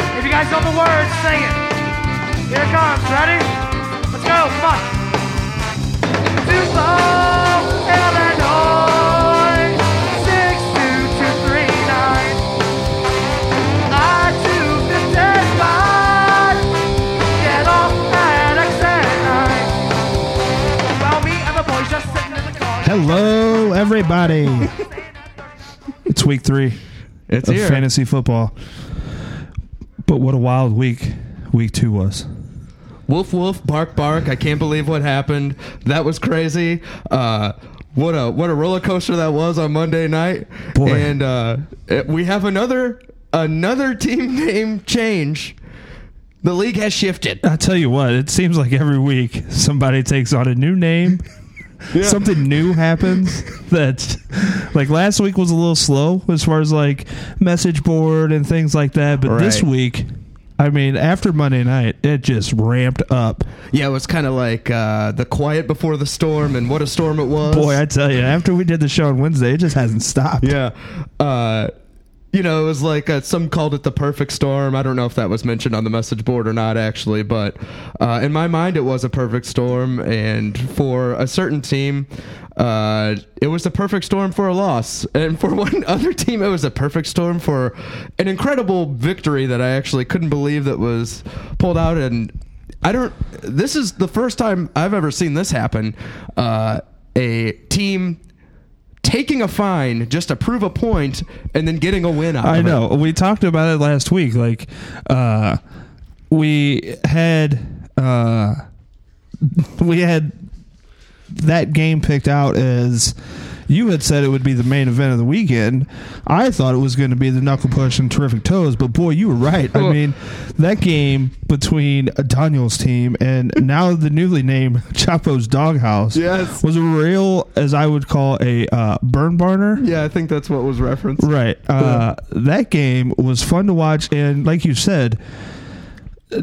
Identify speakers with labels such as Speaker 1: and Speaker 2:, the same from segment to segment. Speaker 1: all the words, sing it. Here it comes, ready? Let's go, come on. Tupelo, Illinois, 62239. I-255, get off at exit nine. Well, me and the boys just sitting in the car.
Speaker 2: Hello, everybody. it's week three
Speaker 3: It's
Speaker 2: of
Speaker 3: here.
Speaker 2: fantasy football. But what a wild week week two was.
Speaker 3: Woof woof, bark bark. I can't believe what happened. That was crazy. Uh, what a what a roller coaster that was on Monday night.
Speaker 2: Boy.
Speaker 3: And uh, it- we have another another team name change. The league has shifted.
Speaker 2: I tell you what, it seems like every week somebody takes on a new name. Something new happens that's like last week was a little slow as far as like message board and things like that. But this
Speaker 3: Right.
Speaker 2: week, I mean, after Monday night, it just ramped up.
Speaker 3: Yeah, it was kind of like uh, the quiet before the storm, and what a storm it was.
Speaker 2: Boy, I tell you, after we did the show on Wednesday, it just hasn't stopped.
Speaker 3: Yeah. Uh, you know, it was like uh, some called it the perfect storm. I don't know if that was mentioned on the message board or not, actually, but uh, in my mind, it was a perfect storm. And for a certain team, uh, it was the perfect storm for a loss. And for one other team, it was a perfect storm for an incredible victory that I actually couldn't believe that was pulled out. And I don't, this is the first time I've ever seen this happen. Uh, a team taking a fine just to prove a point and then getting a win out
Speaker 2: I
Speaker 3: of it.
Speaker 2: know. We talked about it last week. Like, uh, we had uh, we had that game picked out as you had said it would be the main event of the weekend. I thought it was going to be the knuckle push and terrific toes, but boy, you were right. I mean, that game between Daniel's team and now the newly named Chapo's Doghouse
Speaker 3: Yes.
Speaker 2: was a real, as I would call, a uh, burn burner.
Speaker 3: Yeah, I think that's what was referenced.
Speaker 2: Right. Uh, That game was fun to watch, and like you said,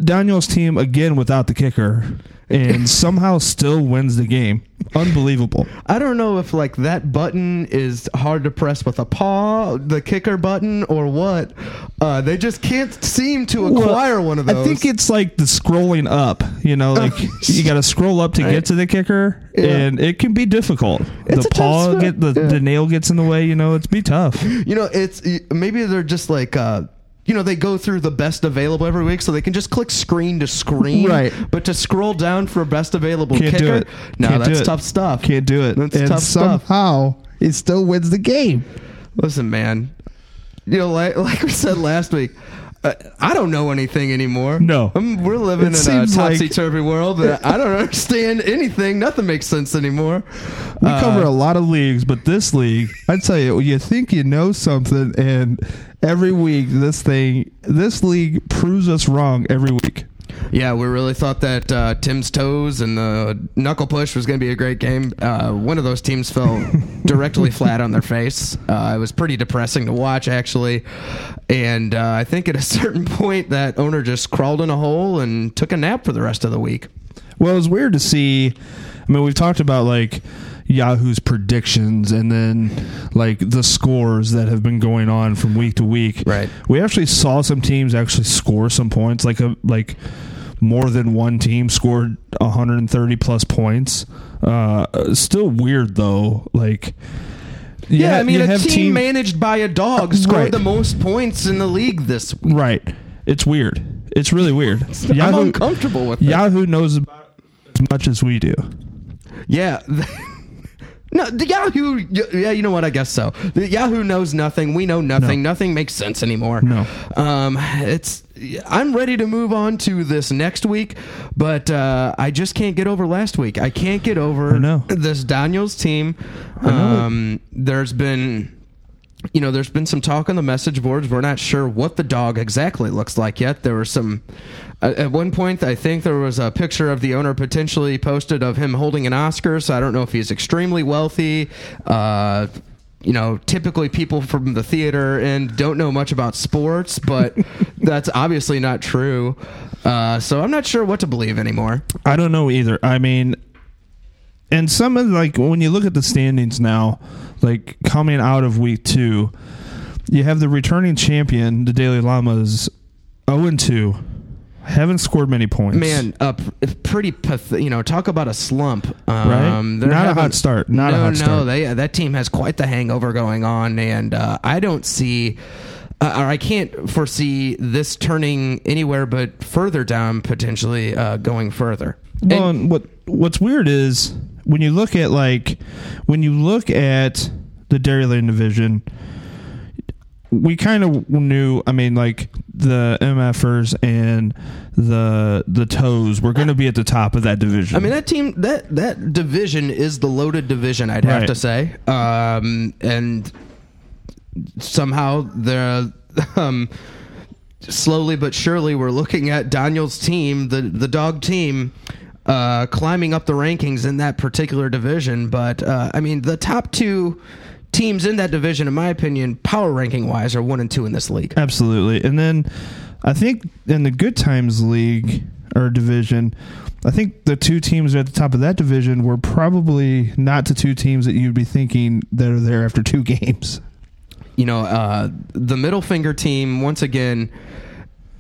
Speaker 2: Daniel's team again without the kicker, and somehow still wins the game. Unbelievable.
Speaker 3: I don't know if like that button is hard to press with a paw, the kicker button, or what. Uh, they just can't seem to acquire one of those.
Speaker 2: I think it's like the scrolling up. You know, like you got to scroll up to get to the kicker,
Speaker 3: Yeah.
Speaker 2: and it can be difficult.
Speaker 3: It's
Speaker 2: the
Speaker 3: a tough
Speaker 2: paw
Speaker 3: spot.
Speaker 2: get the,
Speaker 3: Yeah.
Speaker 2: the nail gets in the way. You know, it's be tough.
Speaker 3: you know, it's maybe they're just like. Uh, you know, they go through the best available every week, so they can just click screen to screen.
Speaker 2: Right.
Speaker 3: But to scroll down for best available
Speaker 2: Can't
Speaker 3: kicker,
Speaker 2: do it.
Speaker 3: no,
Speaker 2: Can't do
Speaker 3: that's
Speaker 2: it.
Speaker 3: tough stuff.
Speaker 2: Can't do it.
Speaker 3: That's
Speaker 2: and
Speaker 3: tough stuff.
Speaker 2: somehow he still wins the game.
Speaker 3: Listen, man. You know, like, like we said last week, uh, I don't know anything anymore.
Speaker 2: No.
Speaker 3: Um, we're living
Speaker 2: It
Speaker 3: in a
Speaker 2: seems like-
Speaker 3: topsy turvy world. That I don't understand anything. Nothing makes sense anymore.
Speaker 2: We cover a lot of leagues, but this league, I tell you, you think you know something, and every week this thing, this league proves us wrong every week.
Speaker 3: Yeah, we really thought that uh, Tim's toes and the knuckle push was going to be a great game. Uh, one of those teams fell directly flat on their face. Uh, it was pretty depressing to watch, actually. And uh, I think at a certain point, that owner just crawled in a hole and took a nap for the rest of the week.
Speaker 2: Well, it was weird to see. I mean, we've talked about like Yahoo's predictions and then like the scores that have been going on from week to week.
Speaker 3: Right.
Speaker 2: We actually saw some teams actually score some points, like a like more than one team scored 130 plus points. Uh, still weird though. Like, you
Speaker 3: Yeah,
Speaker 2: ha-
Speaker 3: I mean,
Speaker 2: you
Speaker 3: a team,
Speaker 2: have team-
Speaker 3: managed by a dog scored
Speaker 2: Right.
Speaker 3: the most points in the league this week.
Speaker 2: Right. It's weird. It's really weird.
Speaker 3: I'm
Speaker 2: Yahoo,
Speaker 3: uncomfortable with that.
Speaker 2: Yahoo knows about it as much as we do.
Speaker 3: Yeah. No, the Yahoo. Yeah, you know what? I guess so. The Yahoo knows nothing. We know nothing.
Speaker 2: No.
Speaker 3: Nothing makes sense anymore.
Speaker 2: No.
Speaker 3: Um, it's. I'm ready to move on to this next week, but uh, I just can't get over last week. I can't get over
Speaker 2: I know.
Speaker 3: this Daniels team.
Speaker 2: know.
Speaker 3: Um, there's been. You know, there's been some talk on the message boards. We're not sure what the dog exactly looks like yet. There were some. At at one point, I think there was a picture of the owner potentially posted of him holding an Oscar. So I don't know if he's extremely wealthy. Uh, you know, typically people from the theater and don't know much about sports, but that's obviously not true. Uh, so I'm not sure what to believe anymore.
Speaker 2: I don't know either. I mean, and some of like when you look at the standings now, like coming out of week two, you have the returning champion, the Daily Llamas, zero oh and two. Haven't scored many points.
Speaker 3: Man, uh, p- pretty path- you know. Talk about a slump. Um,
Speaker 2: Right?
Speaker 3: they're
Speaker 2: Not a hot
Speaker 3: having-
Speaker 2: start. Not a
Speaker 3: no,
Speaker 2: hot
Speaker 3: no,
Speaker 2: start.
Speaker 3: They, that team has quite the hangover going on, and uh, I don't see, uh, or I can't foresee this turning anywhere but further down potentially uh, going further.
Speaker 2: Well,
Speaker 3: And-
Speaker 2: and what what's weird is when you look at like when you look at the Dairyland division, we kind of knew. I mean, like the MFers and the the Toes were going to be at the top of that division.
Speaker 3: I mean that team that that division is the loaded division I'd have
Speaker 2: Right.
Speaker 3: to say. Um and somehow they're um slowly but surely we're looking at Daniel's team, the the dog team uh climbing up the rankings in that particular division, but uh I mean the top 2 teams in that division in my opinion power ranking wise are 1 and 2 in this league.
Speaker 2: Absolutely. And then I think in the Good Times League or division, I think the two teams at the top of that division were probably not the two teams that you'd be thinking that are there after two games.
Speaker 3: you know, uh, the middle finger team once again.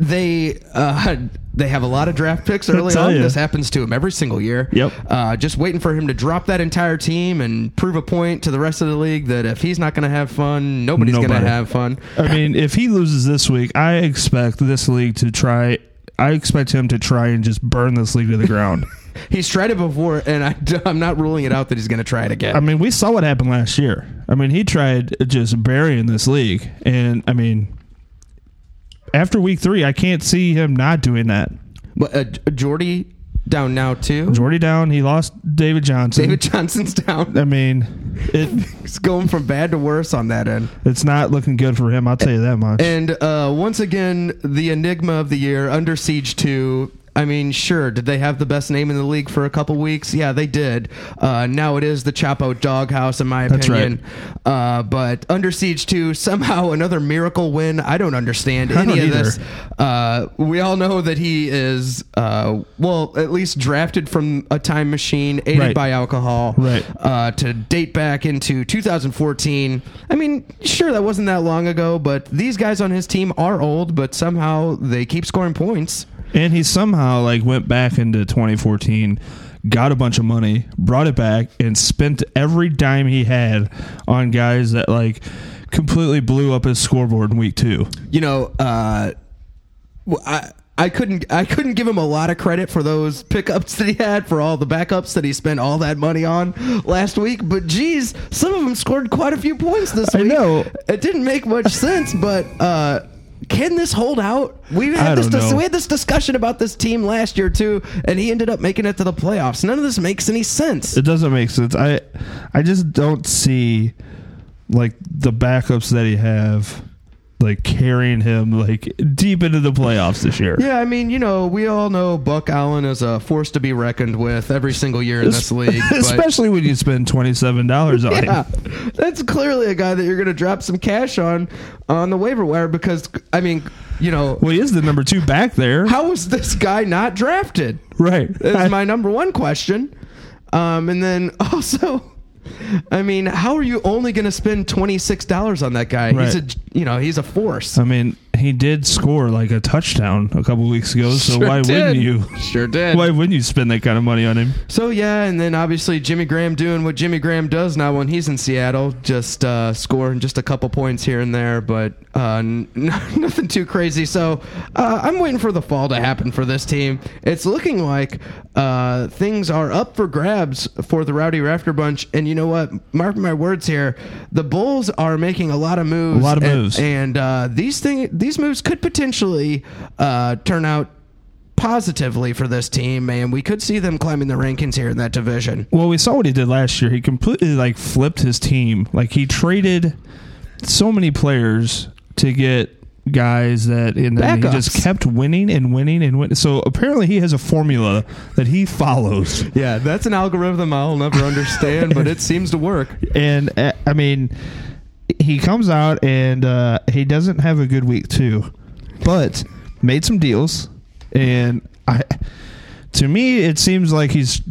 Speaker 3: They uh, they have a lot of draft picks early
Speaker 2: tell
Speaker 3: on.
Speaker 2: ya.
Speaker 3: This happens to him every single year.
Speaker 2: Yep.
Speaker 3: Uh, just waiting for him to drop that entire team and prove a point to the rest of the league that if he's not going to have fun, nobody's going
Speaker 2: Nobody.
Speaker 3: to have fun.
Speaker 2: I mean, if he loses this week, I expect this league to try. I expect him to try and just burn this league to the ground.
Speaker 3: He's tried it before, and I, am not ruling it out that he's going to try it again.
Speaker 2: I mean, we saw what happened last year. I mean, he tried just burying this league, and I mean, after week three, I can't see him not doing that.
Speaker 3: but uh, J- Jordy down now too.
Speaker 2: Jordy down. He lost David Johnson.
Speaker 3: David Johnson's down.
Speaker 2: I mean, it
Speaker 3: He's going from bad to worse on that end.
Speaker 2: it's not looking good for him. I'll tell you that much.
Speaker 3: And uh, once again, the enigma of the year, Under Siege 2. I mean, sure, did they have the best name in the league for a couple weeks? Yeah, they did. Uh, now it is the Chapo Doghouse, in my
Speaker 2: That's
Speaker 3: opinion. Uh, but Under Siege 2, somehow another miracle win. I don't understand
Speaker 2: I
Speaker 3: any
Speaker 2: don't
Speaker 3: of this.
Speaker 2: either.
Speaker 3: Uh, we all know that he is, uh, well, at least drafted from a time machine, aided
Speaker 2: Right.
Speaker 3: by alcohol
Speaker 2: Right.
Speaker 3: uh, to date back into 2014. I mean, sure, that wasn't that long ago, but these guys on his team are old, but somehow they keep scoring points.
Speaker 2: And he somehow like went back into 2014, got a bunch of money, brought it back, and spent every dime he had on guys that like completely blew up his scoreboard in week two.
Speaker 3: You know, uh, w- I. I couldn't. I couldn't give him a lot of credit for those pickups that he had, for all the backups that he spent all that money on last week. But geez, some of them scored quite a few points this
Speaker 2: I
Speaker 3: week.
Speaker 2: know.
Speaker 3: it didn't make much sense, but uh, can this hold out? We
Speaker 2: I
Speaker 3: had this.
Speaker 2: don't
Speaker 3: dis-
Speaker 2: know.
Speaker 3: we had this discussion about this team last year too, and he ended up making it to the playoffs. None of this makes any sense.
Speaker 2: It doesn't make sense. I I just don't see like the backups that he have like carrying him like deep into the playoffs this year.
Speaker 3: Yeah, I mean, you know, we all know Buck Allen is a force to be reckoned with every single year in this league. but-
Speaker 2: Especially when you spend twenty seven dollars on
Speaker 3: Yeah,
Speaker 2: him.
Speaker 3: that's clearly a guy that you're going to drop some cash on on the waiver wire because I mean, you know,
Speaker 2: Well, he is the number two back there,
Speaker 3: how was this guy not drafted?
Speaker 2: right? I-
Speaker 3: Is my number one question. Um, and then also, I mean, how are you only going to spend twenty six dollars on that guy? He's a
Speaker 2: Right.
Speaker 3: you know he's a force.
Speaker 2: I mean, he did score like a touchdown a couple weeks ago, so
Speaker 3: Sure
Speaker 2: why
Speaker 3: did.
Speaker 2: wouldn't you?
Speaker 3: Sure did.
Speaker 2: Why wouldn't you spend that kind of money on him?
Speaker 3: So yeah, and then obviously Jimmy Graham doing what Jimmy Graham does now when he's in Seattle, just uh, scoring just a couple points here and there, but uh, n- nothing too crazy. So uh, I'm waiting for the fall to happen for this team. It's looking like uh, things are up for grabs for the Rowdy Rafter bunch, and you know what? Mark my words here, the Bulls are making a lot of moves.
Speaker 2: A lot of
Speaker 3: and-
Speaker 2: moves.
Speaker 3: and uh, these thing these moves could potentially uh, turn out positively for this team, and we could see them climbing the rankings here in that division.
Speaker 2: Well, we saw what he did last year. He completely like flipped his team. Like he traded so many players to get guys that and then he just
Speaker 3: Backups.
Speaker 2: kept winning and winning and win. So apparently he has a formula that he follows.
Speaker 3: Yeah, that's an algorithm I'll never understand, but it seems to work.
Speaker 2: And uh, I mean, he comes out and uh, he doesn't have a good week too, but made some deals, and I, to me, it seems like he's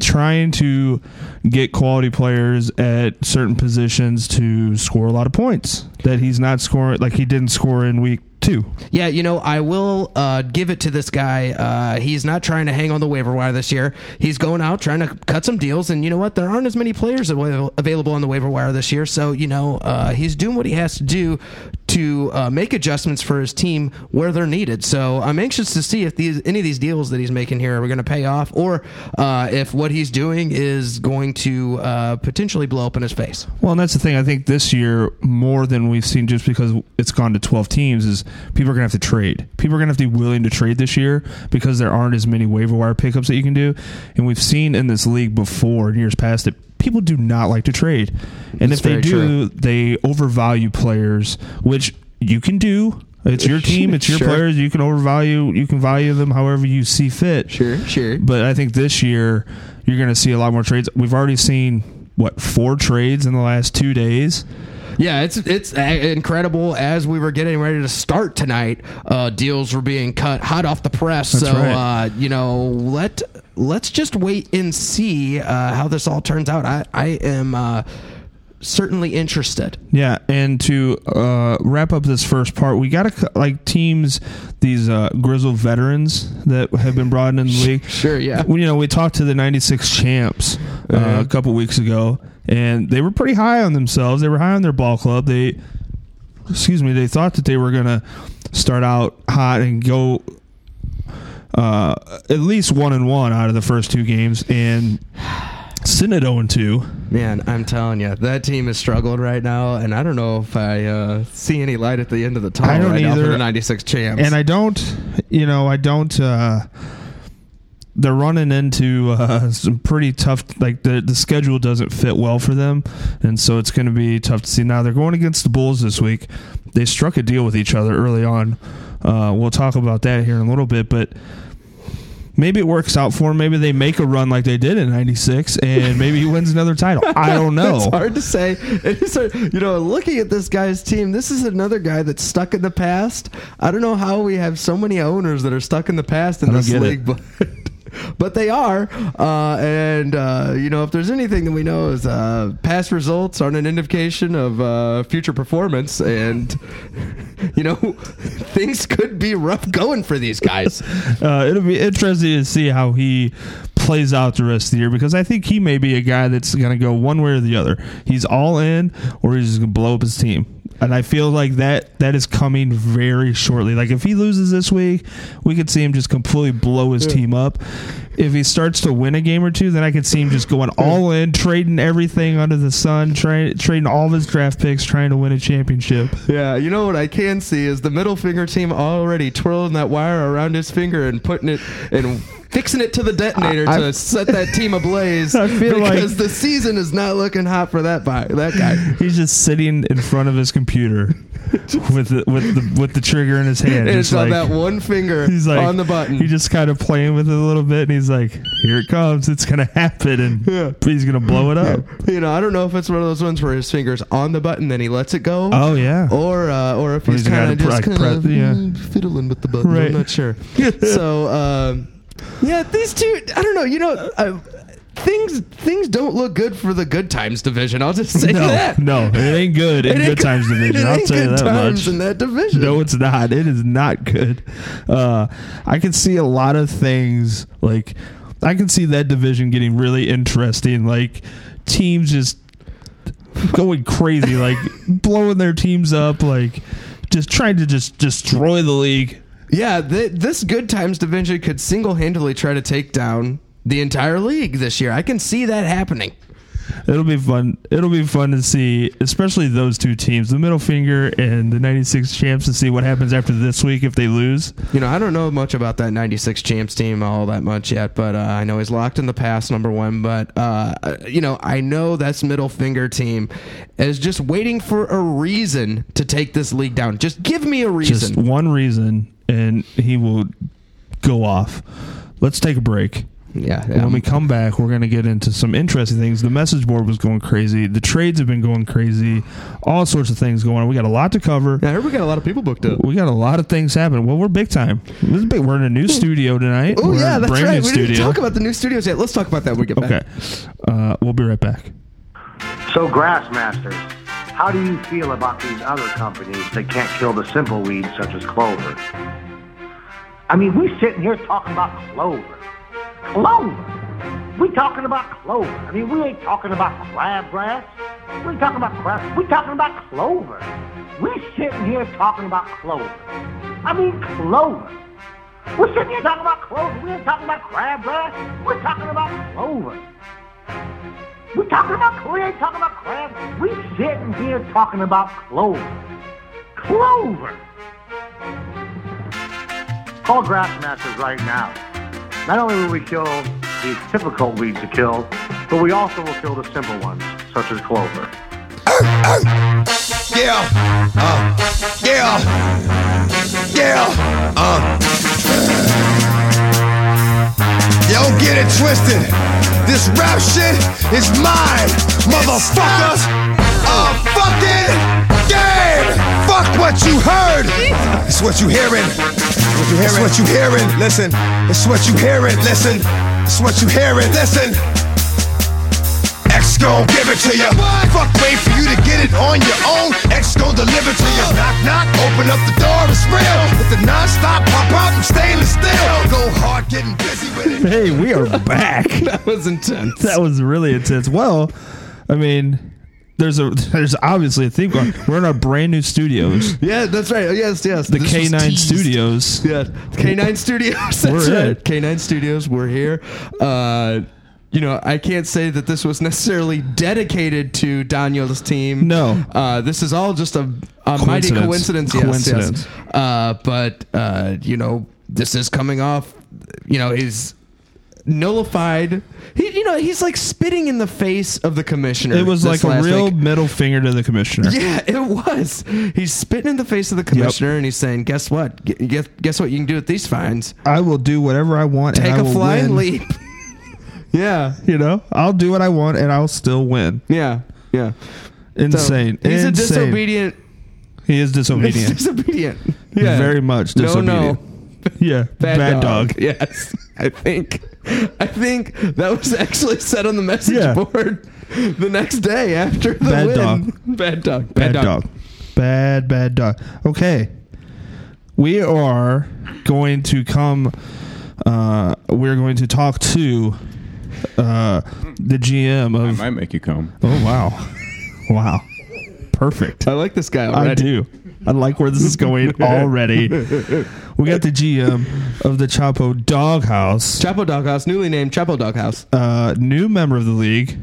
Speaker 2: trying to get quality players at certain positions to score a lot of points that he's not scoring like he didn't score in week two.
Speaker 3: Yeah, you know, I will uh, give it to this guy. Uh, he's not trying to hang on the waiver wire this year. He's going out trying to cut some deals, and you know what? There aren't as many players avail- available on the waiver wire this year. So you know, uh, he's doing what he has to do to uh, make adjustments for his team where they're needed. So I'm anxious to see if these any of these deals that he's making here are going to pay off, or uh, if what he's doing is going to uh, potentially blow up in his face.
Speaker 2: Well, and that's the thing. I think this year more than we've seen, just because it's gone to twelve teams, is people are gonna have to trade. People are gonna have to be willing to trade this year because there aren't as many waiver wire pickups that you can do. And we've seen in this league before in years past that people do not like to trade, and
Speaker 3: That's
Speaker 2: if they
Speaker 3: very
Speaker 2: do,
Speaker 3: true.
Speaker 2: they overvalue players, which you can do. It's your team. It's your
Speaker 3: Sure.
Speaker 2: players. You can overvalue. You can value them however you see fit.
Speaker 3: Sure, sure.
Speaker 2: But I think this year you're going to see a lot more trades. We've already seen what four trades in the last two days.
Speaker 3: Yeah, it's it's a- incredible. As we were getting ready to start tonight, uh, deals were being cut hot off the press. so
Speaker 2: right.
Speaker 3: uh, you know, let let's just wait and see uh, how this all turns out. I I am uh, certainly interested.
Speaker 2: Yeah, and to uh, wrap up this first part, we got to like teams these uh, grizzled veterans that have been brought in the league.
Speaker 3: Sure, yeah. Uh-huh.
Speaker 2: We- you know, we talked to the 96 champs uh, a couple weeks ago, and they were pretty high on themselves. They were high on their ball club. They, excuse me, they thought that they were going to start out hot and go uh, at least one and one out of the first two games, and sitting at 0 and 2.
Speaker 3: Man, I'm telling you, that team has struggled right now, and I don't know if I uh, see any light at the end of the tunnel
Speaker 2: I don't
Speaker 3: right now for
Speaker 2: either.
Speaker 3: the '96 champs.
Speaker 2: and I don't, you know, I don't. Uh, they're running into uh, some pretty tough. Like the the schedule doesn't fit well for them, and so it's going to be tough to see. Now they're going against the Bulls this week. They struck a deal with each other early on. Uh, we'll talk about that here in a little bit, but. Maybe it works out for him. Maybe they make a run like they did in '96, and maybe he wins another title. I don't know.
Speaker 3: It's hard to say. It is hard- you know, looking at this guy's team, this is another guy that's stuck in the past. I don't know how we have so many owners that are stuck in the past in
Speaker 2: I don't
Speaker 3: this
Speaker 2: get
Speaker 3: league,
Speaker 2: it.
Speaker 3: but. But they are, uh, and uh, you know if there's anything that we know is uh, past results aren't an indication of uh, future performance, and you know things could be rough going for these guys.
Speaker 2: uh, it'll be interesting to see how he plays out the rest of the year because I think he may be a guy that's going to go one way or the other. He's all in, or he's just going to blow up his team. And I feel like that that is coming very shortly. Like if he loses this week, we could see him just completely blow his team up. If he starts to win a game or two, then I could see him just going all in, trading everything under the sun, tra- trading all of his draft picks, trying to win a championship.
Speaker 4: Yeah, you know what I can see is the middle finger team already twirling that wire around his finger and putting it and
Speaker 3: fixing it to the detonator
Speaker 4: I-
Speaker 3: to set that team ablaze.
Speaker 2: I feel
Speaker 3: because
Speaker 2: like-
Speaker 3: the season is not looking hot for that by, that guy.
Speaker 2: He's just sitting in front of his computer with the, with the with the trigger in his hand.
Speaker 3: And
Speaker 2: just
Speaker 3: it's on
Speaker 2: like,
Speaker 3: that one finger
Speaker 2: he's like
Speaker 3: on the button.
Speaker 2: He just kind of playing with it a little bit, and he's like, "Here it comes! It's gonna happen!" And
Speaker 3: Yeah.
Speaker 2: he's gonna blow it up.
Speaker 3: you know, I don't know if it's one of those ones where his finger's on the button, then he lets it go.
Speaker 2: Oh yeah.
Speaker 3: Or, uh, or if
Speaker 2: Or
Speaker 3: he's
Speaker 2: he's
Speaker 3: kind of
Speaker 2: gotta
Speaker 3: just
Speaker 2: pre-
Speaker 3: kind of
Speaker 2: pre- yeah.
Speaker 3: fiddling with the buttons.
Speaker 2: Right.
Speaker 3: I'm not sure. so, um, yeah, these two. I don't know. You know, uh, things things don't look good for the good times division. I'll just say
Speaker 2: no,
Speaker 3: that.
Speaker 2: no, it ain't good in
Speaker 3: It ain't
Speaker 2: good times
Speaker 3: good-
Speaker 2: division.
Speaker 3: it
Speaker 2: I'll
Speaker 3: ain't
Speaker 2: tell you
Speaker 3: good
Speaker 2: that
Speaker 3: times
Speaker 2: much.
Speaker 3: in that division.
Speaker 2: No, it's not. It is not good. Uh, I can see a lot of things like I can see that division getting really interesting. Like teams just going crazy, like blowing their teams up, like just trying to just destroy the league.
Speaker 3: Yeah, th- this good times division could single handedly try to take down the entire league this year. I can see that happening.
Speaker 2: It'll be fun. It'll be fun to see, especially those two teams, the middle finger and the '96 champs, to see what happens after this week if they lose.
Speaker 3: You know, I don't know much about that 96 champs team all that much yet, but uh, I know he's locked in the past, number one. But, uh, you know, I know that's middle finger team is just waiting for a reason to take this league down. Just give me a
Speaker 2: Just
Speaker 3: reason.
Speaker 2: one reason, and he will go off. Let's take a break.
Speaker 5: Yeah.
Speaker 2: when
Speaker 5: um,
Speaker 2: we come back, we're going to get into some interesting things. The message board was going crazy. The trades have been going crazy. All sorts of things going on. We got a lot to cover.
Speaker 3: Yeah, I heard we got a lot of people booked up.
Speaker 2: We got a lot of things happening. Well, we're big time. This is big. We're in a new studio tonight.
Speaker 3: Oh
Speaker 2: We're
Speaker 3: yeah,
Speaker 2: in a
Speaker 3: that's
Speaker 2: brand
Speaker 3: right.
Speaker 2: new
Speaker 3: We
Speaker 2: studio.
Speaker 3: didn't talk about the new studios yet. Let's talk about that when we get back.
Speaker 2: okay, uh, we'll be right back.
Speaker 6: So, Grassmasters, how do you feel about these other companies that can't kill the simple weeds such as clover? I mean, we sitting here talking about clover. Clover! We talking about clover. I mean, we ain't talking about crabgrass. We ain't talking about crab. We talking about clover. We sitting here talking about clover. I mean, clover. We're sitting here talking about clover. We ain't talking about crabgrass. We're talking about clover. We talking about we ain't talking about crab. We sitting here talking about clover. Clover. Call Grassmasters right now. Not only will we kill the difficult weeds to kill, but we also will kill the simple ones, such as clover.
Speaker 7: Yeah, uh, yeah, yeah, uh. Yo, get it twisted. This rap shit is mine, motherfuckers. A fucking game. Fuck what you heard. It's what you hearing. It's what you hearing. Listen. It's what you hearing. Listen. It's what you hearing. Listen. X gon' give it to ya. Fuck, wait for you to get it on your own. X gon' deliver to ya. Knock, knock, open up the door, it's real. With the non-stop pop out, I'm stainless steel. Go hard, getting busy with it.
Speaker 2: Hey, we are back.
Speaker 5: that was intense.
Speaker 2: that was really intense. Well, I mean, there's a there's obviously a theme going. We're in our brand new studios,
Speaker 3: Yeah, that's right. Oh, Yes, yes.
Speaker 2: the K9 Studios.
Speaker 3: Yeah, K9 Studios. That's
Speaker 2: We're
Speaker 3: right.
Speaker 2: it.
Speaker 3: K9 Studios. We're here. Uh, you know, I can't say that this was necessarily dedicated to Daniel's team.
Speaker 2: No.
Speaker 3: uh, this is all just a, a mighty
Speaker 2: Coincidence.
Speaker 3: coincidence. Yes,
Speaker 2: Coincidence.
Speaker 3: yes. Uh, but uh, you know, this is coming off. You know, he's nullified. He, you know, he's like spitting in the face of the commissioner.
Speaker 2: It was
Speaker 3: this
Speaker 2: like a
Speaker 3: last
Speaker 2: real
Speaker 3: week.
Speaker 2: middle finger to the commissioner.
Speaker 3: Yeah, it was. He's spitting in the face of the commissioner, and he's saying, "Guess what? Gu- Guess, guess what? You can do with these fines.
Speaker 2: I will do whatever I want.
Speaker 3: Take
Speaker 2: and I
Speaker 3: a
Speaker 2: will
Speaker 3: flying
Speaker 2: win.
Speaker 3: leap." yeah,
Speaker 2: You know, I'll do what I want and I'll still win.
Speaker 3: yeah, yeah. So,
Speaker 2: Insane.
Speaker 3: He's a
Speaker 2: Insane.
Speaker 3: disobedient.
Speaker 2: He is
Speaker 3: He's
Speaker 2: disobedient.
Speaker 3: disobedient. Yeah,
Speaker 2: Very much disobedient.
Speaker 3: No, no.
Speaker 2: Yeah. Bad, dog.
Speaker 3: Yes, I think. I think that was actually said on the message
Speaker 2: Yeah.
Speaker 3: board the next day after the
Speaker 2: Bad
Speaker 3: win.
Speaker 2: dog.
Speaker 3: Bad dog.
Speaker 2: Bad dog. Bad, bad dog. Okay. We are going to come. Uh, we're going to talk to uh, the GM
Speaker 8: I
Speaker 2: of.
Speaker 8: might make you come.
Speaker 2: Oh, wow. Wow. Perfect.
Speaker 3: I like this guy already.
Speaker 2: I do. I like where this is going already. We got the GM of the Chapo Doghouse,
Speaker 3: Chapo Doghouse, newly named Chapo Doghouse.
Speaker 2: uh, new member of the league.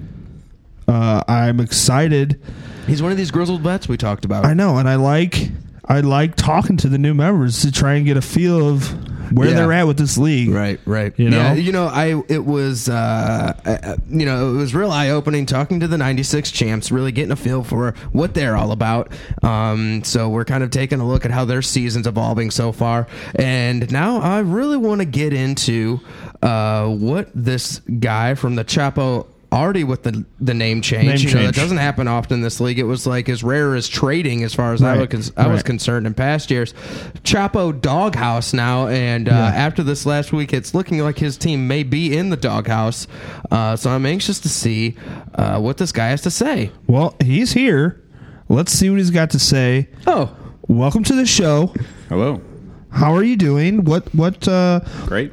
Speaker 2: Uh, I'm excited.
Speaker 5: He's one of these grizzled vets we talked about.
Speaker 2: I know, and I like I like talking to the new members to try and get a feel of where
Speaker 5: Yeah.
Speaker 2: they're at with this league.
Speaker 5: Right, right.
Speaker 2: You know?
Speaker 5: yeah, you know, I it was, uh, uh, you know, it was real eye opening talking to the '96 champs, really getting a feel for what they're all about. Um, so we're kind of taking a look at how their season's evolving so far, and now I really want to get into uh, what this guy from the Chapo. Already with the the name change,
Speaker 2: Name
Speaker 5: you know that
Speaker 2: change.
Speaker 5: doesn't happen often in this league. It was like as rare as trading, as far as I,
Speaker 2: Right,
Speaker 5: was, con- I was
Speaker 2: right.
Speaker 5: concerned in past years. Chapo doghouse now, and uh, after this last week, it's looking like his team may be in the doghouse. Uh, so I'm anxious to see uh, what this guy has to say.
Speaker 2: Well, he's here. Let's see what he's got to say.
Speaker 5: Oh,
Speaker 2: Welcome to the show.
Speaker 8: Hello.
Speaker 2: How are you doing? What what uh
Speaker 8: Great.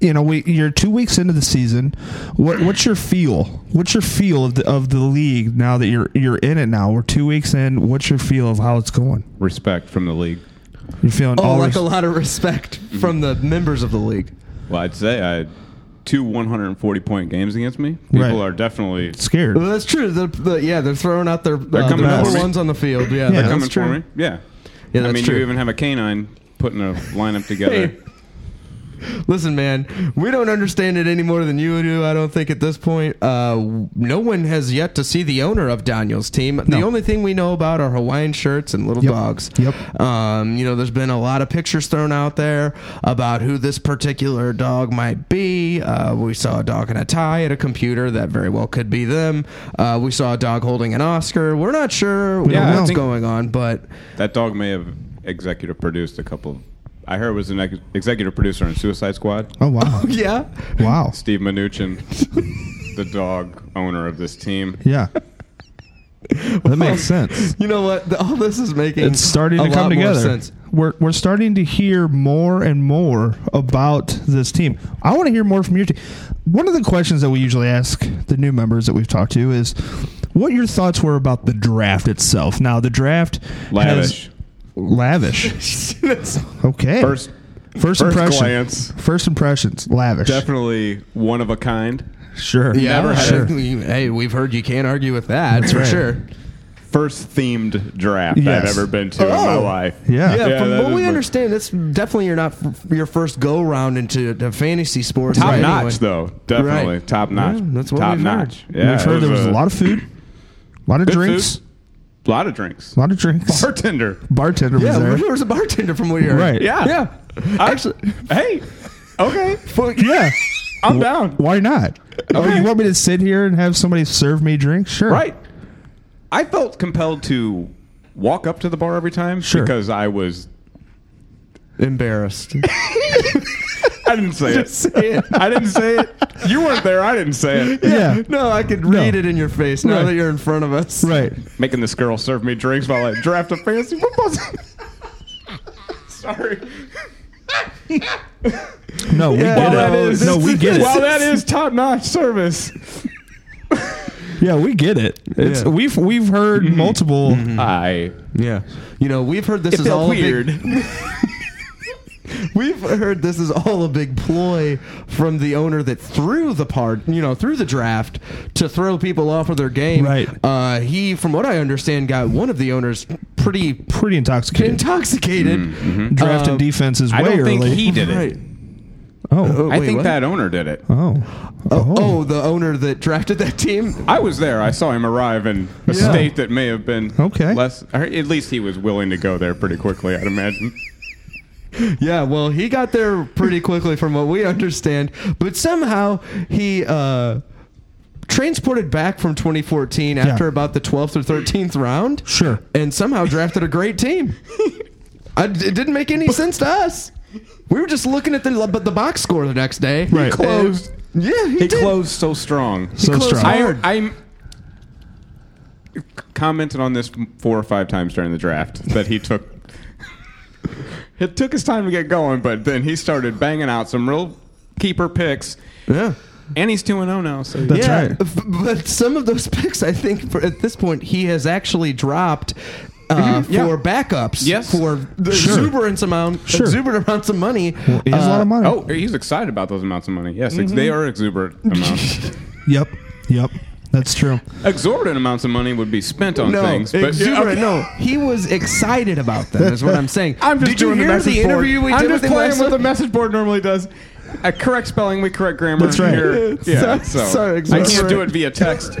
Speaker 2: you know, we you're 2 weeks into the season. What what's your feel? What's your feel of the of the league now that you're you're in it now? We're 2 weeks in. What's your feel of how it's going?
Speaker 8: Respect from the league.
Speaker 2: You're feeling
Speaker 3: Oh,
Speaker 2: all
Speaker 3: like
Speaker 2: res-
Speaker 3: a lot of respect from the members of the league.
Speaker 8: Well, I'd say I had two 140 point games against me. People
Speaker 2: Right.
Speaker 8: are definitely
Speaker 2: scared.
Speaker 3: Well, that's true. The, the, yeah, they're throwing out their uh,
Speaker 8: coming
Speaker 3: the number
Speaker 2: for me.
Speaker 3: ones on the field. Yeah,
Speaker 2: They're
Speaker 3: that's
Speaker 8: coming
Speaker 3: true.
Speaker 8: for me. Yeah.
Speaker 3: Yeah,
Speaker 8: I
Speaker 3: that's
Speaker 8: mean,
Speaker 3: true.
Speaker 8: you even have a canine putting a lineup together.
Speaker 3: Listen, man, we don't understand it any more than you do. I don't think at this point. Uh, no one has yet to see the owner of Daniel's team. The only thing we know about are Hawaiian shirts and little dogs.
Speaker 2: Yep.
Speaker 3: Um, you know, there's been a lot of pictures thrown out there about who this particular dog might be. Uh, we saw a dog in a tie at a computer that very well could be them. Uh, we saw a dog holding an Oscar. We're not sure
Speaker 8: don't know.
Speaker 3: what's
Speaker 8: think-
Speaker 3: going on, but
Speaker 8: That dog may have executive produced a couple. I heard was an ex- executive producer on Suicide Squad.
Speaker 2: Oh wow,
Speaker 3: yeah.
Speaker 2: wow,
Speaker 8: Steve Mnuchin, the dog owner of this team.
Speaker 2: yeah. That makes sense.
Speaker 3: You know what? All this is making
Speaker 2: It's starting
Speaker 3: a
Speaker 2: to come
Speaker 3: lot more
Speaker 2: together.
Speaker 3: sense.
Speaker 2: We're we're starting to hear more and more about this team. I want to hear more from your team. One of the questions that we usually ask the new members that we've talked to is what your thoughts were about the draft itself. Now the draft
Speaker 8: Lavish.
Speaker 2: has, lavish. Okay,
Speaker 8: First,
Speaker 2: first,
Speaker 8: first
Speaker 2: impression,
Speaker 8: glance.
Speaker 2: first impressions, lavish.
Speaker 8: definitely one of a kind.
Speaker 2: Sure,
Speaker 3: Yeah,
Speaker 8: Never had
Speaker 2: sure.
Speaker 8: it.
Speaker 3: Hey, we've heard you can't argue with that for
Speaker 2: right.
Speaker 3: sure.
Speaker 8: First themed draft
Speaker 2: Yes.
Speaker 8: I've ever been to in my
Speaker 3: Oh.
Speaker 8: life.
Speaker 2: Yeah.
Speaker 3: Yeah,
Speaker 8: Yeah,
Speaker 3: from
Speaker 8: that
Speaker 3: what
Speaker 8: is
Speaker 3: we
Speaker 8: my-
Speaker 3: understand, that's definitely your not your first go round into the fantasy sports.
Speaker 8: Top
Speaker 3: Right.
Speaker 8: notch
Speaker 3: Anyway.
Speaker 8: though, definitely
Speaker 3: Right.
Speaker 8: top notch.
Speaker 3: Yeah, that's what
Speaker 8: top
Speaker 3: we've heard.
Speaker 8: notch. Yeah,
Speaker 2: We've heard there was a lot of food, a lot of
Speaker 8: good
Speaker 2: drinks,
Speaker 8: food, a lot of drinks.
Speaker 2: a lot of drinks.
Speaker 8: Bartender.
Speaker 2: Bartender was
Speaker 3: Yeah,
Speaker 2: there.
Speaker 3: there was a bartender from where you're
Speaker 2: Right.
Speaker 8: Yeah.
Speaker 3: Yeah.
Speaker 8: I- hey, okay,
Speaker 2: Yeah.
Speaker 8: I'm down.
Speaker 2: Why not? Oh, you want me to sit here and have somebody serve me drinks? Sure.
Speaker 8: Right. I felt compelled to walk up to the bar every time
Speaker 2: Sure.
Speaker 8: because I was.
Speaker 3: Embarrassed.
Speaker 8: I didn't say it. I didn't say it. You weren't there. I didn't say it.
Speaker 2: Yeah.
Speaker 3: no, I could read
Speaker 2: No.
Speaker 3: it in your face now
Speaker 2: Right.
Speaker 3: that you're in front of us.
Speaker 2: Right.
Speaker 8: Making this girl serve me drinks while I draft a fantasy football team. Sorry.
Speaker 2: No, we
Speaker 3: Yeah,
Speaker 2: get
Speaker 3: that
Speaker 2: it.
Speaker 3: is-
Speaker 2: no, we get
Speaker 8: While
Speaker 2: it.
Speaker 8: that is top notch service,
Speaker 2: Yeah, we get it. It's
Speaker 3: Yeah.
Speaker 2: we've we've heard
Speaker 8: Mm-hmm.
Speaker 2: multiple. uh,
Speaker 8: I
Speaker 3: Yeah. You know, we've heard this is all a big- We've heard this is all a big ploy from the owner that threw the part, you know, through the draft to throw people off of their game.
Speaker 2: Right.
Speaker 3: Uh, he, from what I understand, got one of the owners pretty
Speaker 2: Pretty intoxicated.
Speaker 3: intoxicated.
Speaker 2: Drafting
Speaker 3: Um,
Speaker 2: defenses way
Speaker 8: I don't think
Speaker 2: early.
Speaker 8: he did it.
Speaker 3: Right.
Speaker 2: oh.
Speaker 8: I
Speaker 3: Wait,
Speaker 8: think
Speaker 3: what?
Speaker 8: that owner did it.
Speaker 2: Oh.
Speaker 3: Oh. the owner that drafted that team.
Speaker 8: I was there. I saw him arrive in a state that may have been
Speaker 2: Okay.
Speaker 8: less. or At least he was willing to go there pretty quickly. I'd imagine.
Speaker 3: Yeah, well, he got there pretty quickly, from what we understand. But somehow he uh, transported back from 2014 after about the 12th or 13th round.
Speaker 2: Sure.
Speaker 3: and somehow drafted a great team. I, it didn't make any sense to us. We were just looking at the but the box score the next day.
Speaker 2: Right.
Speaker 8: closed.
Speaker 3: And- yeah, he,
Speaker 8: He
Speaker 3: did.
Speaker 8: closed so strong.
Speaker 2: So
Speaker 3: closed
Speaker 2: strong.
Speaker 3: hard.
Speaker 8: I, I'm commented on this four or five times during the draft that he took. it took his time to get going, but then he started banging out some real keeper picks,
Speaker 3: Yeah.
Speaker 8: and he's two and zero now. So
Speaker 2: That's
Speaker 3: yeah,
Speaker 2: right.
Speaker 3: f- but some of those picks, I think, for, at this point, he has actually dropped uh,
Speaker 8: yeah.
Speaker 3: for backups.
Speaker 8: Yes.
Speaker 3: for the
Speaker 2: Mm-hmm. Sure.
Speaker 3: exuberant amount,
Speaker 2: Sure.
Speaker 3: exuberant amounts of money.
Speaker 2: He has a lot of money.
Speaker 8: Oh, he's excited about those amounts of money. Yes, ex- they
Speaker 3: Mm-hmm.
Speaker 8: are exuberant amounts.
Speaker 2: Yep. Yep. That's true.
Speaker 8: exorbitant amounts of money would be spent on
Speaker 3: Uh, no,
Speaker 8: things.
Speaker 3: exuberant.
Speaker 8: Okay.
Speaker 3: No, he was excited about them. Is what I'm saying.
Speaker 8: I'm just
Speaker 3: Did
Speaker 8: doing
Speaker 3: you
Speaker 8: the
Speaker 3: hear
Speaker 8: message
Speaker 3: the
Speaker 8: board.
Speaker 3: interview we
Speaker 8: I'm
Speaker 3: did
Speaker 8: just
Speaker 3: with him
Speaker 8: playing
Speaker 3: last
Speaker 8: what the
Speaker 3: week?
Speaker 8: message board normally does. A correct spelling with correct grammar.
Speaker 2: That's right.
Speaker 8: Here. Yeah,
Speaker 3: Sorry-
Speaker 8: so
Speaker 3: sorry,
Speaker 8: I can't
Speaker 3: exorbitant.
Speaker 8: do it via text.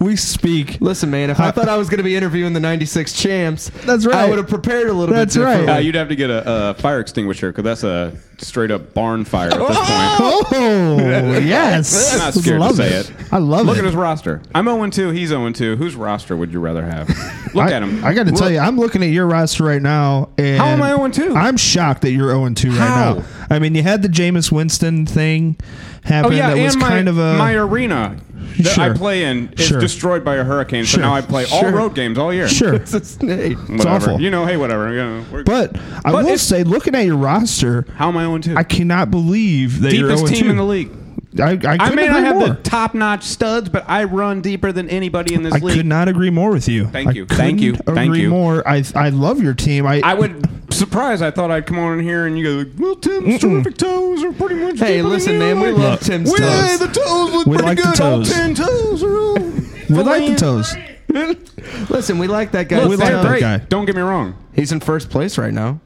Speaker 2: We speak.
Speaker 3: Listen, man, if I thought I was going to be interviewing the 96 champs,
Speaker 2: That's right.
Speaker 3: I would have prepared a little
Speaker 2: That's
Speaker 3: bit
Speaker 2: right.
Speaker 3: differently.
Speaker 8: Uh, you'd have to get a, a fire extinguisher because that's a straight up barn fire at this point.
Speaker 2: Oh yes.
Speaker 8: I'm not scared to
Speaker 2: love
Speaker 8: say
Speaker 2: it.
Speaker 8: it.
Speaker 2: I love
Speaker 8: Look
Speaker 2: it.
Speaker 8: at his roster. I'm 0 2. He's 0 2. Whose roster would you rather have? Look
Speaker 2: I,
Speaker 8: at him.
Speaker 2: I got to tell you, I'm looking at your roster right now. And
Speaker 8: How am I 0-2?
Speaker 2: I'm shocked that you're 0 2 right
Speaker 8: How?
Speaker 2: now. I mean, you had the Jameis Winston thing
Speaker 8: Oh
Speaker 2: happen
Speaker 8: yeah,
Speaker 2: that
Speaker 8: and
Speaker 2: was
Speaker 8: my,
Speaker 2: kind of a.
Speaker 8: my arena that
Speaker 2: Sure.
Speaker 8: I play in is
Speaker 2: Sure.
Speaker 8: destroyed by a hurricane. So
Speaker 2: Sure.
Speaker 8: now I play all
Speaker 2: Sure.
Speaker 8: road games all year.
Speaker 2: sure.
Speaker 3: It's a snake.
Speaker 8: Whatever.
Speaker 2: awful.
Speaker 8: You know, hey, whatever. You know, we're-
Speaker 2: But I
Speaker 8: But
Speaker 2: will
Speaker 8: if-
Speaker 2: say, looking at your roster,
Speaker 8: how am I 0 2?
Speaker 2: I cannot believe that
Speaker 8: Deepest
Speaker 2: you're 0
Speaker 8: team
Speaker 2: 2.
Speaker 8: in the league.
Speaker 2: I, I, couldn't
Speaker 8: I may not
Speaker 2: agree
Speaker 8: have
Speaker 2: more.
Speaker 8: the top notch studs, but I run deeper than anybody in this
Speaker 2: I
Speaker 8: league.
Speaker 2: could not agree more with you.
Speaker 8: Thank
Speaker 2: I
Speaker 8: you. Thank you.
Speaker 2: couldn't
Speaker 8: Thank
Speaker 2: agree
Speaker 8: you.
Speaker 2: more. I I love your team. I,
Speaker 8: I would surprise. I thought I'd come on in here and you go, like, well, Tim's terrific toes are pretty much.
Speaker 3: Hey,
Speaker 8: deeper than
Speaker 3: listen,
Speaker 8: you."
Speaker 3: man, we
Speaker 8: Like,
Speaker 3: love Tim's
Speaker 8: "Well, hey,
Speaker 3: toes.
Speaker 8: the toes look
Speaker 2: We
Speaker 8: pretty
Speaker 2: like the
Speaker 8: good.
Speaker 2: toes.
Speaker 8: All ten toes are all.
Speaker 2: we like the toes.
Speaker 3: Listen, we like that guy.
Speaker 2: We like
Speaker 3: Tim.
Speaker 2: that guy.
Speaker 8: Don't get me wrong.
Speaker 3: He's in first place right now.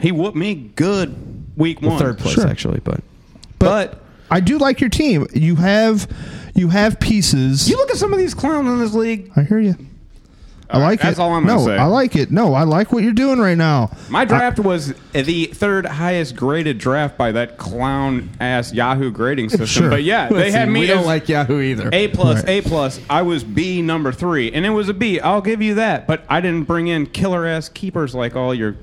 Speaker 8: He whooped me good. week
Speaker 3: Well,
Speaker 8: one.
Speaker 3: third place
Speaker 2: Sure.
Speaker 3: actually, but
Speaker 8: But,
Speaker 2: I do like your team. You have you have pieces.
Speaker 8: you look at some of these clowns in this league.
Speaker 2: I hear you. I like
Speaker 8: That's
Speaker 2: it.
Speaker 8: all I'm
Speaker 2: no,
Speaker 8: gonna say.
Speaker 2: I like it. No, I like what you're doing right now.
Speaker 8: My draft was the third highest graded draft by that clown ass Yahoo grading system.
Speaker 2: Sure.
Speaker 8: But yeah, they
Speaker 3: Listen,
Speaker 8: had me
Speaker 3: We don't
Speaker 8: as
Speaker 3: like Yahoo either.
Speaker 8: A plus,
Speaker 2: Right.
Speaker 8: A plus. I was B number three, and it was a B. I'll give you that. But I didn't bring in killer ass keepers like all your.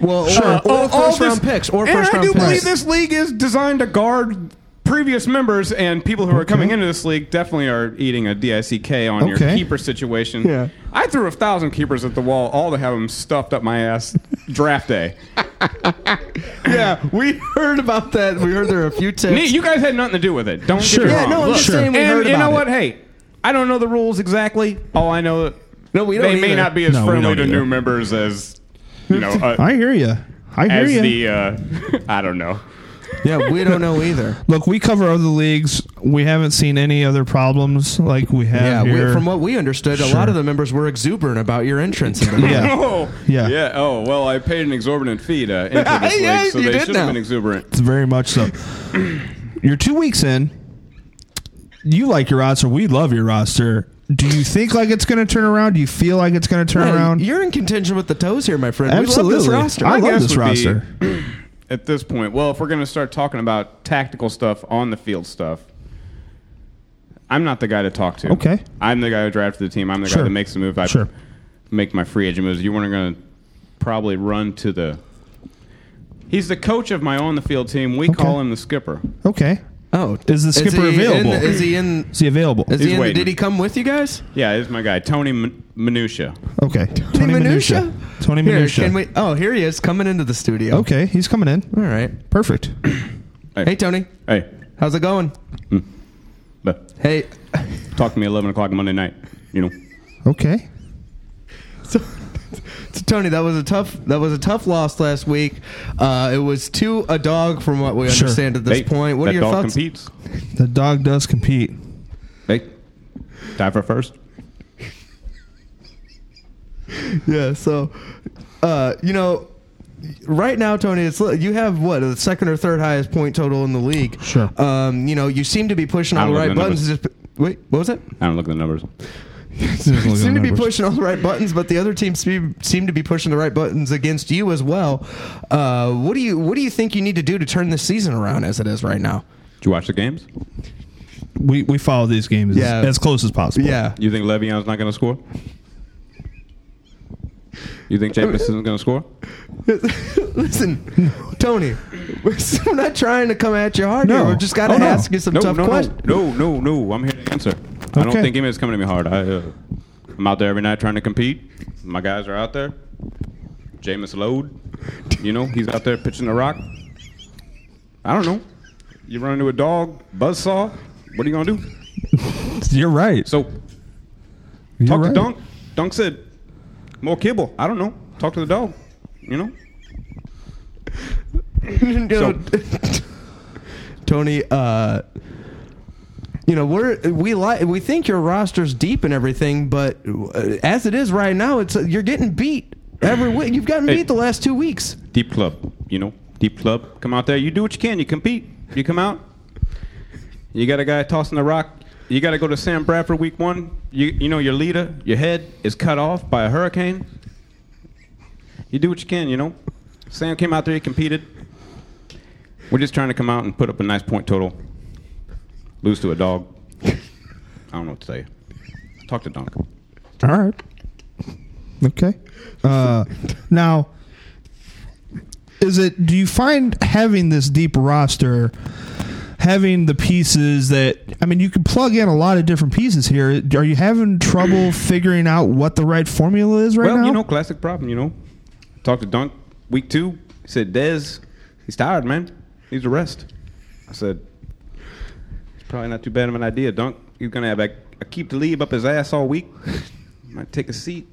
Speaker 3: well,
Speaker 8: Uh,
Speaker 3: or,
Speaker 8: all-
Speaker 3: first
Speaker 8: all
Speaker 3: round
Speaker 8: this-
Speaker 3: picks, or
Speaker 8: and
Speaker 3: first
Speaker 8: I
Speaker 3: round
Speaker 8: do
Speaker 3: picks.
Speaker 8: believe this league is designed to guard previous members and people who are coming into this league definitely are eating a DICK on your
Speaker 2: Okay.
Speaker 8: keeper situation.
Speaker 3: Yeah.
Speaker 8: I threw a thousand keepers at the wall, all to have them stuffed up my ass draft day.
Speaker 3: Yeah, we heard about that. We heard there are a few tips.
Speaker 8: Nate, you guys had nothing to do with it. Don't
Speaker 2: Sure.
Speaker 8: get me
Speaker 2: Yeah,
Speaker 8: wrong.
Speaker 2: no, I'm just Sure.
Speaker 3: saying we
Speaker 8: and
Speaker 3: heard
Speaker 8: you
Speaker 3: about
Speaker 8: know
Speaker 3: it.
Speaker 8: what? Hey, I don't know the rules exactly. All I know
Speaker 3: No, we don't
Speaker 8: they may
Speaker 3: either.
Speaker 8: not be as
Speaker 2: No, we
Speaker 8: friendly
Speaker 2: don't
Speaker 8: to
Speaker 2: either.
Speaker 8: new members as you know uh,
Speaker 2: I hear you. I hear
Speaker 8: as
Speaker 2: you.
Speaker 8: the uh, I don't know.
Speaker 3: yeah, we don't know either.
Speaker 2: Look, we cover other leagues. We haven't seen any other problems like we
Speaker 3: Yeah,
Speaker 2: have here.
Speaker 3: we, from what we understood, a lot
Speaker 2: Sure.
Speaker 3: of the members were exuberant about your entrance. Into the
Speaker 2: Yeah.
Speaker 8: Oh,
Speaker 2: Yeah.
Speaker 8: yeah. Oh, well, I paid an exorbitant fee to enter this league,
Speaker 3: Yeah,
Speaker 8: so
Speaker 3: you
Speaker 8: they
Speaker 3: did
Speaker 8: should
Speaker 3: now.
Speaker 8: have been exuberant.
Speaker 2: It's very much so. You're two weeks in. You like your roster. We love your roster. Do you think like it's going to turn around? Do you feel like it's going to turn
Speaker 3: Hey,
Speaker 2: around?
Speaker 3: You're in contention with the toes here, my friend.
Speaker 2: Absolutely.
Speaker 3: We love this roster.
Speaker 2: I
Speaker 8: My
Speaker 2: love
Speaker 8: guess
Speaker 2: this
Speaker 8: would be-
Speaker 2: roster.
Speaker 8: At this point, well, if we're going to start talking about tactical stuff, on the field stuff, I'm not the guy to talk to.
Speaker 2: Okay.
Speaker 8: I'm the guy who drafted the team. I'm the
Speaker 2: Sure.
Speaker 8: guy that makes the move. I
Speaker 2: Sure.
Speaker 8: make my free agent moves. You weren't going to probably run to the. He's the coach of my on the field team. We call him the skipper.
Speaker 2: Okay.
Speaker 3: oh,
Speaker 2: Is the skipper
Speaker 3: he in-
Speaker 2: available?
Speaker 3: is he in?
Speaker 2: Is he available?
Speaker 3: Is
Speaker 8: He's
Speaker 3: he in
Speaker 8: waiting.
Speaker 3: did he come with you guys?
Speaker 8: Yeah, he's my guy, Tony Min- Minutia.
Speaker 2: okay. Tony
Speaker 3: Minutia?
Speaker 2: Minutia. Tony
Speaker 3: Here,
Speaker 2: Minutia.
Speaker 3: can we- oh, here he is coming into the studio.
Speaker 2: okay, he's coming in.
Speaker 3: All right.
Speaker 2: Perfect.
Speaker 8: Hey,
Speaker 3: Hey, Tony.
Speaker 8: Hey,
Speaker 3: How's it going?
Speaker 8: but
Speaker 3: Hey.
Speaker 8: talk to me at 11 o'clock Monday night. You know.
Speaker 2: Okay.
Speaker 3: So, so, Tony, that was a tough that was a tough loss last week. Uh, it was to a dog, from what we
Speaker 2: Sure.
Speaker 3: understand at this
Speaker 8: Hey,
Speaker 3: point. What
Speaker 8: that
Speaker 3: are your
Speaker 8: dog
Speaker 3: thoughts?
Speaker 8: Competes.
Speaker 2: The dog does compete.
Speaker 8: Hey, dive for first.
Speaker 3: Yeah. So, uh, you know, right now, Tony, it's you have what the second or third highest point total in the league.
Speaker 2: Sure.
Speaker 3: Um, you know, you seem to be pushing all
Speaker 8: I'm
Speaker 3: the
Speaker 8: looking
Speaker 3: right
Speaker 8: at numbers.
Speaker 3: buttons. Just wait, what was it?
Speaker 8: I don't look at the numbers.
Speaker 3: You seem to be pushing all the right buttons, but the other teams seem, seem to be pushing the right buttons against you as well. Uh, what do you What do you think you need to do to turn this season around as it is right now?
Speaker 8: Did you watch the games?
Speaker 2: We we follow these games
Speaker 3: Yeah.
Speaker 2: as, as close as possible.
Speaker 8: You think Le'Veon's not going to score? You think Jamison's going to score?
Speaker 3: Listen, Tony, we're not trying to come at you hard.
Speaker 2: No.
Speaker 3: Here. We're just got to
Speaker 2: Oh, no.
Speaker 3: ask you some
Speaker 8: No,
Speaker 3: tough
Speaker 8: no,
Speaker 3: questions.
Speaker 8: no, no, no, no. I'm here to answer. I don't
Speaker 2: Okay.
Speaker 8: think anyone's coming at me hard. I, uh, I'm out there every night trying to compete. My guys are out there. Jameis Load, you know, he's out there pitching the rock. I don't know. You run into a dog, buzzsaw. What are you going to do?
Speaker 2: You're right.
Speaker 8: So
Speaker 2: You're
Speaker 8: Talk
Speaker 2: right.
Speaker 8: to Dunk. Dunk said, "More kibble." I don't know. Talk to the dog. You know.
Speaker 3: Uh,
Speaker 8: So-
Speaker 3: Tony, uh, you know we're we like we think your roster's deep and everything, but uh, as it is right now, it's you're getting beat every week. You've gotten
Speaker 8: Hey.
Speaker 3: beat the last two weeks.
Speaker 8: Deep club. You know. Deep club. Come out there. You do what you can. You compete. You come out. You got a guy tossing the rock. You got to go to Sam Bradford week one. You you know your leader. Your head is cut off by a hurricane. You do what you can. You know. Sam came out there. He competed. We're just trying to come out and put up a nice point total. Lose to a dog. I don't know what to say. Talk to Dunk.
Speaker 2: All right. Okay. Uh, now, is it? Do you find having this deep roster, having the pieces that I mean, you can plug in a lot of different pieces here. Are you having trouble figuring out what the right formula is right
Speaker 8: well,
Speaker 2: now?
Speaker 8: you know, classic problem, you know. Talked to Dunk week two. He said, Dez, he's tired, man. Needs a rest. I said, it's probably not too bad of an idea, Dunk. He's going to have a, a keep the lead up his ass all week. Might take a seat.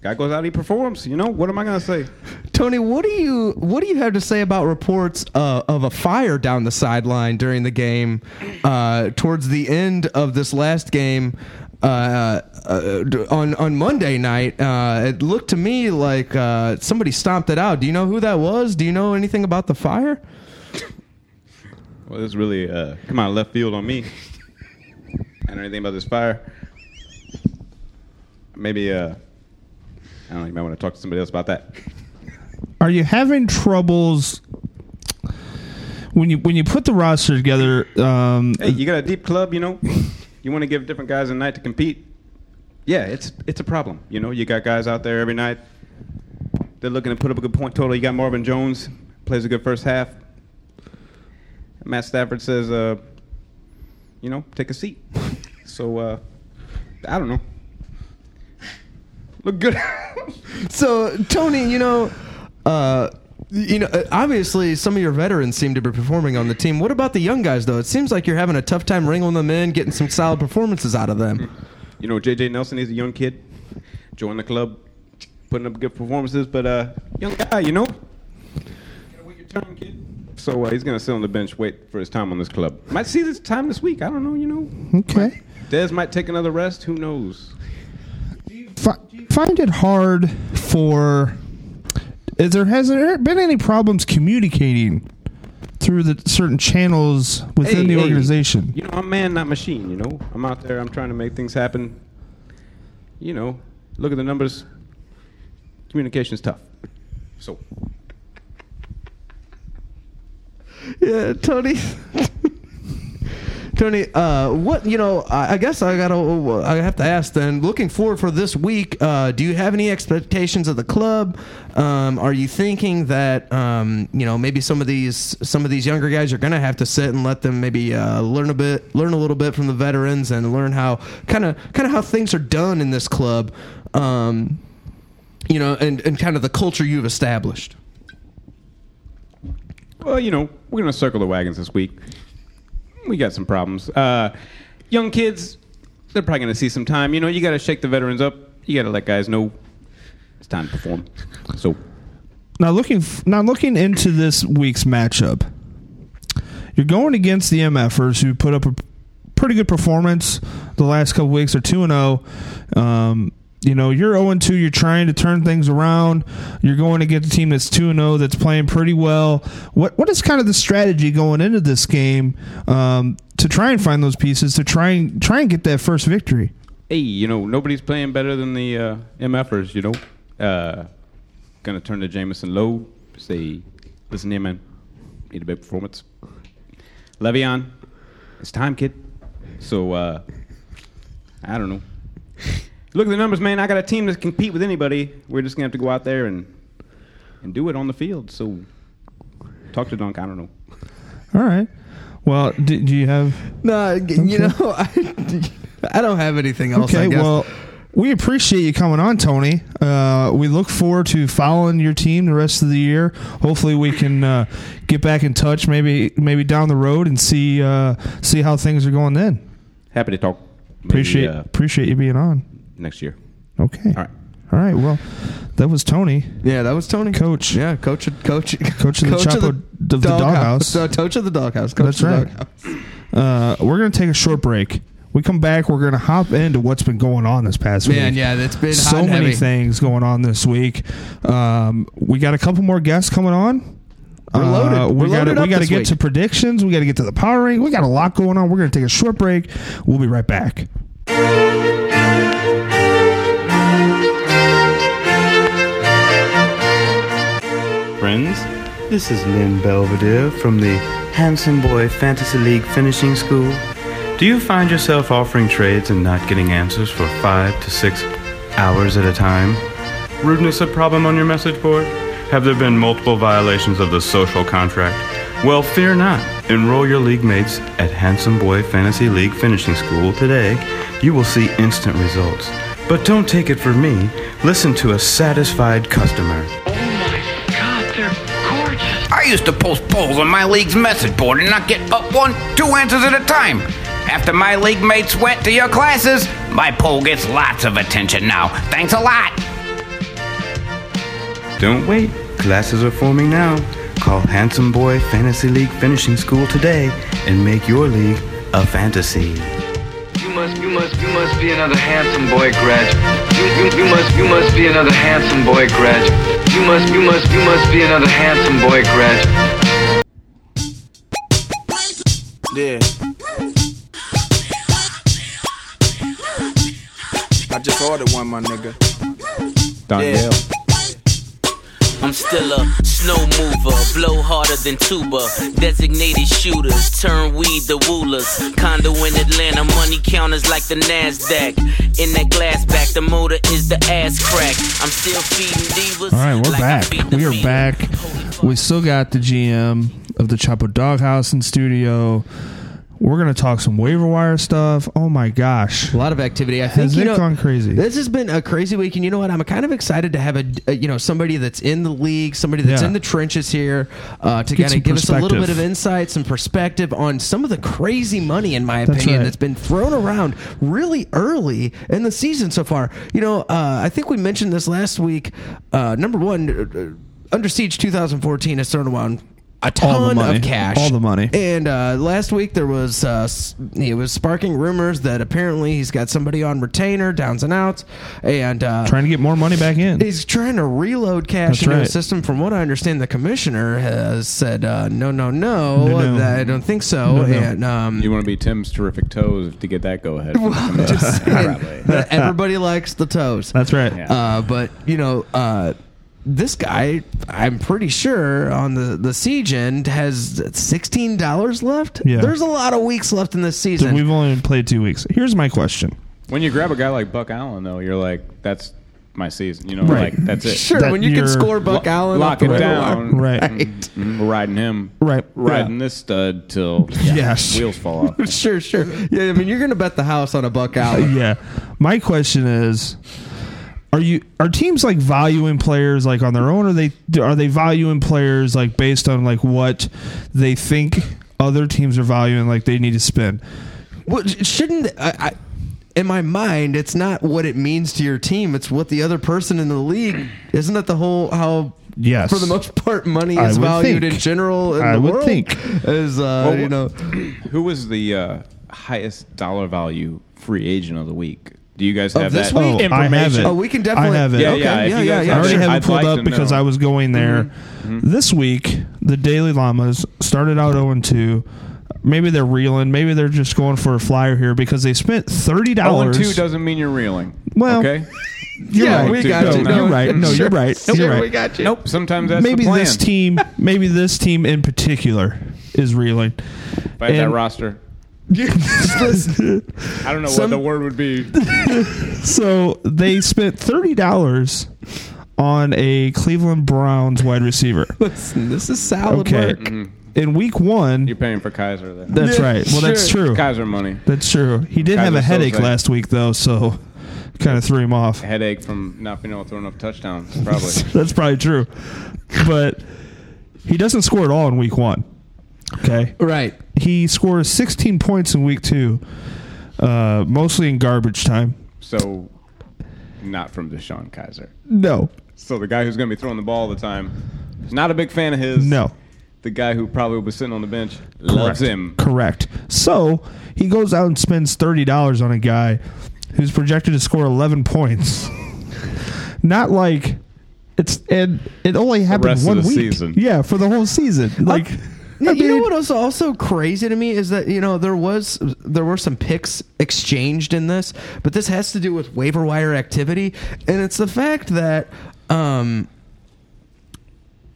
Speaker 8: Guy goes out, he performs. You know, what am I going to say?
Speaker 3: Tony, what do you what do you have to say about reports uh, of a fire down the sideline during the game uh, towards the end of this last game? Uh, uh, d- on on Monday night, uh, it looked to me like uh, somebody stomped it out. Do you know who that was? Do you know anything about the fire?
Speaker 8: Well, this really uh, come out of left field on me. I don't know anything about this fire. Maybe uh, I don't know. You might want to talk to somebody else about that.
Speaker 2: Are you having troubles when you when you put the roster together? Um,
Speaker 8: Hey, you got a deep club, you know. You want to give different guys a night to compete. Yeah, it's it's a problem. You know, you got guys out there every night. They're looking to put up a good point total. You got Marvin Jones plays a good first half. Matt Stafford says, uh, you know, take a seat. So uh, I don't know. Look good.
Speaker 3: So Tony, you know, uh, you know, uh, obviously some of your veterans seem to be performing on the team. What about the young guys though? It seems like you're having a tough time wringing them in, getting some solid performances out of them.
Speaker 8: you know, JJ Nelson, he's a young kid, joined the club, putting up good performances, but uh, young guy, you know. Gotta wait your turn, kid. So uh, he's gonna sit on the bench, wait for his time on this club. Might see this time this week. I don't know, you know.
Speaker 2: okay.
Speaker 8: Dez might take another rest. Who knows?
Speaker 2: Fi- find it hard for is there has there been any problems communicating through the certain channels within
Speaker 8: Hey,
Speaker 2: the
Speaker 8: hey,
Speaker 2: organization?
Speaker 8: You know, I'm man, not machine. You know, I'm out there. I'm trying to make things happen. You know, look at the numbers. Communication's tough. So
Speaker 3: Yeah, Tony. Tony, uh, what you know? I, I guess I gotta. I have to ask then. Looking forward for this week, uh, do you have any expectations of the club? Um, are you thinking that um, you know maybe some of these some of these younger guys are gonna have to sit and let them maybe uh, learn a bit, learn a little bit from the veterans, and learn how kind of kind of how things are done in this club, um, you know, and and kind of the culture you've established.
Speaker 8: Well, you know, we're going to circle the wagons this week. We got some problems. Uh, young kids, they're probably going to see some time. You know, you got to shake the veterans up. You got to let guys know it's time to perform. So,
Speaker 2: Now looking f- now looking into this week's matchup, you're going against the MFers who put up a pretty good performance the last couple weeks. They're two and zero. You know you're zero two. You're trying to turn things around. You're going to get the team that's two and zero that's playing pretty well. What what is kind of the strategy going into this game um, to try and find those pieces to try and try and get that first victory?
Speaker 8: hey, you know, nobody's playing better than the uh, MFers, you know. Uh, going to turn to Jamison Lowe, say, listen here, man, need a big performance. Le'Veon, it's time, kid. So, uh, I don't know. Look at the numbers, man. I got a team that can compete with anybody. We're just going to have to go out there and and do it on the field. So, talk to Dunk. I don't know.
Speaker 2: All right. Well, do, do you have?
Speaker 3: No, g Uh, you know, I, I don't have anything else. I
Speaker 2: Okay,
Speaker 3: guess.
Speaker 2: well, we appreciate you coming on, Tony. Uh, we look forward to following your team the rest of the year. Hopefully, we can uh, get back in touch, maybe maybe down the road, and see uh, see how things are going. Then
Speaker 8: Happy to talk. Maybe,
Speaker 2: appreciate
Speaker 8: uh,
Speaker 2: appreciate you being on.
Speaker 8: next year.
Speaker 2: Okay,
Speaker 8: All right.
Speaker 2: all right. Well, that was Tony,
Speaker 3: yeah, that was Tony.
Speaker 2: coach,
Speaker 3: Yeah, coach, coach,
Speaker 2: coach of the Chapo of the, doghouse.
Speaker 3: Uh, coach of the doghouse. Coach
Speaker 2: That's
Speaker 3: of the
Speaker 2: right.
Speaker 3: Doghouse.
Speaker 2: Uh, we're gonna take a short break. We come back. We're gonna hop into what's been going on this past week.
Speaker 5: Man, yeah, that's been hot
Speaker 2: so
Speaker 5: and
Speaker 2: many
Speaker 5: heavy.
Speaker 2: things going on this week. Um, we got a couple more guests coming on. Uh,
Speaker 3: We're loaded.
Speaker 2: we
Speaker 3: We're
Speaker 2: gotta-
Speaker 3: loaded
Speaker 2: we
Speaker 3: up
Speaker 2: gotta
Speaker 3: this
Speaker 2: get
Speaker 3: week.
Speaker 2: to predictions. We got to get to the power ring. We got a lot going on. We're going to take a short break. We'll be right back.
Speaker 9: friends. This is Lynn Belvedere from the Handsome Boy Fantasy League Finishing School. Do you find yourself offering trades and not getting answers for five to six hours at a time? Rudeness a problem on your message board? Have there been multiple violations of the social contract? Well, fear not. Enroll your league mates at Handsome Boy Fantasy League Finishing School today. You will see instant results. But don't take it from me. Listen to a satisfied customer.
Speaker 10: I used to post polls on my league's message board and not get but one, two answers at a time. After my league mates went to your classes, my poll gets lots of attention now. Thanks a lot.
Speaker 9: Don't wait. Classes are forming now. Call Handsome Boy Fantasy League Finishing School today and make your league a fantasy.
Speaker 10: You must
Speaker 11: must, you must, you must be another handsome boy graduate. You, you, you must, you must be another handsome boy graduate. You must, you must, you must be another handsome boy graduate.
Speaker 12: Yeah. I just ordered one, my nigga.
Speaker 8: Donnell.
Speaker 12: I'm still a snow mover, blow harder than tuba. Designated shooters, turn weed to rulers. Condo in Atlanta, money counters like the Nasdaq. In that glass back, the motor is the ass crack. I'm still feeding divas.
Speaker 2: All right, we're back. We are back. We still got the GM of the Chapo Doghouse in studio. We're gonna talk some waiver wire stuff. Oh my gosh!
Speaker 3: A lot of activity. I think
Speaker 2: Has
Speaker 3: you
Speaker 2: it
Speaker 3: know,
Speaker 2: gone crazy?
Speaker 3: This has been a crazy week, and you know what? I'm kind of excited to have a, a you know somebody that's in the league, somebody that's
Speaker 2: Yeah.
Speaker 3: in the trenches here uh, to
Speaker 2: Get
Speaker 3: kind
Speaker 2: some
Speaker 3: of give us a little bit
Speaker 2: perspective.
Speaker 3: of insight, some perspective on some of the crazy money, in my
Speaker 2: That's
Speaker 3: opinion,
Speaker 2: right.
Speaker 3: that's been thrown around really early in the season so far. You know, uh, I think we mentioned this last week. Uh, number one, uh, Under Siege 2014 has thrown around. A
Speaker 2: All the
Speaker 3: ton
Speaker 2: money.
Speaker 3: of cash.
Speaker 2: All the money.
Speaker 3: And uh, last week there was uh, s- it was sparking rumors that apparently he's got somebody on retainer, downs and outs, and uh,
Speaker 2: Trying to get more money back in.
Speaker 3: he's trying to reload cash
Speaker 2: That's
Speaker 3: into
Speaker 2: right.
Speaker 3: the system. From what I understand, the commissioner has said uh, no, no, no,
Speaker 2: No, no.
Speaker 3: that I don't think so,
Speaker 2: No, no.
Speaker 3: and um,
Speaker 8: You want to be Tim's terrific toes to get that go ahead.
Speaker 3: just saying that everybody likes the toes.
Speaker 2: That's right.
Speaker 3: Uh, but you know, uh, this guy, I'm pretty sure on the the siege end has sixteen dollars left.
Speaker 2: Yeah.
Speaker 3: There's a lot of weeks left in this
Speaker 2: So
Speaker 3: season.
Speaker 2: we've only played two weeks. Here's my question.
Speaker 8: When you grab a guy like Buck Allen, though, you're like, that's my season. You know,
Speaker 2: Right.
Speaker 8: like that's it.
Speaker 3: sure,
Speaker 2: that
Speaker 3: when you can
Speaker 2: you're-
Speaker 3: score Buck
Speaker 8: Lo-
Speaker 3: Allen, off
Speaker 8: lock
Speaker 3: the
Speaker 8: it
Speaker 3: waiver
Speaker 8: down.
Speaker 3: wire.
Speaker 2: Right.
Speaker 3: Right.
Speaker 8: Mm, We're riding him.
Speaker 2: Right.
Speaker 8: Riding this stud till yeah,
Speaker 2: Yes.
Speaker 8: wheels fall off.
Speaker 3: Sure, sure. Yeah, I mean, you're gonna bet the house on a Buck Allen.
Speaker 2: Yeah. My question is are you are teams like valuing players like on their own or are they are they valuing players like based on like what they think other teams are valuing like they need to spend?
Speaker 3: Well, sh- shouldn't I, I? In my mind, it's not what it means to your team; it's what the other person in the league. Isn't that the whole how?
Speaker 2: Yes.
Speaker 3: For the most part, money
Speaker 2: I
Speaker 3: is
Speaker 2: would
Speaker 3: valued
Speaker 2: think.
Speaker 3: in general. In
Speaker 2: I
Speaker 3: the
Speaker 2: would
Speaker 3: world
Speaker 2: think.
Speaker 3: is uh,
Speaker 8: Well,
Speaker 3: you know.
Speaker 8: Who was the uh, highest dollar value free agent of the week? Do you guys have
Speaker 3: this
Speaker 8: that
Speaker 3: week?
Speaker 2: Oh, I have it.
Speaker 3: Oh, we can definitely.
Speaker 2: I have it.
Speaker 8: Yeah,
Speaker 3: okay.
Speaker 8: yeah, if
Speaker 3: yeah,
Speaker 2: I
Speaker 3: yeah,
Speaker 8: you guys
Speaker 3: yeah, Mm-hmm.
Speaker 2: already
Speaker 3: sure.
Speaker 2: have
Speaker 8: I'd
Speaker 2: it pulled
Speaker 8: like
Speaker 2: up
Speaker 8: to
Speaker 2: because
Speaker 8: know. Mm-hmm.
Speaker 2: I was going there. This week, the Daily Llamas started out 0 2. Maybe they're reeling. Maybe they're just going for a flyer here because they spent $30.
Speaker 8: Oh, and two doesn't mean you're reeling.
Speaker 2: Well,
Speaker 8: okay.
Speaker 2: You're
Speaker 3: Yeah,
Speaker 2: right.
Speaker 3: we got
Speaker 2: no,
Speaker 3: you.
Speaker 2: You're
Speaker 3: No,
Speaker 2: right. No, you're right. You're right.
Speaker 3: we got you.
Speaker 8: Nope. Sometimes that's
Speaker 2: maybe
Speaker 8: the plan.
Speaker 2: this team, maybe this team in particular is reeling.
Speaker 8: If I had that
Speaker 2: and-
Speaker 8: roster. I don't know
Speaker 3: Some-
Speaker 8: what the word would be.
Speaker 2: So they spent thirty dollars on a Cleveland Browns wide receiver.
Speaker 3: Listen, this is salad
Speaker 2: Okay, Mm-hmm.
Speaker 3: work.
Speaker 2: in week one,
Speaker 8: You're paying for Kaiser then.
Speaker 2: that's
Speaker 3: Yeah,
Speaker 2: right. Well, that's
Speaker 3: sure.
Speaker 2: true.
Speaker 8: Kaiser money.
Speaker 2: That's true. He did have a
Speaker 8: Kaiser
Speaker 2: headache
Speaker 8: Soze.
Speaker 2: last week though, so kind of threw him off.
Speaker 8: Headache from not being able to throw enough touchdowns, probably.
Speaker 2: That's probably true, but he doesn't score at all in week one. Okay,
Speaker 3: Right.
Speaker 2: he scores sixteen points in week two, uh, mostly in garbage time.
Speaker 8: so, not from Deshaun Kaiser.
Speaker 2: No,
Speaker 8: So the guy who's going to be throwing the ball all the time, not a big fan of his.
Speaker 2: no.
Speaker 8: The guy who probably was sitting on the bench loves him.
Speaker 2: Correct. So he goes out and spends thirty dollars on a guy who's projected to score eleven points. Not like it's and it only happened
Speaker 8: rest of
Speaker 2: one
Speaker 8: the
Speaker 2: week.
Speaker 8: season. Uh,
Speaker 2: Yeah, for the whole season. Like
Speaker 3: Yeah,
Speaker 2: I
Speaker 3: you know
Speaker 2: mean,
Speaker 3: what was also crazy to me is that you know there was there were some picks exchanged in this, but this has to do with waiver wire activity, and it's the fact that um,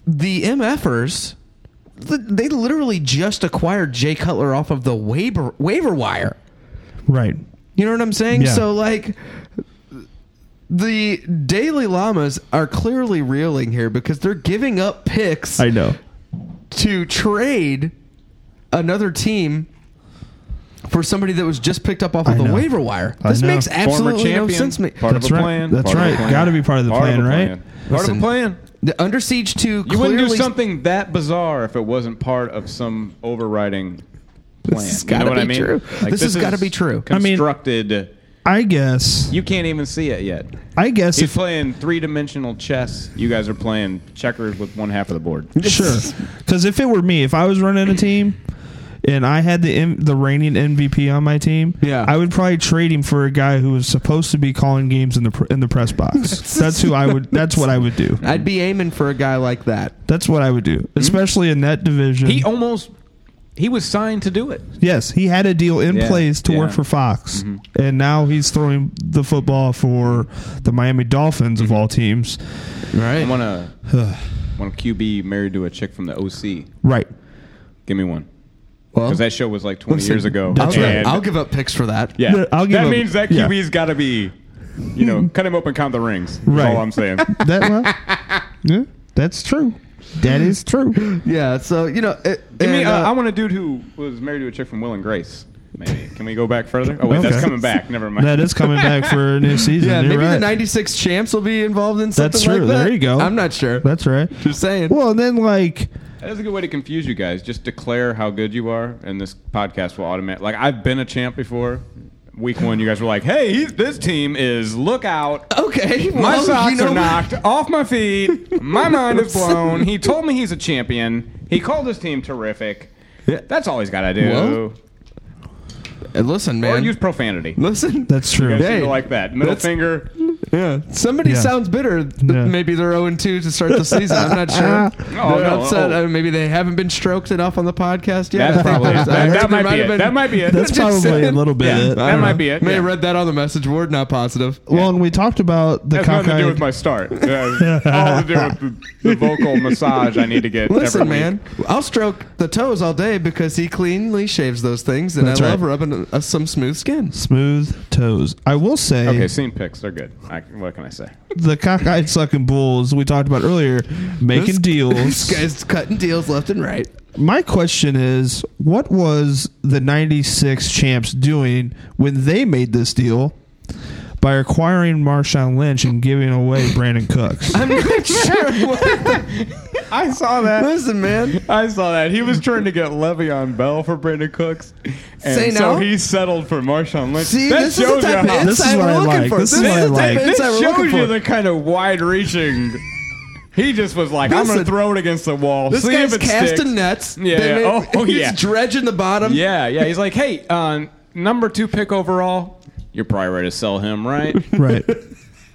Speaker 3: the MFers th- they literally just acquired Jay Cutler off of the waiver waiver wire.
Speaker 2: right.
Speaker 3: You know what I'm saying?
Speaker 2: Yeah.
Speaker 3: So like the Daily Llamas are clearly reeling here because they're giving up picks
Speaker 2: I know.
Speaker 3: to trade another team for somebody that was just picked up off
Speaker 2: I
Speaker 3: of the
Speaker 2: know.
Speaker 3: wire wire.
Speaker 2: I
Speaker 3: This
Speaker 2: know.
Speaker 3: makes
Speaker 2: Former
Speaker 3: absolutely
Speaker 8: champion,
Speaker 3: no sense to me.
Speaker 8: part
Speaker 2: That's
Speaker 8: of a
Speaker 2: right.
Speaker 8: plan.
Speaker 2: That's
Speaker 8: part of a
Speaker 2: right.
Speaker 8: plan.
Speaker 2: Gotta be part of the plan,
Speaker 8: a
Speaker 2: right?
Speaker 8: plan. Part of
Speaker 3: Listen,
Speaker 8: a plan.
Speaker 3: The Under Siege 2
Speaker 8: You
Speaker 3: clearly
Speaker 8: wouldn't do something that bizarre if it wasn't part of some overriding plan.
Speaker 3: has
Speaker 8: you know
Speaker 3: gotta
Speaker 8: what I
Speaker 3: be
Speaker 8: mean?
Speaker 3: true.
Speaker 8: Like,
Speaker 3: This has
Speaker 8: is
Speaker 3: gotta be true.
Speaker 2: I mean-
Speaker 8: Constructed.
Speaker 2: I guess
Speaker 8: you can't even see it yet.
Speaker 2: I guess
Speaker 8: He's
Speaker 2: if
Speaker 8: playing three-dimensional chess. You guys are playing checkers with one half of the board.
Speaker 2: sure. Because if it were me, if I was running a team and I had the M- the reigning MVP on my team,
Speaker 3: Yeah.
Speaker 2: I would probably trade him for a guy who was supposed to be calling games in the pr- in the press box. that's who I would. That's what I would do.
Speaker 3: I'd be aiming for a guy like that.
Speaker 2: That's what I would do, especially in that division.
Speaker 8: He almost he was signed to do it.
Speaker 2: yes, he had a deal in
Speaker 8: Yeah,
Speaker 2: place to work
Speaker 8: yeah.
Speaker 2: for Fox, and now he's throwing the football for the Miami Dolphins of all teams.
Speaker 8: I
Speaker 3: Right.
Speaker 8: want to want a QB married to a chick from the OC.
Speaker 2: Right.
Speaker 8: Give me one.
Speaker 3: Well,
Speaker 8: Because that show was like 20
Speaker 3: listen,
Speaker 8: years ago.
Speaker 3: I'll,
Speaker 8: and-
Speaker 3: I'll give up picks for that.
Speaker 8: Yeah,
Speaker 2: I'll give
Speaker 8: that
Speaker 2: him-
Speaker 8: means that
Speaker 2: yeah.
Speaker 8: QB's got to be, you know, cut him open, count the rings. That's
Speaker 2: Right.
Speaker 8: all I'm saying.
Speaker 2: That well, yeah, that's true. That is true.
Speaker 3: Yeah. So you know, it,
Speaker 8: Give me,
Speaker 3: and,
Speaker 8: uh,
Speaker 3: uh,
Speaker 8: I want a dude who was married to a chick from Will and Grace. Maybe. Can we go back further? Oh wait, that's
Speaker 2: Okay.
Speaker 8: coming back. Never mind.
Speaker 2: That is coming back for a new season.
Speaker 3: yeah,
Speaker 2: You're
Speaker 3: maybe the
Speaker 2: right.
Speaker 3: '96 champs will be involved in something
Speaker 2: That's true.
Speaker 3: like that.
Speaker 2: there you go.
Speaker 3: I'm not sure.
Speaker 2: That's right.
Speaker 3: Just saying.
Speaker 2: Well, and then like
Speaker 8: That is a good way to confuse you guys. Just declare how good you are, and this podcast will automate. Like I've been a champ before. Week one, you guys were like, "Hey, he- this team is look out."
Speaker 3: okay.
Speaker 8: My
Speaker 3: well,
Speaker 8: socks
Speaker 3: Oh, you know,
Speaker 8: are knocked off my feet. My mind is blown. He told me he's a champion. He called his team terrific.
Speaker 3: Yeah.
Speaker 8: That's all he's got to do.
Speaker 3: Well, Hey, Listen,
Speaker 8: or
Speaker 3: man.
Speaker 8: use profanity.
Speaker 3: listen.
Speaker 2: that's true.
Speaker 8: You guys seem
Speaker 3: Hey,
Speaker 8: to like that. Middle
Speaker 3: that's-
Speaker 8: finger.
Speaker 3: Yeah. Somebody
Speaker 2: Yeah.
Speaker 3: sounds bitter. that
Speaker 2: Yeah.
Speaker 3: Maybe they're 0 2 to start the season. I'm not sure.
Speaker 8: No,
Speaker 3: They're
Speaker 8: no,
Speaker 3: upset.
Speaker 8: oh.
Speaker 3: Uh, maybe they haven't been stroked enough on the podcast yet.
Speaker 8: That's probably
Speaker 3: I
Speaker 8: it.
Speaker 3: heard
Speaker 8: That, that
Speaker 3: there
Speaker 8: might be
Speaker 3: have
Speaker 8: it.
Speaker 3: been-
Speaker 8: That might be it.
Speaker 2: That's
Speaker 3: Just
Speaker 2: probably a
Speaker 3: saying.
Speaker 2: little bit.
Speaker 8: Yeah,
Speaker 2: it. I
Speaker 8: that
Speaker 2: don't
Speaker 8: might
Speaker 2: know.
Speaker 8: be it.
Speaker 3: May
Speaker 8: yeah.
Speaker 3: have read that on the message board. Not positive.
Speaker 2: Well, and we talked about the
Speaker 8: That's nothing to do
Speaker 2: cockeyed-
Speaker 8: with my start. Yeah, all to do with the, the vocal massage I need to get.
Speaker 3: Listen,
Speaker 8: every week.
Speaker 3: man. I'll stroke the toes all day because he cleanly shaves those things, and
Speaker 2: That's
Speaker 3: I
Speaker 2: right.
Speaker 3: love rubbing uh, some smooth skin.
Speaker 2: smooth toes. I will say
Speaker 8: Okay, scene picks. They're good. I, what can I say?
Speaker 2: the cockeyed sucking bulls we talked about earlier making
Speaker 3: This-
Speaker 2: deals.
Speaker 3: This guy's cutting deals left and right.
Speaker 2: my question is, what was the '96 champs doing when they made this deal? By acquiring Marshawn Lynch and giving away Brandon Cooks.
Speaker 3: I'm not sure. What.
Speaker 8: I saw that.
Speaker 3: Listen, man.
Speaker 8: I saw that. He was trying to get Le'Veon Bell for Brandon Cooks, and
Speaker 3: Say
Speaker 8: so
Speaker 3: no.
Speaker 8: he settled for Marshawn Lynch.
Speaker 3: See,
Speaker 8: that
Speaker 3: this is the
Speaker 8: shows
Speaker 3: type
Speaker 8: you
Speaker 3: of
Speaker 8: how.
Speaker 3: insight
Speaker 2: This is what
Speaker 3: we're
Speaker 2: I
Speaker 3: looking
Speaker 2: like.
Speaker 3: for.
Speaker 2: This is what I
Speaker 3: the type
Speaker 2: like.
Speaker 3: of
Speaker 8: This
Speaker 3: insight we're
Speaker 8: shows
Speaker 3: looking for.
Speaker 8: you the kind of wide-reaching. He just was like, "I'm going
Speaker 3: Listen.
Speaker 8: to throw it against the wall.
Speaker 3: This
Speaker 8: see if
Speaker 3: guy's
Speaker 8: it
Speaker 3: casting
Speaker 8: sticks."
Speaker 3: nets.
Speaker 8: Yeah,
Speaker 3: They
Speaker 8: yeah.
Speaker 3: made-
Speaker 8: Oh, oh,
Speaker 3: he's
Speaker 8: yeah.
Speaker 3: dredging the bottom.
Speaker 8: Yeah, yeah. He's like, hey, uh, number two pick overall. You're probably ready to sell him, right?
Speaker 2: right.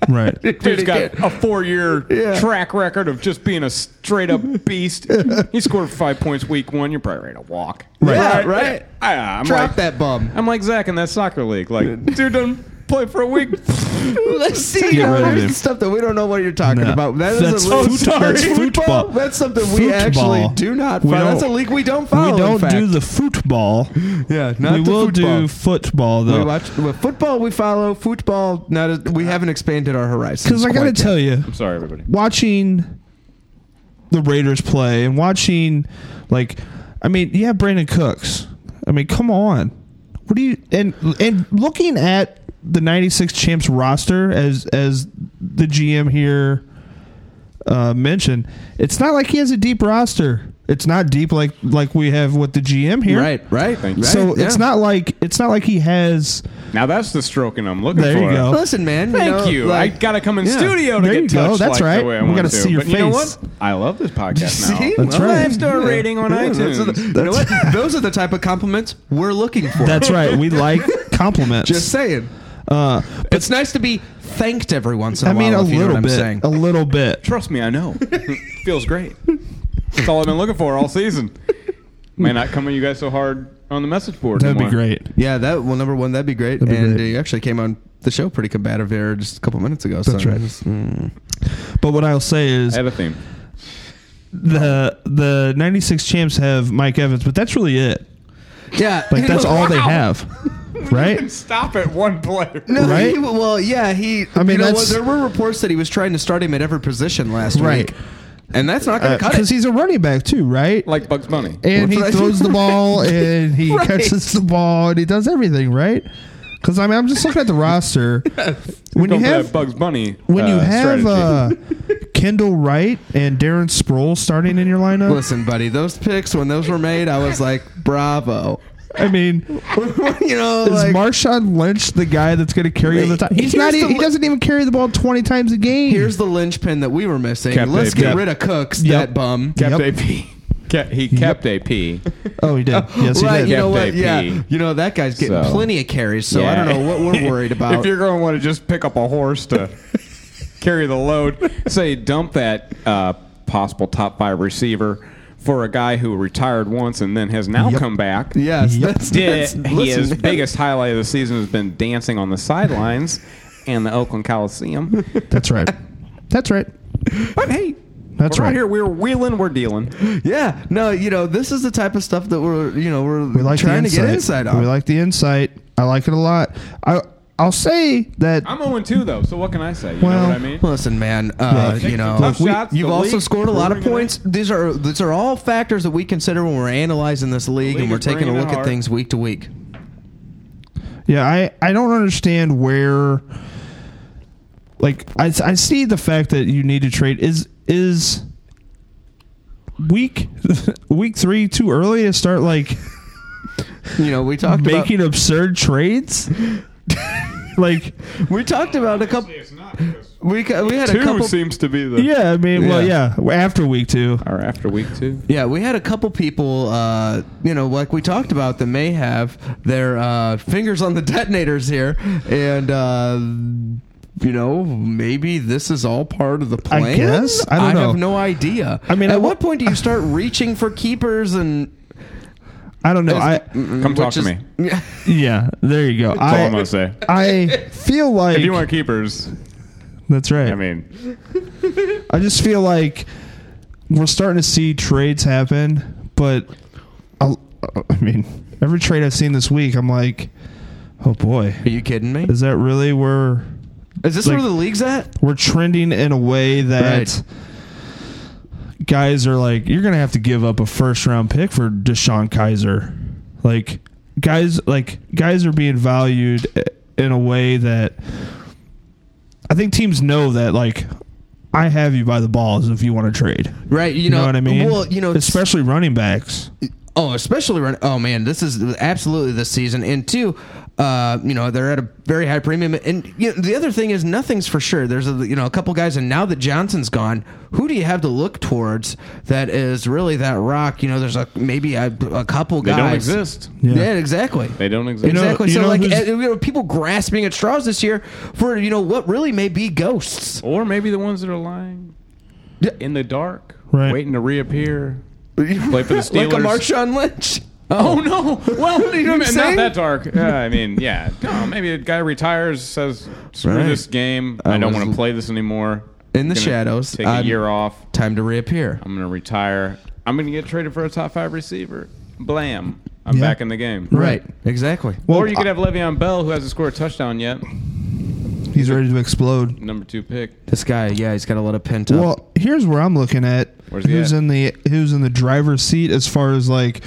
Speaker 2: Right.
Speaker 8: Dude's got a four-year
Speaker 3: Yeah.
Speaker 8: track record of just being a straight-up beast. He scored five points week one. You're probably ready to walk.
Speaker 2: Right.
Speaker 3: Yeah, right.
Speaker 8: I, I'm
Speaker 3: Drop
Speaker 8: like,
Speaker 3: that bum.
Speaker 8: I'm like Zach in that soccer league. Like, dude, done play for a week.
Speaker 3: Let's see.
Speaker 2: Get rid of
Speaker 3: There's
Speaker 2: him.
Speaker 3: stuff that we don't know what you're talking
Speaker 2: No.
Speaker 3: about. That is
Speaker 2: That's
Speaker 3: a league.
Speaker 2: foot- Oh, sorry. that's football.
Speaker 3: That's something we
Speaker 2: Football.
Speaker 3: actually do not
Speaker 2: We
Speaker 3: follow. That's a
Speaker 2: don't-
Speaker 3: league we don't
Speaker 2: We
Speaker 3: follow. in
Speaker 2: don't
Speaker 3: fact.
Speaker 2: do the football.
Speaker 3: Yeah, not
Speaker 2: we
Speaker 3: the
Speaker 2: will
Speaker 3: football.
Speaker 2: do football
Speaker 3: We
Speaker 2: though.
Speaker 3: watch well, football. We follow football. Not as, we haven't expanded our horizons.
Speaker 2: Because I got to
Speaker 3: quite
Speaker 2: tell
Speaker 3: yet.
Speaker 2: you,
Speaker 8: I'm sorry, everybody.
Speaker 2: watching the Raiders play and watching, like, I mean, you have Brandon Cooks. I mean, come on. What do you and and looking at the '96 champs roster as as the GM here uh, mentioned, it's not like he has a deep roster. It's not deep like like we have with the GM here.
Speaker 3: Right, right, right.
Speaker 2: So it's
Speaker 3: yeah.
Speaker 2: not like it's not like he has.
Speaker 8: Now that's the stroking I'm looking
Speaker 2: There
Speaker 8: for.
Speaker 2: you go.
Speaker 3: Listen, man.
Speaker 8: Thank
Speaker 3: know,
Speaker 8: you.
Speaker 3: like-
Speaker 8: I gotta come in
Speaker 3: Yeah.
Speaker 8: studio to
Speaker 2: There
Speaker 8: get
Speaker 2: you go.
Speaker 8: touched.
Speaker 2: That's
Speaker 8: like
Speaker 2: right.
Speaker 8: The way I
Speaker 2: We
Speaker 8: want
Speaker 2: gotta
Speaker 8: to.
Speaker 2: see your
Speaker 8: but You know
Speaker 2: face.
Speaker 8: what? I love this podcast now.
Speaker 3: See,
Speaker 2: That's
Speaker 3: Well,
Speaker 2: right.
Speaker 3: I've started
Speaker 8: Yeah.
Speaker 3: rating on
Speaker 8: Yeah,
Speaker 3: iTunes.
Speaker 8: that's what the-
Speaker 3: you know what? Those are the type of compliments we're looking for.
Speaker 2: That's right. We like compliments.
Speaker 3: Just saying.
Speaker 2: Uh,
Speaker 3: It's nice to be thanked every once in a
Speaker 2: I mean,
Speaker 3: while.
Speaker 2: a
Speaker 3: if you know
Speaker 2: little
Speaker 3: what I'm
Speaker 2: bit.
Speaker 3: saying.
Speaker 2: A little bit.
Speaker 8: Trust me, I know. Feels great. That's all I've been looking for all season. May not come at you guys so hard on the message board.
Speaker 2: That'd be
Speaker 8: anymore.
Speaker 2: great.
Speaker 3: Yeah, that well, number one, that'd be great.
Speaker 2: That'd be
Speaker 3: and
Speaker 2: great.
Speaker 3: you actually came on the show pretty combative there just a couple minutes ago.
Speaker 2: That's
Speaker 3: so
Speaker 2: right.
Speaker 3: Mm.
Speaker 2: But what I'll say is
Speaker 8: I have a theme.
Speaker 2: the the '96 champs have Mike Evans, but that's really it.
Speaker 3: Yeah,
Speaker 2: Like that's all they
Speaker 8: Wow.
Speaker 2: have, right?
Speaker 8: Stop at one player.
Speaker 3: No,
Speaker 2: right?
Speaker 3: he, well, yeah, he.
Speaker 2: I
Speaker 3: I
Speaker 2: mean,
Speaker 3: mean, you know,
Speaker 2: that's-
Speaker 3: there were reports that he was trying to start him at every position last
Speaker 2: Right. Uh,
Speaker 3: week, and that's not going to cut it.
Speaker 2: Because he's a running back too, right?
Speaker 8: Like Bugs Bunny.
Speaker 2: and he
Speaker 3: Right.
Speaker 2: throws the ball and he
Speaker 3: Right.
Speaker 2: catches the ball and he does everything, right? Because I mean, I'm just looking at the roster. When you
Speaker 8: Don't play
Speaker 2: have
Speaker 8: that Bugs Bunny.
Speaker 2: when you
Speaker 8: uh,
Speaker 2: have
Speaker 8: strategy.
Speaker 2: uh, Kendall Wright and Darren Sproles starting in your lineup,
Speaker 3: Listen, buddy, those picks when those were made, I was like, bravo.
Speaker 2: I mean,
Speaker 3: you know,
Speaker 2: Is
Speaker 3: like,
Speaker 2: Marshawn Lynch the guy that's going to carry
Speaker 3: Wait,
Speaker 2: the time? He's
Speaker 3: here's
Speaker 2: not.
Speaker 3: the
Speaker 2: e- he
Speaker 3: li-
Speaker 2: doesn't even carry the ball twenty times a game.
Speaker 3: here's the linchpin that we were missing.
Speaker 8: Cap
Speaker 3: Let's
Speaker 8: tape,
Speaker 3: get
Speaker 8: yep.
Speaker 3: rid of Cooks,
Speaker 2: Yep.
Speaker 3: that bum.
Speaker 2: Yep.
Speaker 8: Kept AP. Ca- he kept a P.
Speaker 2: Oh, he did. Yes, he
Speaker 3: right,
Speaker 2: did.
Speaker 3: you know what?
Speaker 8: Kept AP.
Speaker 3: Yeah, you know that guy's getting
Speaker 8: So-
Speaker 3: plenty of carries, so I
Speaker 8: Yeah.
Speaker 3: don't know what we're worried
Speaker 8: if
Speaker 3: about.
Speaker 8: you're going to want to just pick up a horse to carry the load, say dump that uh, possible top five receiver for a guy who retired once and then has now come back.
Speaker 13: Yes,
Speaker 2: Yep.
Speaker 13: that's,
Speaker 8: Did,
Speaker 13: that's listen,
Speaker 8: his
Speaker 13: man.
Speaker 8: biggest highlight of the season has been dancing on the sidelines in the Oakland Coliseum.
Speaker 2: That's right. That's right.
Speaker 8: But hey,
Speaker 2: That's
Speaker 8: we're
Speaker 2: right.
Speaker 8: here. We're wheeling. We're dealing.
Speaker 13: Yeah, no, you know, this is the type of stuff that we're, you know, we're
Speaker 2: We like the
Speaker 13: trying to get
Speaker 2: insight.
Speaker 13: inside on.
Speaker 2: We like the insight. I like it a lot. I I'll say that
Speaker 8: I'm 0 2 though, so what can I say? You know
Speaker 2: Well,
Speaker 8: what I mean?
Speaker 3: Listen, man, uh,
Speaker 8: Yeah.
Speaker 3: you know,
Speaker 8: Tough shots,
Speaker 3: you've
Speaker 8: the
Speaker 3: also
Speaker 8: league,
Speaker 3: scored a lot of
Speaker 8: bringing it
Speaker 3: points. These are these are all factors that we consider when we're analyzing this league,
Speaker 8: league
Speaker 3: and we're
Speaker 8: is
Speaker 3: taking a
Speaker 8: bringing it
Speaker 3: look at
Speaker 8: hard.
Speaker 3: things week to week.
Speaker 2: Yeah, I, I don't understand where. Like I, I see the fact that you need to trade is is week week three too early to start like
Speaker 3: You know, we talked
Speaker 2: making absurd trades. like
Speaker 3: we talked about a couple.
Speaker 8: It's not because
Speaker 3: We ca- we had a
Speaker 8: two
Speaker 3: couple.
Speaker 8: seems to be the
Speaker 2: yeah, I mean well yeah after week two
Speaker 8: or after week two.
Speaker 3: Yeah, we had a couple people, uh, you know, like we talked about, that may have their uh, fingers on the detonators here, and uh, you know, maybe this is all part of the plan.
Speaker 2: guess. I don't
Speaker 3: I have
Speaker 2: know.
Speaker 3: no idea.
Speaker 2: I mean,
Speaker 3: at
Speaker 2: I wa-
Speaker 3: what point do you start reaching for keepers and?
Speaker 2: I don't know I
Speaker 8: Come talk to
Speaker 3: Mm, is-
Speaker 8: me.
Speaker 2: yeah there you go
Speaker 8: That's all I'm
Speaker 2: I
Speaker 8: gonna say.
Speaker 2: I feel like
Speaker 8: If you want keepers,
Speaker 2: that's right
Speaker 8: I mean,
Speaker 2: I just feel like we're starting to see trades happen, but I, I mean, every trade I've seen this week, I'm like, oh boy,
Speaker 3: Are you kidding me?
Speaker 2: is that really where
Speaker 3: Is this
Speaker 2: like-
Speaker 3: where the league's at?
Speaker 2: we're trending in a way that
Speaker 3: Right.
Speaker 2: guys are like, you're gonna have to give up a first round pick for Deshaun Kaiser, like guys, like guys are being valued in a way that I think teams know that like. I have you by the balls if you want to trade.
Speaker 3: Right, you,
Speaker 2: You know, what I mean?
Speaker 3: Well, you know,
Speaker 2: especially running backs.
Speaker 3: Oh, especially run. Oh man, this is absolutely this season. And two, uh, you know they're at a very high premium. And you know, the other thing is nothing's for sure. There's a you know a couple guys, and now that Johnson's gone, who do you have to look towards that is really that rock? You know, there's a maybe a, a couple
Speaker 8: they
Speaker 3: guys.
Speaker 8: don't exist.
Speaker 3: Yeah, exactly.
Speaker 8: They don't exist.
Speaker 2: know-
Speaker 3: exactly.
Speaker 2: you
Speaker 3: so
Speaker 2: know
Speaker 3: like
Speaker 2: who's-
Speaker 3: uh, you know, people grasping at straws this year for you know what really may be ghosts.
Speaker 8: Or maybe the ones that are lying in the dark,
Speaker 2: Right.
Speaker 8: waiting to reappear, play for the Steelers.
Speaker 3: like a Marshawn Lynch.
Speaker 8: Oh no! Well,
Speaker 3: You know what I'm
Speaker 8: not
Speaker 3: saying?
Speaker 8: that dark. Yeah, I mean, yeah. No, maybe a guy retires, says, "Screw
Speaker 3: Right.
Speaker 8: this game. I,
Speaker 3: I
Speaker 8: don't
Speaker 3: was
Speaker 8: want to play this anymore."
Speaker 3: in the
Speaker 8: Gonna
Speaker 3: shadows.
Speaker 8: Take
Speaker 3: I'm-
Speaker 8: a year off.
Speaker 3: Time to reappear.
Speaker 8: I'm gonna retire. I'm gonna get traded for a top five receiver. Blam! I'm
Speaker 2: Yeah.
Speaker 8: back in the game.
Speaker 3: Right. Exactly.
Speaker 8: or you could have Le'Veon Bell, who hasn't scored a touchdown yet,
Speaker 2: He's ready to explode.
Speaker 8: number two pick.
Speaker 3: This guy, yeah, he's got a lot of pent up.
Speaker 2: Well, here's where I'm looking at
Speaker 8: Where's he
Speaker 2: who's
Speaker 8: at?
Speaker 2: in the who's in the driver's seat as far as like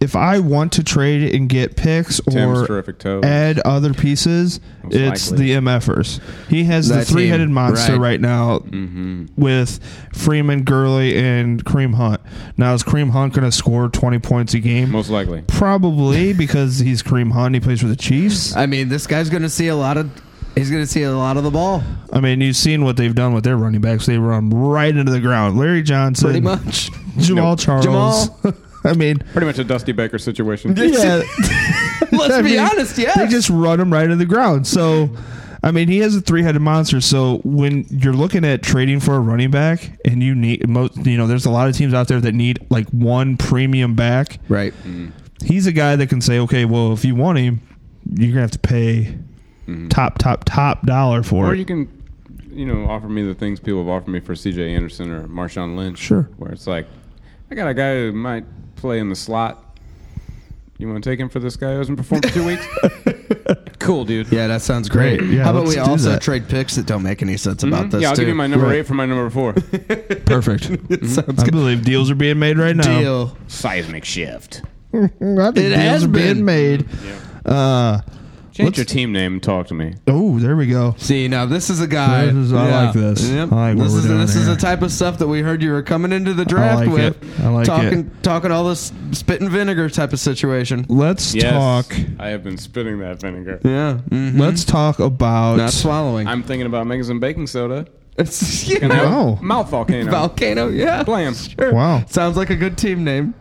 Speaker 2: if I want to trade and get picks
Speaker 8: Tim's
Speaker 2: or
Speaker 8: terrific toe.
Speaker 2: add other pieces,
Speaker 8: Most
Speaker 2: it's
Speaker 8: likely.
Speaker 2: the MFers. He has the
Speaker 3: That team,
Speaker 2: three-headed monster
Speaker 3: right.
Speaker 2: right, now
Speaker 8: Mm-hmm.
Speaker 2: with Freeman, Gurley, and Kareem Hunt. Now is Kareem Hunt going to score 20 points a game?
Speaker 8: Most likely.
Speaker 2: Probably because he's Kareem Hunt. He plays for the Chiefs.
Speaker 3: I mean, this guy's going to see a lot of. He's going to see a lot of the ball,
Speaker 2: I mean, you've seen what they've done with their running backs. They run right into the ground. Larry Johnson,
Speaker 3: pretty much.
Speaker 2: Jamal Charles.
Speaker 3: Jamal.
Speaker 2: I mean,
Speaker 8: Pretty much a Dusty Baker situation.
Speaker 2: yeah,
Speaker 3: Let's
Speaker 2: I
Speaker 3: be
Speaker 2: mean,
Speaker 3: honest, yeah.
Speaker 2: They just run him right into the ground. So, I mean, he has a three-headed monster. So when you're looking at trading for a running back, and you need most, you know, there's a lot of teams out there that need like one premium back.
Speaker 3: right.
Speaker 2: He's a guy that can say, okay, well, if you want him, you're gonna have to pay
Speaker 3: Mm-hmm.
Speaker 2: top, top, top dollar for
Speaker 8: Or
Speaker 2: it.
Speaker 8: you can, you know, offer me the things people have offered me for C.J. Anderson or Marshawn Lynch.
Speaker 2: Sure.
Speaker 8: Where it's like, I got a guy who might play in the slot. You want to take him for this guy who hasn't performed for two weeks? cool, dude.
Speaker 3: Yeah, that sounds great.
Speaker 2: Great. Yeah,
Speaker 3: How about
Speaker 2: let's
Speaker 3: we
Speaker 2: do
Speaker 3: also
Speaker 2: that. Mm-hmm.
Speaker 3: trade picks that don't make any sense about this?
Speaker 8: Hmm? yeah, I'll
Speaker 3: too.
Speaker 8: give you my number eight for my number four.
Speaker 2: Perfect. I believe deals are being made right now.
Speaker 3: deal.
Speaker 14: Seismic shift.
Speaker 2: I think
Speaker 3: It
Speaker 2: deals
Speaker 3: has
Speaker 2: are
Speaker 3: been.
Speaker 2: being made. Uh,
Speaker 8: Change
Speaker 2: Let's-
Speaker 8: your team name and talk to me.
Speaker 2: oh, there we go.
Speaker 3: See, now this is a guy.
Speaker 2: This is- I like this.
Speaker 3: Yep.
Speaker 2: I like what
Speaker 3: this
Speaker 2: we're
Speaker 3: is
Speaker 2: doing
Speaker 3: this is
Speaker 2: here.
Speaker 3: the type of stuff that we heard you were coming into the draft
Speaker 2: like it.
Speaker 3: with.
Speaker 2: I like
Speaker 3: talking
Speaker 2: it.
Speaker 3: talking all this spit and vinegar type of situation.
Speaker 2: Let's
Speaker 8: Yes,
Speaker 2: talk.
Speaker 8: I have been spitting that vinegar.
Speaker 3: Yeah, mm.
Speaker 2: Let's talk about
Speaker 3: not swallowing.
Speaker 8: I'm thinking about making some baking soda
Speaker 3: It's, yeah.
Speaker 2: Wow.
Speaker 8: Mouth volcano.
Speaker 3: Volcano, yeah.
Speaker 8: Blam.
Speaker 3: Sure.
Speaker 2: Wow.
Speaker 3: Sounds like a good team name.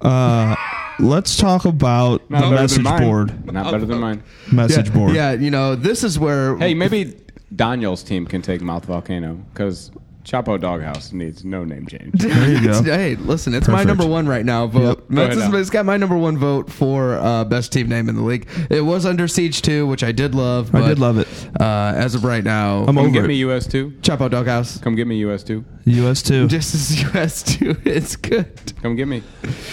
Speaker 2: Uh, let's talk about
Speaker 8: Not
Speaker 2: the
Speaker 8: better than
Speaker 2: message
Speaker 8: mine.
Speaker 2: board.
Speaker 8: Not better than mine.
Speaker 2: Message
Speaker 3: yeah,
Speaker 2: board.
Speaker 3: Yeah, you know, this is where
Speaker 8: Hey, maybe Daniel's team can take Mouth Volcano because Chapo Doghouse needs no name change.
Speaker 2: There you go.
Speaker 3: Hey, listen, it's my
Speaker 2: Perfect.
Speaker 3: number one right now vote.
Speaker 8: Go ahead
Speaker 3: This is-
Speaker 8: now.
Speaker 3: it's got my number one vote for uh, best team name in the league. It was Under Siege 2, which I did love.
Speaker 2: I
Speaker 3: but,
Speaker 2: did love it.
Speaker 3: Uh, as of right now,
Speaker 2: I'm
Speaker 8: Come
Speaker 2: over
Speaker 8: get
Speaker 2: it.
Speaker 8: me US two.
Speaker 3: Chapo Doghouse.
Speaker 8: Come get me US two.
Speaker 2: US two.
Speaker 3: Just as US 2 It's good.
Speaker 8: Come get me.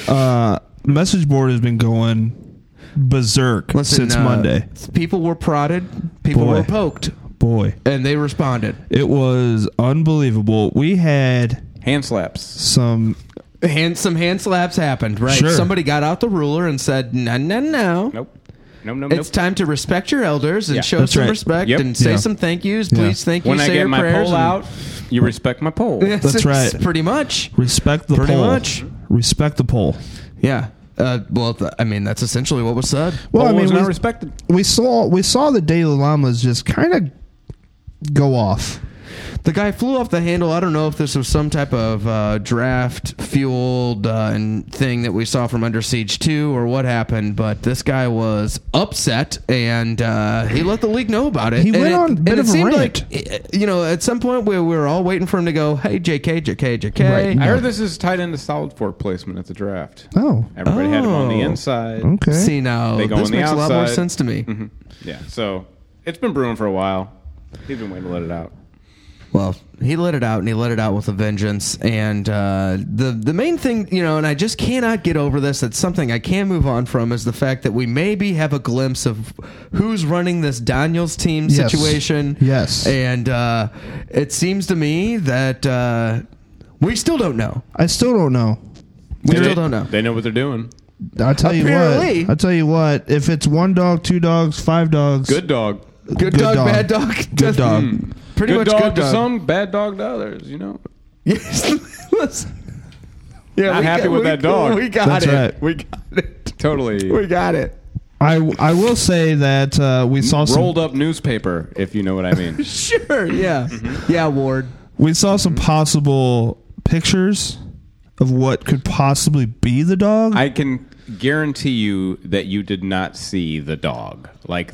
Speaker 2: Uh, message board has been going berserk
Speaker 3: Listen,
Speaker 2: since
Speaker 3: uh,
Speaker 2: Monday.
Speaker 3: People were prodded, people
Speaker 2: Boy.
Speaker 3: were poked,
Speaker 2: Boy,
Speaker 3: and they responded.
Speaker 2: it was unbelievable. We had
Speaker 8: Hand slaps.
Speaker 2: some
Speaker 3: Hand, some hand slaps happened, right?
Speaker 2: Sure.
Speaker 3: Somebody got out the ruler and said, no, no, no.
Speaker 8: Nope. No, no,
Speaker 3: It's
Speaker 8: nope.
Speaker 3: time to respect your elders and
Speaker 8: Yeah,
Speaker 3: show
Speaker 2: that's
Speaker 3: some
Speaker 2: right.
Speaker 3: respect
Speaker 8: Yep.
Speaker 3: and say
Speaker 2: Yeah.
Speaker 3: some thank yous.
Speaker 2: Yeah.
Speaker 3: Please, thank you.
Speaker 8: when
Speaker 3: say
Speaker 8: I get
Speaker 3: your
Speaker 8: my
Speaker 3: prayers
Speaker 8: pole
Speaker 3: and-
Speaker 8: out, you respect my pole.
Speaker 3: Yes,
Speaker 2: That's
Speaker 3: it's
Speaker 2: right.
Speaker 3: Pretty much.
Speaker 2: respect the
Speaker 3: Pretty
Speaker 2: poll.
Speaker 3: much.
Speaker 2: Respect the poll.
Speaker 3: Yeah. Uh, well, th- I mean, that's essentially what was said.
Speaker 2: Well,
Speaker 8: Pole
Speaker 2: I mean,
Speaker 8: was
Speaker 2: we,
Speaker 8: not respected.
Speaker 2: we saw we saw the Daily Lamas just kind of go off.
Speaker 3: The guy flew off the handle. I don't know if this was some type of uh, draft fueled uh, and thing that we saw from Under Siege 2 or what happened, but this guy was upset and uh, he let the league know about it.
Speaker 2: He
Speaker 3: And
Speaker 2: went
Speaker 3: it-
Speaker 2: on a
Speaker 3: and
Speaker 2: bit
Speaker 3: it
Speaker 2: of a
Speaker 3: seemed
Speaker 2: rant.
Speaker 3: Like, eh, you know, at some point we, we were all waiting for him to go, hey, JK, JK, JK.
Speaker 2: Right.
Speaker 8: I heard this is tied into solid fork placement at the draft.
Speaker 2: Oh,
Speaker 8: Everybody had him on the
Speaker 3: Oh.
Speaker 8: inside.
Speaker 2: okay.
Speaker 3: See, now
Speaker 8: They go
Speaker 3: this
Speaker 8: on the
Speaker 3: makes a lot more
Speaker 8: outside. Mm-hmm.
Speaker 3: sense to me.
Speaker 8: Yeah. So it's been brewing for a while. He's been waiting to let it out.
Speaker 3: Well, he let it out, and he let it out with a vengeance. And uh, the the main thing, you know, and I just cannot get over this. That's something I can't move on from is the fact that we maybe have a glimpse of who's running this Daniels team
Speaker 2: Yes.
Speaker 3: situation.
Speaker 2: Yes.
Speaker 3: and uh, it seems to me that uh, we still don't know.
Speaker 2: I still don't know.
Speaker 3: We
Speaker 8: They-
Speaker 3: still don't know.
Speaker 8: They know what they're doing.
Speaker 2: I tell you
Speaker 3: Apparently.
Speaker 2: what. I tell you what. If it's one dog, two dogs, five dogs,
Speaker 8: Good dog.
Speaker 3: Good,
Speaker 2: good
Speaker 3: dog,
Speaker 2: dog.
Speaker 3: bad dog.
Speaker 2: good dog.
Speaker 3: Pretty much
Speaker 8: good dog
Speaker 3: good
Speaker 8: to
Speaker 3: dog.
Speaker 8: some, bad dog to others. You know.
Speaker 3: Yes. Listen. Yeah,
Speaker 8: Not
Speaker 3: we
Speaker 8: happy
Speaker 3: got-
Speaker 8: with
Speaker 3: we-
Speaker 8: that dog.
Speaker 3: We got
Speaker 2: That's
Speaker 3: it.
Speaker 2: right.
Speaker 8: We got it. Totally.
Speaker 3: We got it.
Speaker 2: I I will say that uh, we saw some
Speaker 8: rolled up newspaper, if you know what I mean.
Speaker 3: Sure. Yeah. Yeah, Ward.
Speaker 2: we saw some possible pictures of what could possibly be the dog.
Speaker 8: I can guarantee you that you did not see the dog. Like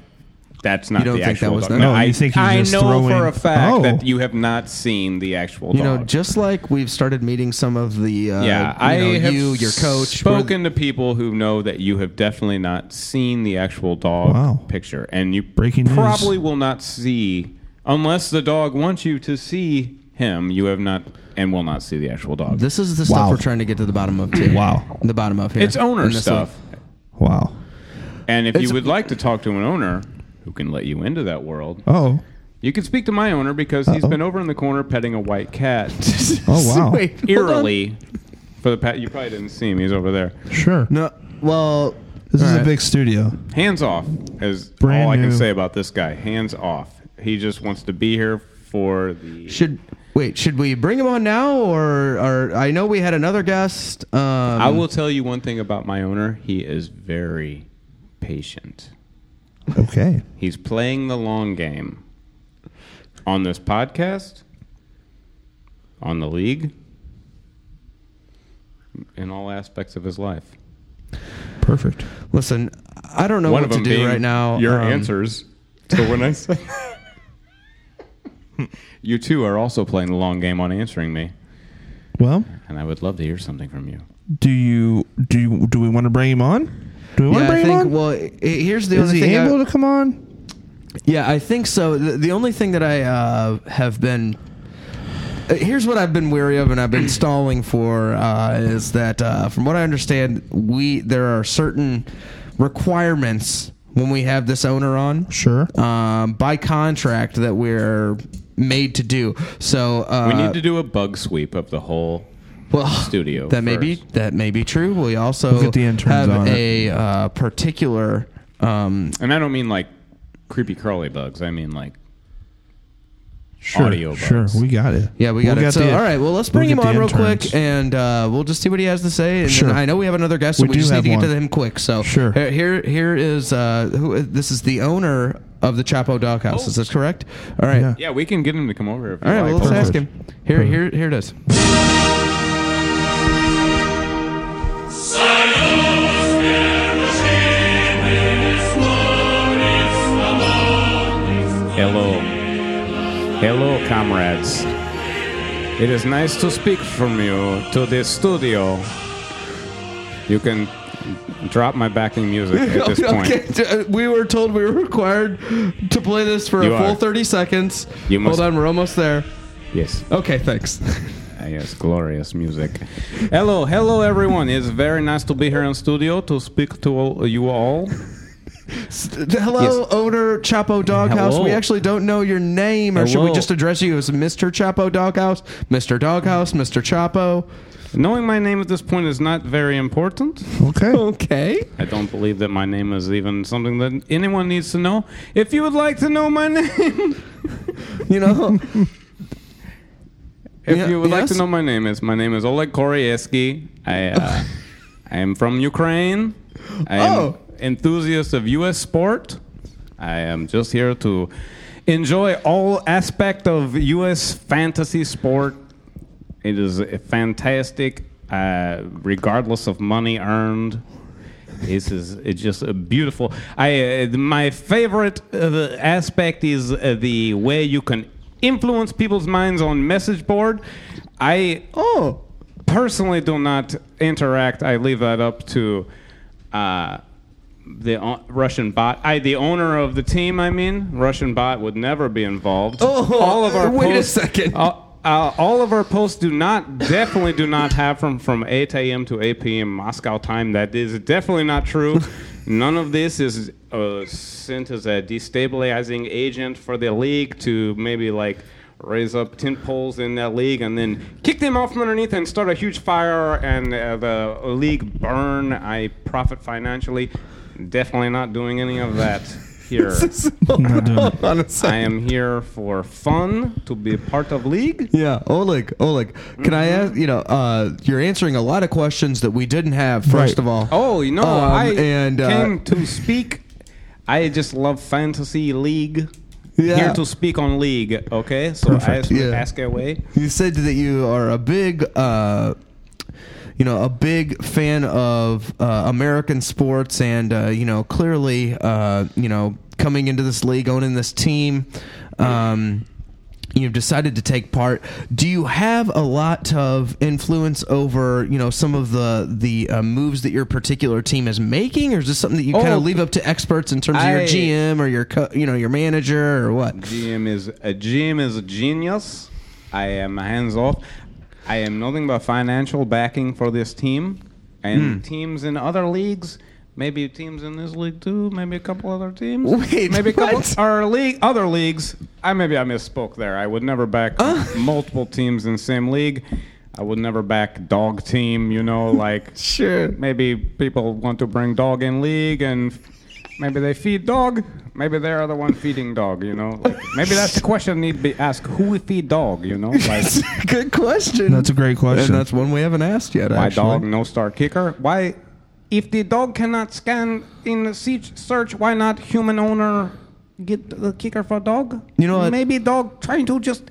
Speaker 8: that's not
Speaker 3: don't
Speaker 8: the
Speaker 3: think that
Speaker 8: actual
Speaker 3: was
Speaker 8: dog.
Speaker 3: them?
Speaker 2: No,
Speaker 8: I
Speaker 2: you think he's
Speaker 8: I
Speaker 2: just
Speaker 8: know for
Speaker 2: throwing-
Speaker 8: a fact
Speaker 2: Oh.
Speaker 8: that you have not seen the actual
Speaker 3: You
Speaker 8: dog.
Speaker 3: know, just like we've started meeting some of the uh,
Speaker 8: yeah,
Speaker 3: you
Speaker 8: I
Speaker 3: know,
Speaker 8: have
Speaker 3: you, your coach,
Speaker 8: spoken to people who know that you have definitely not seen the actual dog
Speaker 2: Wow.
Speaker 8: picture, and you
Speaker 2: Breaking news.
Speaker 8: probably will not see unless the dog wants you to see him. You have not and will not see the actual dog.
Speaker 3: This is the stuff
Speaker 2: Wow.
Speaker 3: we're trying to get to the bottom of. Too.
Speaker 2: Wow.
Speaker 3: the bottom of here.
Speaker 8: it's owner
Speaker 3: In this
Speaker 8: stuff.
Speaker 2: wow.
Speaker 8: And if
Speaker 3: It's-
Speaker 8: you would like to talk to an owner who can let you into that world,
Speaker 2: Oh.
Speaker 8: you can speak to my owner because he's
Speaker 2: Uh-oh.
Speaker 8: been over in the corner petting a white cat
Speaker 3: league.
Speaker 2: Oh, wow.
Speaker 3: Wait, hold on.
Speaker 8: eerily for the pet. You probably didn't see him. He's over there.
Speaker 2: Sure.
Speaker 3: No, well,
Speaker 2: This is
Speaker 3: Alright.
Speaker 2: a big studio.
Speaker 8: Hands off is
Speaker 2: Brand
Speaker 8: all I can
Speaker 2: new.
Speaker 8: say about this guy. Hands off. He just wants to be here for the.
Speaker 3: should wait. Should we bring him on now, or or I know we had another guest. Um,
Speaker 8: I will tell you one thing about my owner. He is very patient.
Speaker 2: Okay.
Speaker 8: He's playing the long game on this podcast, on the league, in all aspects of his life.
Speaker 2: Perfect.
Speaker 3: listen. I don't know
Speaker 8: One
Speaker 3: what
Speaker 8: of them
Speaker 3: to do
Speaker 8: being
Speaker 3: right now.
Speaker 8: Your
Speaker 3: Um,
Speaker 8: answers. So when I say, you two are also playing the long game on answering me,
Speaker 2: Well,
Speaker 8: and I would love to hear something from you.
Speaker 2: do you do you, do we want to bring him on? Do we want
Speaker 3: Yeah,
Speaker 2: to
Speaker 3: I
Speaker 2: bring
Speaker 3: think.
Speaker 2: him on?
Speaker 3: Well, i- here's the uh,
Speaker 2: is
Speaker 3: only
Speaker 2: he
Speaker 3: thing. I-
Speaker 2: able to come on?
Speaker 3: Yeah, I think so. The, the only thing that I uh, have been uh, here's what I've been weary of, and I've been stalling for uh, is that uh, from what I understand, we there are certain requirements when we have this owner on,
Speaker 2: Sure.
Speaker 3: um, by contract that we're made to do. So uh,
Speaker 8: We need to do a bug sweep of the whole.
Speaker 3: well,
Speaker 8: studio
Speaker 3: That may be
Speaker 8: first.
Speaker 3: that may be true. We also
Speaker 2: We'll get the interns
Speaker 3: have
Speaker 2: on it.
Speaker 3: a uh, particular. Um,
Speaker 8: And I don't mean like creepy crawly bugs. I mean like
Speaker 2: Sure.
Speaker 8: audio
Speaker 2: Sure.
Speaker 8: bugs.
Speaker 2: We got it.
Speaker 3: Yeah, we got
Speaker 2: We'll
Speaker 3: it.
Speaker 2: get
Speaker 3: So,
Speaker 2: the-
Speaker 3: all right, well, let's
Speaker 2: we'll
Speaker 3: bring
Speaker 2: get
Speaker 3: him on
Speaker 2: the
Speaker 3: real
Speaker 2: interns.
Speaker 3: quick, and uh, we'll just see what he has to say. And
Speaker 2: Sure.
Speaker 3: then I know we have another guest, so we,
Speaker 2: We do
Speaker 3: just need
Speaker 2: have
Speaker 3: to get to
Speaker 2: one.
Speaker 3: him quick. So,
Speaker 2: Sure.
Speaker 3: here, here- here is uh, who, this is the owner of the Chapo Doghouse. Is this correct? All right.
Speaker 8: Yeah, we can get him to come over. If
Speaker 3: All right.
Speaker 8: you
Speaker 3: Well,
Speaker 8: like.
Speaker 3: let's ask him. Here, here, here it is.
Speaker 8: Hello. Hello, comrades. It is nice to speak from you to this studio. You can drop my backing music at this point.
Speaker 3: okay. d- uh, We were told we were required to play this for
Speaker 8: You
Speaker 3: a full
Speaker 8: are.
Speaker 3: 30 seconds.
Speaker 8: You must-
Speaker 3: Hold on. We're almost there.
Speaker 8: Yes.
Speaker 3: Okay. Thanks.
Speaker 8: Ah, Yes, glorious music. Hello, hello everyone. It's very nice to be here in studio to speak to all, you all.
Speaker 3: Hello,
Speaker 8: Yes.
Speaker 3: owner Chapo Doghouse.
Speaker 8: Hello.
Speaker 3: We actually don't know your name, or should we
Speaker 8: Hello.
Speaker 3: just address you as Mr. Chapo Doghouse, Mr. Doghouse, Mr. Chapo?
Speaker 8: Knowing my name at this point is not very important.
Speaker 2: Okay.
Speaker 3: Okay.
Speaker 8: I don't believe that my name is even something that anyone needs to know. If you would like to know my name,
Speaker 3: You know,
Speaker 8: if
Speaker 3: Yeah,
Speaker 8: you would like
Speaker 3: yes?
Speaker 8: to know my name, is my name is Oleg Koryeski. I, uh, I am from Ukraine. I am
Speaker 3: Oh.
Speaker 8: enthusiast of U.S. sport. I am just here to enjoy all aspect of U.S. fantasy sport. It is uh, fantastic, uh, regardless of money earned. This is it's just a beautiful. I uh, my favorite uh, aspect is uh, the way you can influence people's minds on message board. I
Speaker 3: oh,
Speaker 8: personally do not interact. I leave that up to uh, the o- Russian bot. I, the owner of the team, I mean, Russian bot would never be involved.
Speaker 3: Oh,
Speaker 8: all of our
Speaker 3: wait a
Speaker 8: posts,
Speaker 3: second.
Speaker 8: all- uh, all of our posts do not, definitely do not have from from 8 a.m. to 8 p.m. Moscow time. That is definitely not true. None of this is uh, sent as a destabilizing agent for the league to maybe like raise up tent poles in that league and then kick them out from underneath and start a huge fire and uh, the league burn. I profit financially. Definitely not doing any of that here.
Speaker 3: hold on a
Speaker 8: I
Speaker 3: second.
Speaker 8: am here for fun to be part of league.
Speaker 3: Yeah, Oleg, Oleg, can I ask? You know, uh, you're answering a lot of questions that we didn't have. First
Speaker 2: Right.
Speaker 3: of all,
Speaker 8: Oh, you know,
Speaker 3: Um,
Speaker 8: I
Speaker 3: and, uh,
Speaker 8: came to speak. I just love fantasy league.
Speaker 3: Yeah.
Speaker 8: Here to speak on league. Okay, so I ask,
Speaker 3: yeah.
Speaker 8: ask away.
Speaker 3: you said that you are a big, uh, you know, a big fan of uh, American sports, and uh, you know, clearly, uh, you know, coming into this league, owning this team. Um, You've decided to take part. Do you have a lot of influence over, you know, some of the the uh, moves that your particular team is making, or is this something that you kind
Speaker 8: Oh,
Speaker 3: of leave up to experts in terms of your
Speaker 8: I-
Speaker 3: GM or your, co- you know, your manager or what?
Speaker 8: GM is a GM is a genius. I am hands off. I am nothing but financial backing for this team
Speaker 3: Hmm.
Speaker 8: and teams in other leagues. Maybe teams in this league too. Maybe a couple other teams.
Speaker 3: Wait,
Speaker 8: maybe a couple
Speaker 3: what?
Speaker 8: or league other leagues. I maybe I misspoke there. I would never back multiple teams in the same league. I would never back dog team. You know, like
Speaker 3: Sure.
Speaker 8: maybe people want to bring dog in league and maybe they feed dog maybe they're the one feeding dog you know Like, maybe that's the question need to be asked who we feed dog you know like
Speaker 3: Good question.
Speaker 2: That's a great question.
Speaker 3: And that's one we haven't asked yet.
Speaker 8: why
Speaker 3: actually.
Speaker 8: dog no star kicker why if the dog cannot scan in the se- search why not human owner get the kicker for dog
Speaker 3: You know what?
Speaker 8: maybe dog trying to just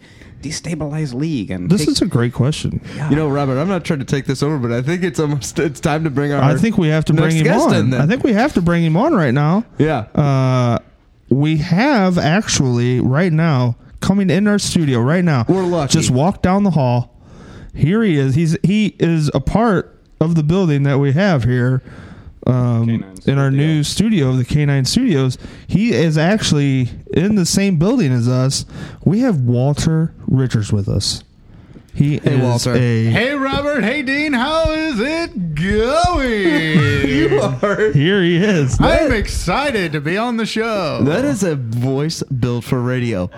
Speaker 8: destabilize league and
Speaker 2: this
Speaker 8: take-
Speaker 2: is a great question.
Speaker 3: You know, Robert, I'm not trying to take this over, but I think it's almost it's time to bring our.
Speaker 2: I think we have to
Speaker 3: next
Speaker 2: bring him
Speaker 3: guest in
Speaker 2: on.
Speaker 3: then.
Speaker 2: I think we have to bring him on right now.
Speaker 3: Yeah.
Speaker 2: Uh, we have actually right now coming in our studio right now.
Speaker 3: We're lucky.
Speaker 2: Just walk down the hall. Here he is. He's he is a part of the building that we have here um,
Speaker 8: Canine
Speaker 2: in our
Speaker 8: studio.
Speaker 2: new studio of the Canine Studios. He is actually in the same building as us. We have Walter Richards with us. He is
Speaker 3: Walter.
Speaker 2: a
Speaker 12: Hey Robert, hey Dean, how is it going?
Speaker 3: you are.
Speaker 2: here he is.
Speaker 12: I'm excited to be on the show.
Speaker 3: That is a voice built for radio.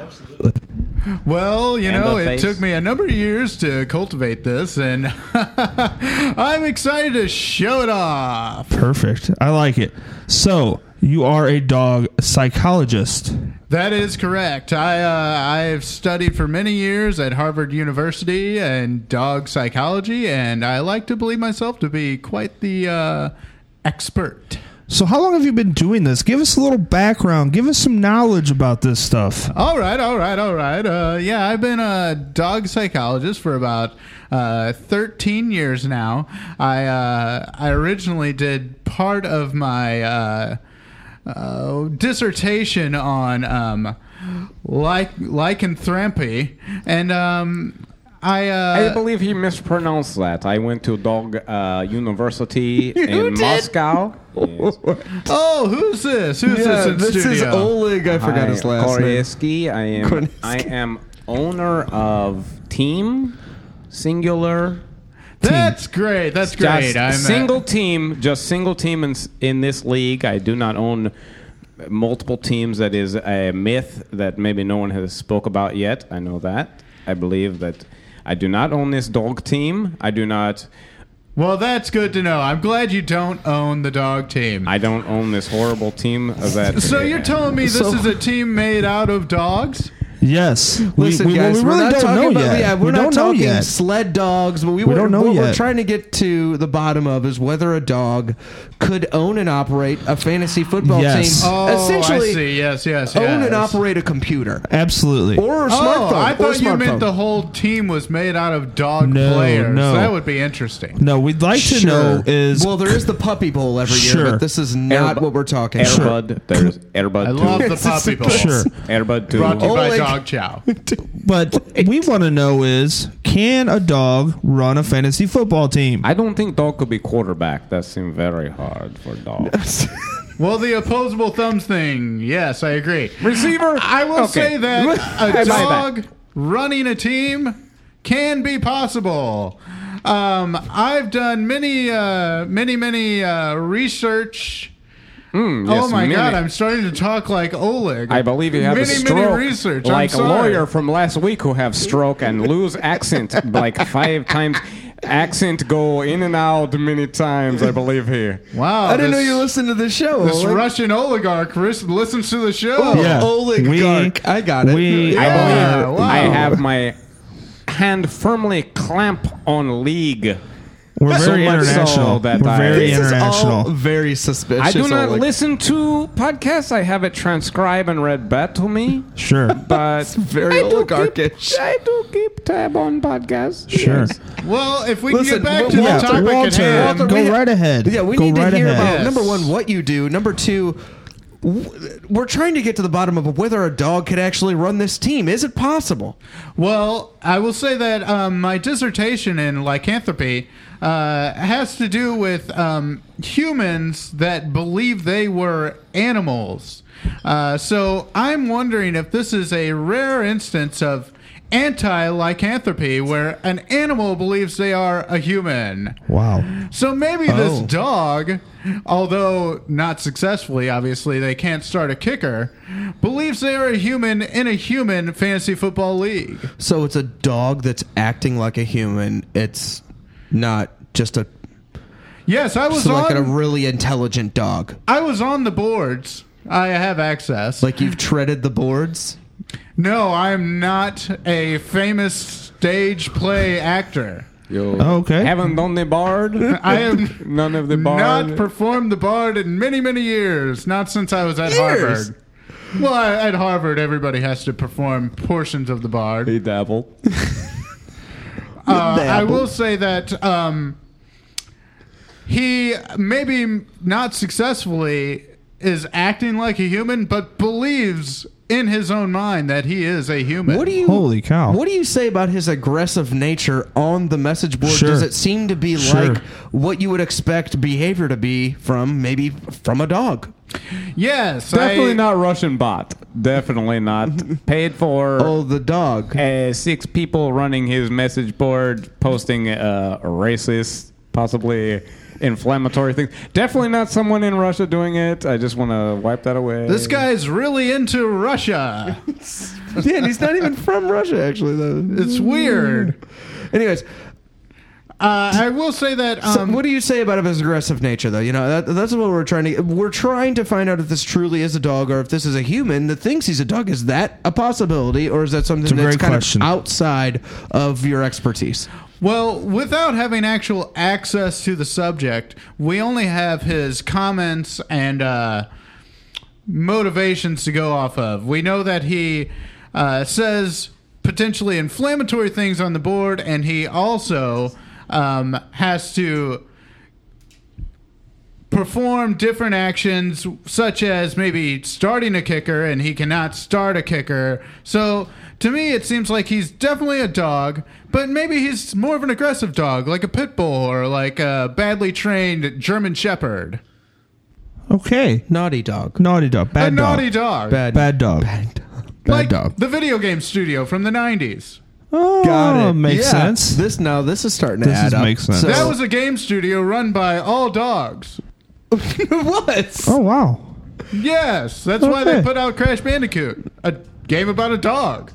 Speaker 12: Well, you
Speaker 8: And
Speaker 12: know,
Speaker 8: the
Speaker 12: it
Speaker 8: face.
Speaker 12: took me a number of years to cultivate this, and I'm excited to show it off.
Speaker 2: Perfect. I like it. So you are a dog psychologist.
Speaker 12: That is correct. I uh, I've studied for many years at Harvard University and dog psychology, and I like to believe myself to be quite the uh, expert.
Speaker 2: So, how long have you been doing this? Give us a little background. Give us some knowledge about this stuff.
Speaker 12: All right, all right, all right. Uh, yeah, I've been a dog psychologist for about uh, 13 years now. I uh, I originally did part of my uh, uh, dissertation on um, lyc- lycanthropy, and um, I uh,
Speaker 8: I believe he mispronounced that. I went to dog uh, university in
Speaker 12: did?
Speaker 8: Moscow. Yes.
Speaker 12: Oh, who's this? Who's this in studio?
Speaker 8: Hi, Koryaski. I am. I am owner of Team Singular.
Speaker 12: That's great. That's great.
Speaker 8: Just
Speaker 12: I'm uh,
Speaker 8: single team, just single team in s- in this league. I do not own multiple teams. That is a myth that maybe no one has spoke about yet. I know that. I believe that I do not own this dog team. I do not.
Speaker 12: Well, that's good to know. I'm glad you don't own the dog team.
Speaker 8: I don't own this horrible team of that.
Speaker 12: So you're telling me this
Speaker 8: So-
Speaker 12: is a team made out of dogs?
Speaker 2: Yes.
Speaker 3: Listen, guys, we are not talking about, Yeah, we're not talking
Speaker 2: Sl-
Speaker 3: sled dogs. But we,
Speaker 2: We
Speaker 3: were-
Speaker 2: don't know
Speaker 3: what we're
Speaker 2: yet.
Speaker 3: trying to get to the bottom of is whether a dog could own and operate a fantasy football team.
Speaker 12: Oh,
Speaker 3: Essentially,
Speaker 12: I see. Yes, yes,
Speaker 3: own
Speaker 12: yes.
Speaker 3: and operate a computer.
Speaker 2: Absolutely.
Speaker 3: Or a smartphone.
Speaker 12: Oh, I
Speaker 3: or a
Speaker 12: thought you meant
Speaker 3: smartphone.
Speaker 12: the whole team was made out of dog
Speaker 2: No,
Speaker 12: players.
Speaker 2: no.
Speaker 12: That would be interesting.
Speaker 2: no, we'd like to
Speaker 3: Sure.
Speaker 2: know is
Speaker 3: well, there is the Puppy Bowl every year,
Speaker 2: Sure.
Speaker 3: but this is not what we're talking. about.
Speaker 8: Airbud, there's Airbud.
Speaker 12: I love the puppy bowl.
Speaker 2: sure.
Speaker 8: Airbud two.
Speaker 12: Brought to you by
Speaker 3: Oleg-
Speaker 12: Dog Chow.
Speaker 2: But we want to know is can a dog run a fantasy football team?
Speaker 8: I don't think dog could be quarterback. That seemed very hard for dog.
Speaker 12: Well, the opposable thumbs thing. Yes, I agree.
Speaker 8: Receiver.
Speaker 12: I will
Speaker 8: Okay.
Speaker 12: say that
Speaker 8: I buy
Speaker 12: a
Speaker 8: that.
Speaker 12: dog running a team can be possible. Um, I've done many, uh, many, many uh, research. oh
Speaker 8: yes,
Speaker 12: my
Speaker 8: many.
Speaker 12: God! I'm starting to talk like Oleg.
Speaker 8: I believe you have
Speaker 12: many,
Speaker 8: a stroke,
Speaker 12: Many research. I'm
Speaker 8: like a
Speaker 12: sorry.
Speaker 8: lawyer from last week who have stroke and lose accent like five times. Accent go in and out many times, I believe here.
Speaker 12: Wow!
Speaker 3: I didn't
Speaker 12: Oh, this,
Speaker 3: know you listened to the show.
Speaker 12: This
Speaker 3: Oleg.
Speaker 12: Russian oligarch ris- listens to the show.
Speaker 8: oh,
Speaker 2: Yeah.
Speaker 3: Oligarch. I got it.
Speaker 2: We
Speaker 8: I
Speaker 12: Yeah,
Speaker 8: believe
Speaker 12: wow.
Speaker 8: I have my hand firmly clamp on league.
Speaker 2: we're
Speaker 8: So
Speaker 2: very
Speaker 8: much so
Speaker 2: international.
Speaker 8: that
Speaker 2: we're
Speaker 8: I-
Speaker 2: very
Speaker 8: This
Speaker 3: is all
Speaker 2: international.
Speaker 15: Very suspicious.
Speaker 8: I do not
Speaker 15: Oleg.
Speaker 8: listen to podcasts. I have it transcribed and read back to me.
Speaker 2: sure.
Speaker 8: But
Speaker 15: very
Speaker 8: I do, keep,
Speaker 15: oligarchish.
Speaker 8: I do keep tab on podcasts.
Speaker 2: Sure.
Speaker 8: Yes.
Speaker 12: Well, if we
Speaker 3: Listen,
Speaker 12: can get back to
Speaker 2: Yeah,
Speaker 12: the topic at
Speaker 2: Walter,
Speaker 12: hand,
Speaker 3: Walter,
Speaker 2: go
Speaker 3: we-
Speaker 2: right ahead.
Speaker 3: Yeah, we
Speaker 2: go
Speaker 3: need to
Speaker 2: right
Speaker 3: hear
Speaker 2: ahead.
Speaker 3: about
Speaker 12: Yes.
Speaker 3: number one what you do. Number two, w- we're trying to get to the bottom of whether a dog could actually run this team. Is it possible?
Speaker 12: Well, I will say that um, my dissertation in lycanthropy uh, has to do with um, humans that believe they were animals. Uh, so I'm wondering if this is a rare instance of anti lycanthropy where an animal believes they are a human.
Speaker 2: Wow.
Speaker 12: So maybe this
Speaker 2: Oh.
Speaker 12: dog, although not successfully, obviously they can't start a kicker, believes they are a human in a human fantasy football league.
Speaker 3: So it's a dog that's acting like a human. It's not just a
Speaker 12: Yes, I was
Speaker 3: so like
Speaker 12: on.
Speaker 3: a really intelligent dog.
Speaker 12: I was on the boards. I have access.
Speaker 3: Like you've treaded the boards.
Speaker 12: no, I'm not a famous stage play actor.
Speaker 8: You
Speaker 2: Oh, Okay.
Speaker 8: Haven't done the bard.
Speaker 12: I have
Speaker 8: None of the bard.
Speaker 12: not performed the bard in many, many years. Not since I was at Harvard. Well, I, at Harvard, everybody has to perform portions of the bard.
Speaker 8: He dabbled.
Speaker 12: Uh, I will say that um, he maybe not successfully is acting like a human, but believes in his own mind that he is a human.
Speaker 3: What do you
Speaker 2: Holy cow.
Speaker 3: What do you say about his aggressive nature on the message board?
Speaker 2: Sure.
Speaker 3: Does it seem to be
Speaker 2: Sure.
Speaker 3: like what you would expect behavior to be from maybe from a dog?
Speaker 12: Yes,
Speaker 8: Definitely
Speaker 12: I-
Speaker 8: not Russian bot. Definitely not. Paid for
Speaker 3: Oh, the dog.
Speaker 8: uh, six people running his message board, posting uh, racist, possibly inflammatory things. Definitely not someone in Russia doing it. I just want to wipe that away.
Speaker 12: This guy's really into Russia.
Speaker 3: yeah, and he's not even from Russia, actually, though.
Speaker 12: It's weird.
Speaker 3: Anyways,
Speaker 12: Uh, I will say that.
Speaker 3: so
Speaker 12: Um,
Speaker 3: what do you say about his aggressive nature, though? You know, that, that's what we're trying to. We're trying to find out if this truly is a dog or if this is a human that thinks he's a dog. Is that a possibility, or is that something
Speaker 2: a
Speaker 3: that's
Speaker 2: great
Speaker 3: kind
Speaker 2: question.
Speaker 3: of outside of your expertise?
Speaker 12: Well, without having actual access to the subject, we only have his comments and uh, motivations to go off of. We know that he uh, says potentially inflammatory things on the board, and he also um, has to perform different actions, such as maybe starting a kicker, and he cannot start a kicker. So to me, it seems like he's definitely a dog, but maybe he's more of an aggressive dog, like a pit bull or like uh, a badly trained German Shepherd.
Speaker 2: Okay.
Speaker 5: Naughty dog.
Speaker 2: Naughty dog. Bad dog.
Speaker 12: A naughty dog.
Speaker 2: Bad, bad dog. Bad dog.
Speaker 12: like the video game studio from the 90s.
Speaker 2: Oh,
Speaker 3: Got it.
Speaker 2: Makes
Speaker 3: Yeah.
Speaker 2: sense.
Speaker 3: This now this is starting to
Speaker 2: This
Speaker 3: add
Speaker 2: is-
Speaker 3: up.
Speaker 2: makes sense.
Speaker 12: that was a game studio run by all dogs.
Speaker 3: what?
Speaker 2: Oh wow.
Speaker 12: Yes, that's why
Speaker 2: Okay.
Speaker 12: they put out Crash Bandicoot, a game about a dog.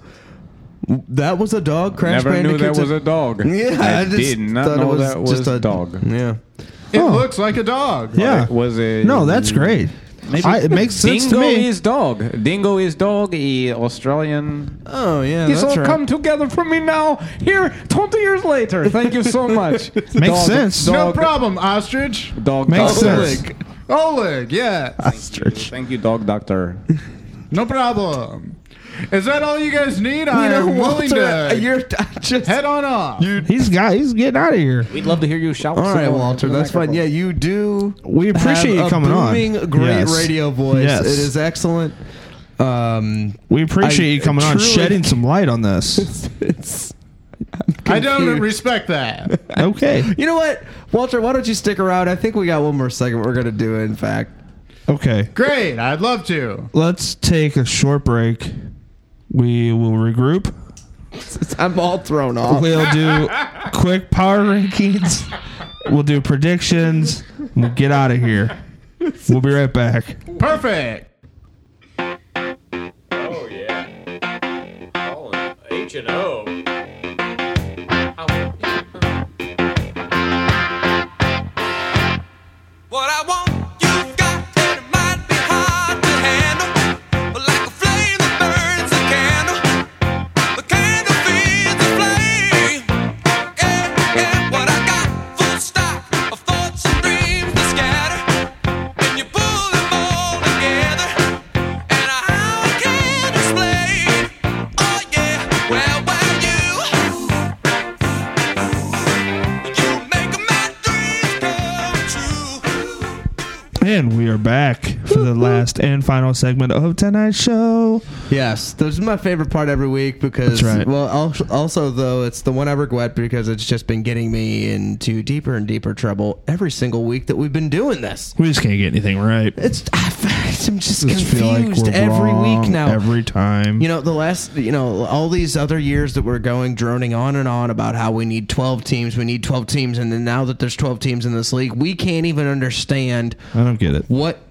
Speaker 3: That was a dog. Crash
Speaker 8: Never knew
Speaker 3: Bandicoot's
Speaker 8: that was a dog.
Speaker 3: Yeah,
Speaker 8: I,
Speaker 3: I just
Speaker 8: did not
Speaker 3: thought it
Speaker 8: know
Speaker 3: was
Speaker 8: that was
Speaker 3: just
Speaker 8: a
Speaker 3: a-
Speaker 8: dog.
Speaker 3: Yeah.
Speaker 12: It
Speaker 2: Oh.
Speaker 12: looks like a dog.
Speaker 2: Yeah.
Speaker 8: Was it?
Speaker 2: No, Oh, that's great. I, it makes sense
Speaker 8: Dingo
Speaker 2: to me.
Speaker 8: is dog. Dingo is dog. He Australian.
Speaker 3: Oh yeah.
Speaker 8: It's
Speaker 3: that's
Speaker 8: all
Speaker 3: right.
Speaker 8: come together for me now. Here, twenty years later. Thank you so much. Makes
Speaker 2: Makes sense.
Speaker 12: No problem, ostrich.
Speaker 8: Dog.
Speaker 2: Makes
Speaker 8: doctor.
Speaker 2: sense.
Speaker 3: Oleg.
Speaker 12: Oleg, yeah.
Speaker 8: Ostrich. Thank you, dog doctor.
Speaker 12: No problem. Is that all you guys need?
Speaker 3: You
Speaker 12: I
Speaker 3: know,
Speaker 12: am willing
Speaker 3: Walter, uh,
Speaker 12: to
Speaker 3: you're I just.
Speaker 12: head on off.
Speaker 2: He's got. He's getting out of here.
Speaker 8: We'd love to hear you shout.
Speaker 3: All right, Walter, that's fine. Yeah, you do.
Speaker 2: We appreciate
Speaker 3: have
Speaker 2: you
Speaker 3: a
Speaker 2: coming on.
Speaker 3: booming, Great
Speaker 2: Yes.
Speaker 3: radio voice.
Speaker 2: Yes.
Speaker 3: It is excellent. Um,
Speaker 2: We appreciate
Speaker 3: I
Speaker 2: you coming on,
Speaker 3: truly-
Speaker 2: shedding some light on this.
Speaker 3: it's,
Speaker 12: I don't
Speaker 3: confused.
Speaker 12: respect that.
Speaker 2: okay.
Speaker 3: you know what, Walter? Why don't you stick around? I think we got one more segment we're gonna do. In fact,
Speaker 2: Okay.
Speaker 12: Great, I'd love to.
Speaker 2: Let's take a short break. We will regroup.
Speaker 3: I'm all thrown off.
Speaker 2: We'll do quick power rankings. We'll do predictions. We'll get out of here. We'll be right back.
Speaker 12: Perfect.
Speaker 8: Oh yeah. Calling H and O.
Speaker 16: What I want, you've got, and it might be hard to handle. But like a flame that burns a candle, the candle feeds the flame. Yeah, yeah, what I got, full stock of thoughts and dreams that scatter, and you pull them all together, and I can't explain. Oh yeah, well, well you, you make my dreams come true.
Speaker 2: And we are back for the last and final segment of tonight's show.
Speaker 3: Yes, this is my favorite part every week because,
Speaker 2: That's right.
Speaker 3: well, al- also though it's the one I regret because it's just been getting me into deeper and deeper trouble every single week that we've been doing this.
Speaker 2: We just can't get anything right.
Speaker 3: It's I'm just,
Speaker 2: Just
Speaker 3: confused
Speaker 2: feel like we're
Speaker 3: every week
Speaker 2: wrong
Speaker 3: now.
Speaker 2: Every time.
Speaker 3: You know, the last, you know, all these other years that we're going droning on and on about how we need 12 teams, we need 12 teams, and then now that there's 12 teams in this league, we can't even understand
Speaker 2: I don't get it.
Speaker 3: what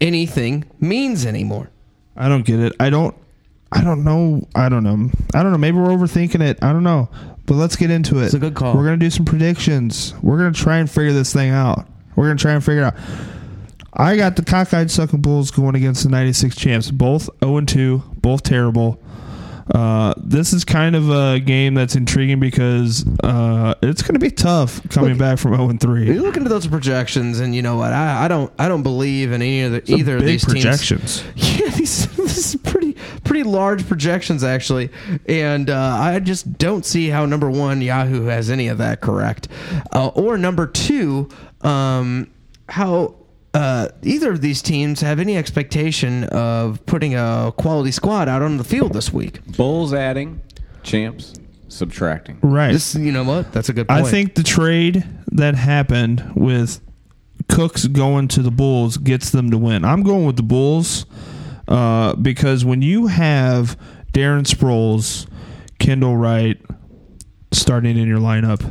Speaker 3: anything means anymore.
Speaker 2: I don't get it. I don't. I don't know. I don't know. I don't know. Maybe we're overthinking it. I don't know. But let's get into it. It's
Speaker 3: a good call.
Speaker 2: We're gonna do some predictions. We're gonna try and figure this thing out. We're gonna try and figure it out. I got the cockeyed sucking bulls going against the '96 champs. Both 0 and 2. Both terrible. Uh, this is kind of a game that's intriguing because uh, it's going to be tough coming back from 0 and 3.
Speaker 3: You look into those projections, and you know what? I, I don't I don't believe in any of the,
Speaker 2: Some
Speaker 3: either of
Speaker 2: big
Speaker 3: these teams.
Speaker 2: projections.
Speaker 3: Yeah, these this is pretty pretty large projections actually, and uh, I just don't see how number one Yahoo has any of that correct, uh, or number two, um, how uh, either of these teams have any expectation of putting a quality squad out on the field this week.
Speaker 8: Bulls adding, champs subtracting.
Speaker 2: Right.
Speaker 3: This, you know what? That's a good
Speaker 2: I
Speaker 3: point.
Speaker 2: think the trade that happened with Cooks going to the Bulls gets them to win. I'm going with the Bulls uh, because when you have Darren Sproles, Kendall Wright starting in your lineup,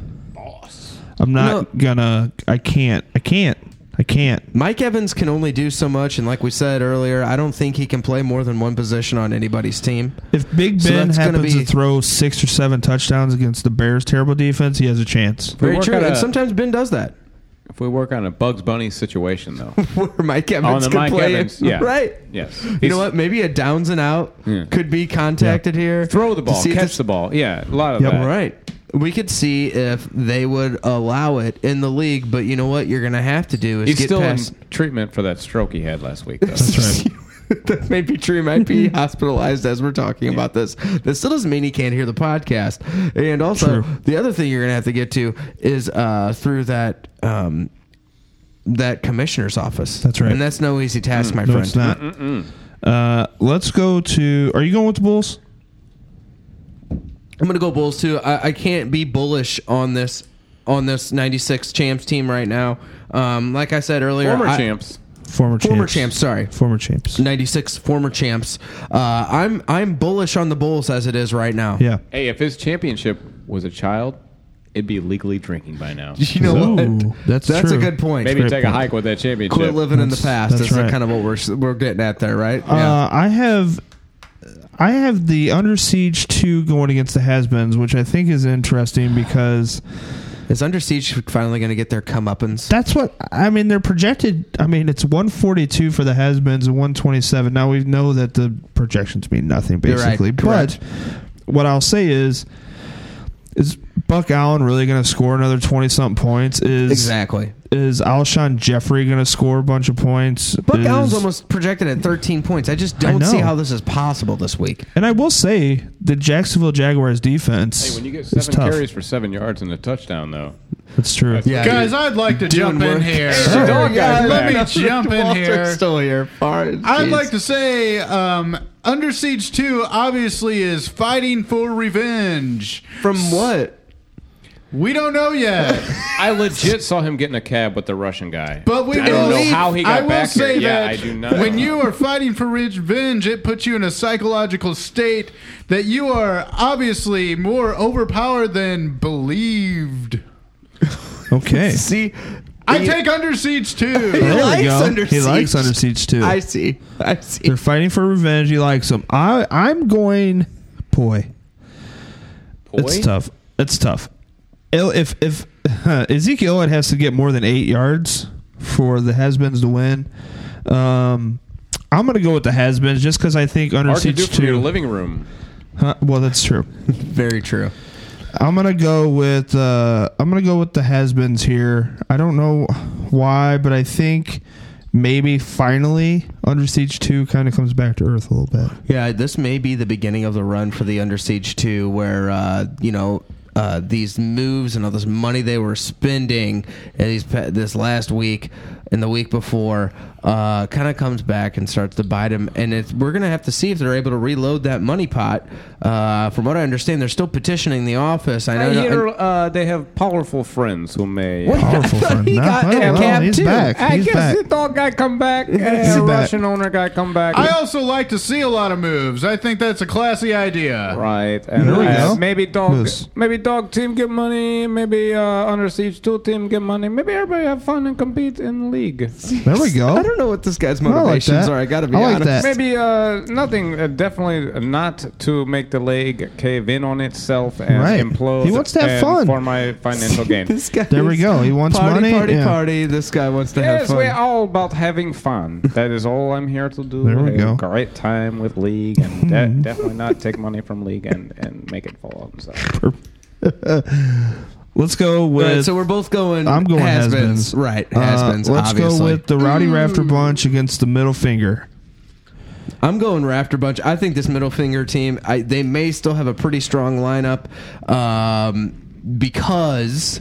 Speaker 2: I'm not gonna. I can't. I can't. I can't.
Speaker 3: Mike Evans can only do so much, and like we said earlier, I don't think he can play more than one position on anybody's team.
Speaker 2: If Big
Speaker 3: So
Speaker 2: Ben
Speaker 3: that's gonna
Speaker 2: happens
Speaker 3: be-
Speaker 2: to throw six or seven touchdowns against the Bears' terrible defense, he has a chance.
Speaker 3: Very
Speaker 8: work
Speaker 3: true.
Speaker 8: out
Speaker 3: And
Speaker 8: a-
Speaker 3: sometimes Ben does that.
Speaker 8: If we work on a Bugs Bunny situation though,
Speaker 3: Where Mike
Speaker 8: on
Speaker 3: Evans
Speaker 8: the
Speaker 3: can
Speaker 8: Oh, Mike
Speaker 3: play.
Speaker 8: Evans, yeah,
Speaker 3: Right.
Speaker 8: yes.
Speaker 3: You know what? Maybe a downs and out
Speaker 8: Yeah.
Speaker 3: could be contacted here.
Speaker 8: Throw the
Speaker 3: to
Speaker 8: ball,
Speaker 3: see if
Speaker 8: catch
Speaker 3: this-
Speaker 8: the ball. Yeah, a lot of
Speaker 2: Yep.
Speaker 8: that.
Speaker 3: Right. We could see if they would allow it in the league, but you know what? You're going to have to do is
Speaker 8: He's
Speaker 3: get
Speaker 8: still
Speaker 3: past.
Speaker 8: in treatment for that stroke he had last week. Though. That's right.
Speaker 3: that may be true. He might be hospitalized as we're talking about this. That still doesn't mean he can't hear the podcast. And also, the other thing you're going to have to get to is uh, through that um, that commissioner's office. That's
Speaker 2: right. Mm.
Speaker 3: and that's no easy task, my
Speaker 2: no,
Speaker 3: friend.
Speaker 2: it's not. Uh, let's go to. Are you going with the Bulls?
Speaker 3: I'm gonna go Bulls too. I, I can't be bullish on this on this '96 champs team right now. Um, like I said earlier,
Speaker 8: Former
Speaker 3: I-
Speaker 8: champs.
Speaker 2: Former champs.
Speaker 3: Former champs, sorry.
Speaker 2: Former champs.
Speaker 3: '96 former champs. Uh, I'm I'm bullish on the Bulls as it is right now.
Speaker 2: Yeah.
Speaker 8: Hey, if his championship was a child, it'd be legally drinking by now.
Speaker 3: You know what?
Speaker 2: That's
Speaker 3: that's a
Speaker 2: true.
Speaker 3: good point.
Speaker 8: Maybe take a hike with that championship.
Speaker 3: Quit living in the
Speaker 2: That's-
Speaker 3: past.
Speaker 2: that's
Speaker 3: That's,
Speaker 2: right.
Speaker 3: kind of what we're we're getting at there, right?
Speaker 2: Uh, I have, I have the Under Siege two going against the Hasbens, which I think is interesting because
Speaker 3: is Under Siege finally going to get their comeuppance?
Speaker 2: That's what I mean. They're projected. I mean, it's one forty two for the Hasbens and one twenty seven. Now we know that the projections mean nothing
Speaker 3: You're right.
Speaker 2: basically,
Speaker 3: Correct.
Speaker 2: but what I'll say is, is Buck Allen really going to score another twenty something points? Is
Speaker 3: Exactly.
Speaker 2: Is Alshon Jeffrey going to score a bunch of points?
Speaker 3: Buck
Speaker 2: Is-
Speaker 3: Allen's almost projected at 13 points. I just
Speaker 2: I
Speaker 3: don't see
Speaker 2: know.
Speaker 3: how this is possible this week.
Speaker 2: And I will say the Jacksonville Jaguars defense.
Speaker 8: Hey, when you get
Speaker 2: is
Speaker 8: seven
Speaker 2: tough.
Speaker 8: carries for seven yards and a touchdown, though.
Speaker 2: That's true.
Speaker 6: Guys, I'd like to
Speaker 8: Doing
Speaker 6: jump in
Speaker 8: work.
Speaker 6: here.
Speaker 8: Hey, the dog guy's
Speaker 6: Let me
Speaker 8: back.
Speaker 6: jump in here.
Speaker 17: still here.
Speaker 6: I'd like to say um, Under Siege 2 obviously is fighting for revenge.
Speaker 3: From what?
Speaker 6: We don't know yet.
Speaker 8: I legit saw him getting a cab with the Russian guy.
Speaker 6: But we
Speaker 8: I don't know
Speaker 6: believe-
Speaker 8: how he got
Speaker 6: I will
Speaker 8: back
Speaker 6: say
Speaker 8: here.
Speaker 6: that
Speaker 8: yeah, I do not.
Speaker 6: When you are fighting for revenge, it puts you in a psychological state that you are obviously more overpowered than believed.
Speaker 2: Okay.
Speaker 3: See,
Speaker 6: I take Under Siege
Speaker 2: Oh,
Speaker 6: too.
Speaker 2: there we
Speaker 3: likes
Speaker 2: go.
Speaker 3: Under
Speaker 2: he likes
Speaker 3: Siege.
Speaker 2: Under Siege too.
Speaker 3: I see. I see.
Speaker 2: They're fighting for revenge. He likes them. I I'm going. Boy, it's tough. It's tough. El- If if Ezekiel Elliott has to get more than eight yards for the Hasbens to win, um, I'm going to go with the Hasbens just because I think Under
Speaker 8: hard to do
Speaker 2: Siege
Speaker 8: from your
Speaker 2: two.
Speaker 8: living room.
Speaker 2: Huh, well, that's true.
Speaker 3: Very true.
Speaker 2: I'm gonna go with uh, I'm gonna go with the Hasbens here. I don't know why, but I think maybe finally Under Siege Two kind of comes back to earth a little bit.
Speaker 3: Yeah, this may be the beginning of the run for the Under Siege 2, where, uh, you know, uh, these moves and all this money they were spending and these pa- this last week and the week before uh, kind of comes back and starts to bite them. And it's, we're going to have to see if they're able to reload that money pot. Uh, from what I understand, they're still petitioning the office. I
Speaker 8: I
Speaker 3: know.
Speaker 8: hear uh, they have powerful friends who may.
Speaker 3: What?
Speaker 2: Powerful friend.
Speaker 3: He
Speaker 2: No,
Speaker 8: Uh,
Speaker 3: got
Speaker 2: I don't
Speaker 3: in a
Speaker 2: know.
Speaker 3: cab
Speaker 2: He's
Speaker 3: too.
Speaker 2: back. He's back.
Speaker 8: dog guy come back.
Speaker 2: He's
Speaker 8: Yeah,
Speaker 2: back.
Speaker 8: owner guy come back.
Speaker 6: I also like to see a lot of moves. I think that's a classy idea.
Speaker 8: Right. And
Speaker 2: There we
Speaker 8: uh,
Speaker 2: go.
Speaker 8: maybe dog
Speaker 2: Yes.
Speaker 8: maybe dog team get money, maybe uh, under siege two team get money. Maybe everybody have fun and compete in league.
Speaker 2: There we go.
Speaker 3: I don't know what this guy's
Speaker 2: like
Speaker 3: motivations
Speaker 2: that.
Speaker 3: are. I got to be
Speaker 2: I like that.
Speaker 3: honest.
Speaker 8: Maybe uh, nothing, uh, definitely not to make the league cave in on itself and
Speaker 2: Right.
Speaker 8: implode.
Speaker 2: He wants to have
Speaker 8: and
Speaker 2: fun.
Speaker 8: for my financial gain.
Speaker 3: This guy
Speaker 2: There we
Speaker 3: is
Speaker 2: go. He wants
Speaker 3: party,
Speaker 2: money?
Speaker 3: Party,
Speaker 2: Yeah.
Speaker 3: party. This guy wants to have
Speaker 8: Yes,
Speaker 3: fun.
Speaker 8: we're all about having fun. That is all I'm here to do.
Speaker 2: There we
Speaker 8: Have
Speaker 2: go.
Speaker 8: A great time with league, and de- definitely not take money from league and, and make it fall on himself.
Speaker 2: Let's go
Speaker 3: All right,
Speaker 2: with.
Speaker 3: so we're both going.
Speaker 2: I'm going
Speaker 3: has-beens.
Speaker 2: Hasbens.
Speaker 3: Right,
Speaker 2: Uh,
Speaker 3: has-beens.
Speaker 2: let's
Speaker 3: obviously. Mm.
Speaker 2: go with the Rowdy Rafter bunch against the middle finger.
Speaker 3: I'm going Rafter Bunch. I think this middle finger team, I, they may still have a pretty strong lineup um, because